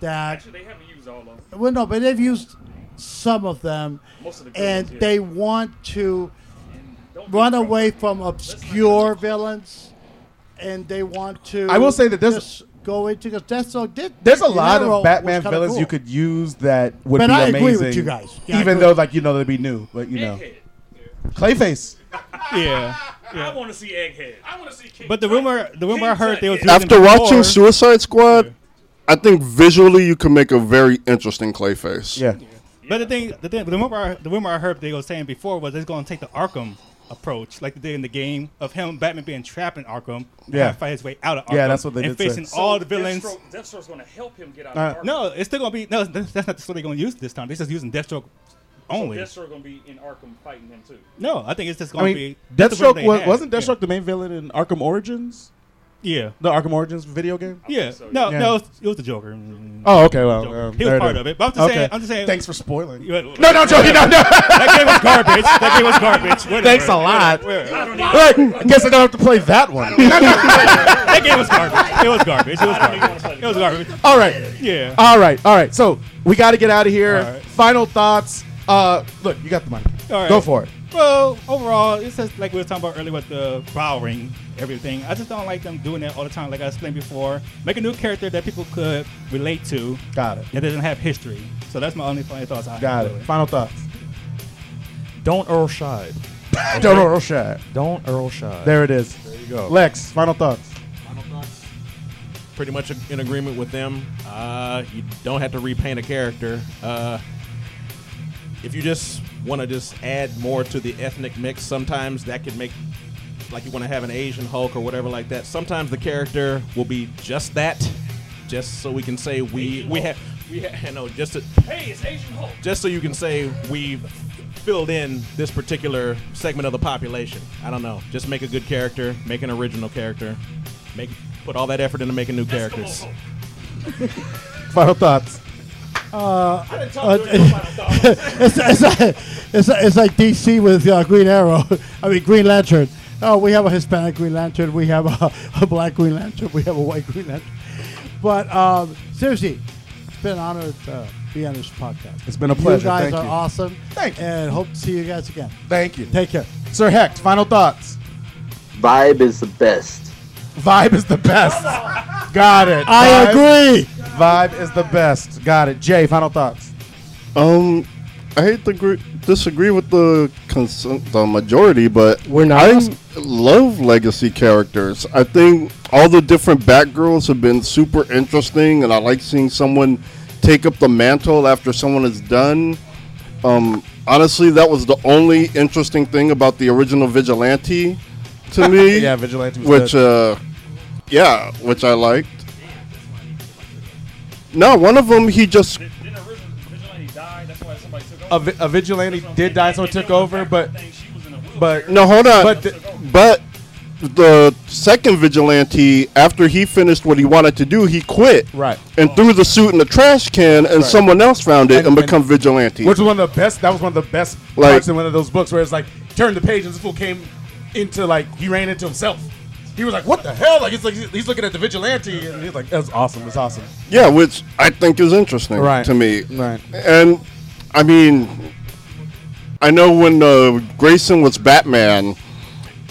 that Actually, they haven't used all of them. Well, no, but they've used some of them, Most of the good and ones, yeah. they want to run away from obscure villains, and they want to. I will say that there's- just go into because Deathstroke did. There's a De lot Niro of was Batman kinda villains cool. you could use that would But be I amazing. agree with you guys. Yeah, I even agree. though, like you know, they'd be new, but you know. Clayface. Yeah. I want to see Egghead. I want to see King. But the rumor, the rumor I heard they was using After before- watching Suicide Squad, I think visually you can make a very interesting Clayface. Yeah. But the thing, the thing, the rumor, I, the rumor I heard they were saying before was it's going to take the Arkham approach, like they did in the game of him, Batman being trapped in Arkham, and Yeah. have to fight his way out of Arkham, Yeah, that's what they and did say. facing all the villains. Deathstroke, Deathstroke's going to help him get out Uh, of Arkham. no, it's still gonna be no. That's, that's not the story they're gonna use this time. They're just using Deathstroke only. So Deathstroke going to be in Arkham fighting him too. no, I think it's just I gonna mean, be that's the rumor Deathstroke they was, had. wasn't Deathstroke the main villain in Arkham Origins? Yeah. The Arkham Origins video game? Yeah. No, Yeah. no, it was, it was the Joker. Oh, okay, well, Joker. um, he there was it part is. of it. But I'm just Okay. saying, I'm just saying. Thanks for spoiling. You- No, no, Joker, no, no. that game was garbage. That game was garbage. Wait Thanks a minute. lot. Wait, wait, wait. Right. I guess I don't have to play that one. that game was garbage. It was garbage. It was garbage. It was garbage. All right. Yeah. All right. All right. So we got to get out of here. All right. Final thoughts. Uh, look, you got the money. All right. Go for it. Well, overall, it's just like we were talking about earlier with the borrowing everything. I just don't like them doing that all the time, like I explained before. Make a new character that people could relate to. Got it. That doesn't have history. So that's my only funny thoughts. I Got have it. Final thoughts. Don't Earl Shide. Don't Earl Shide. Don't Earl Shide. There it is. There you go. Lex, final thoughts. pretty much in agreement with them. Uh, you don't have to repaint a character. Uh, if you just want to just add more to the ethnic mix, sometimes that could make like you want to have an Asian Hulk or whatever like that. Sometimes the character will be just that, just so we can say we we have we ha- no just to, Hey, it's Asian Hulk. just so you can say we've filled in this particular segment of the population. I don't know. Just make a good character, make an original character, make put all that effort into making new characters. Final thoughts. Uh, I didn't talk uh, to you about that. it's, it's, like, it's, like- it's like DC with uh, Green Arrow. I mean, Green Lantern. Oh, we have a Hispanic Green Lantern. We have a, a black Green Lantern. We have a white Green Lantern. But um, seriously, it's been an honor to uh, be on this podcast. It's been a You pleasure. guys Thank are you. awesome. Thank you. And hope to see you guys again. Thank you. Take care. Sir Hecht, final thoughts. Vibe is the best. Vibe is the best. Got it. I agree. Vibe is the best. Got it. Jay, final thoughts. Um, I hate to agree, disagree with the cons- the majority, but we're not. I love legacy characters. I think all the different Batgirls have been super interesting, and I like seeing someone take up the mantle after someone is done. Um, honestly, that was the only interesting thing about the original Vigilante to me. Yeah, Vigilante was which, good. uh, yeah, which I liked. No, one of them he just A, vi- a vigilante did die, so it took over, but but No, hold on. But But, th- the second vigilante, after he finished what he wanted to do, he quit. Right. And threw the suit in the trash can, and Right. someone else found it and, And- and- become vigilante. which was one of the best. That was one of the best Like- parts in one of those books where it's like turn the page and this fool came into like he ran into himself. He was like, "What the hell?" Like it's like he's looking at the vigilante and he's like, "That's awesome. It's awesome." yeah, which I think is interesting Right. to me. Right. And I mean, I know when uh, Grayson was Batman,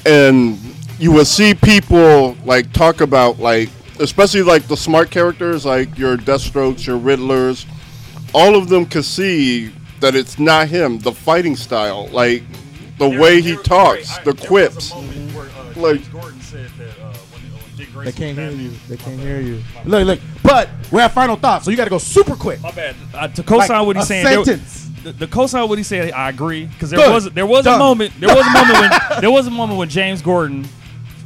and you would see people like talk about like, especially like the smart characters, like your Deathstrokes, your Riddlers, all of them could see that it's not him. The fighting style, like the way he talks, the quips. Like Gordon said that uh, when, when Dick They Grayson can't hear was you. They can't hear you. Look, look. But we're at final thoughts, so you got to go super quick. My bad. Uh, to co-sign Like, what a he's saying, there- sentence. the, the co-sign what he said, I agree because there Good. was there was Done. a moment there was a moment when there was a moment when James Gordon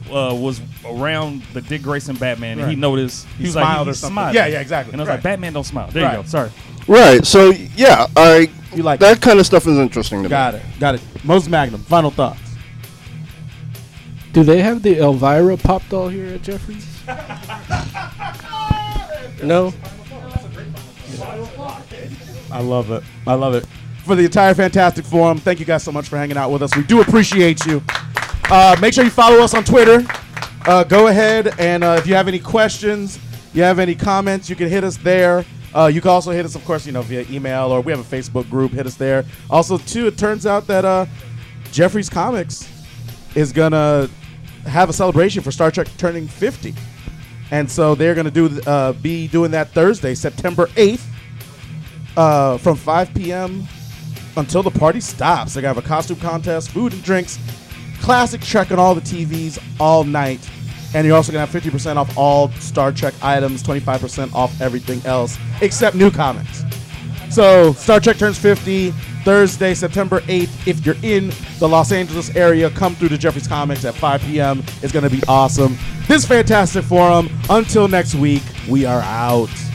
uh, was around the Dick Grayson Batman and he Right. noticed he, He was like, smiled he or something. smiled. Yeah, yeah, exactly. And I was Right. like, Batman don't smile. There you Right. go. Sorry. right. So yeah, I you like that kind of stuff is interesting to me. Got it. Got it. Most Magnum. Final thoughts. Do they have the Elvira pop doll here at Jeffries? no. I love it. I love it. For the entire Fantastic Forum, thank you guys so much for hanging out with us. We do appreciate you. Uh, make sure you follow us on Twitter. Uh, go ahead and uh, if you have any questions, you have any comments, you can hit us there. Uh, you can also hit us, of course, you know, via email or we have a Facebook group. Hit us there. Also, too, it turns out that uh, Jeffrey's Comics is gonna have a celebration for Star Trek turning 50, and so they're gonna do uh, be doing that Thursday, September 8th uh, from 5 p.m. until the party stops. They're going to have a costume contest, food and drinks, classic Trek on all the TVs all night. And you're also going to have 50% off all Star Trek items, 25% off everything else, except new comics. So, Star Trek turns 50 Thursday, September 8th. If you're in the Los Angeles area, come through to Jeffrey's Comics at 5 p.m. It's going to be awesome. This fantastic forum. Until next week, we are out.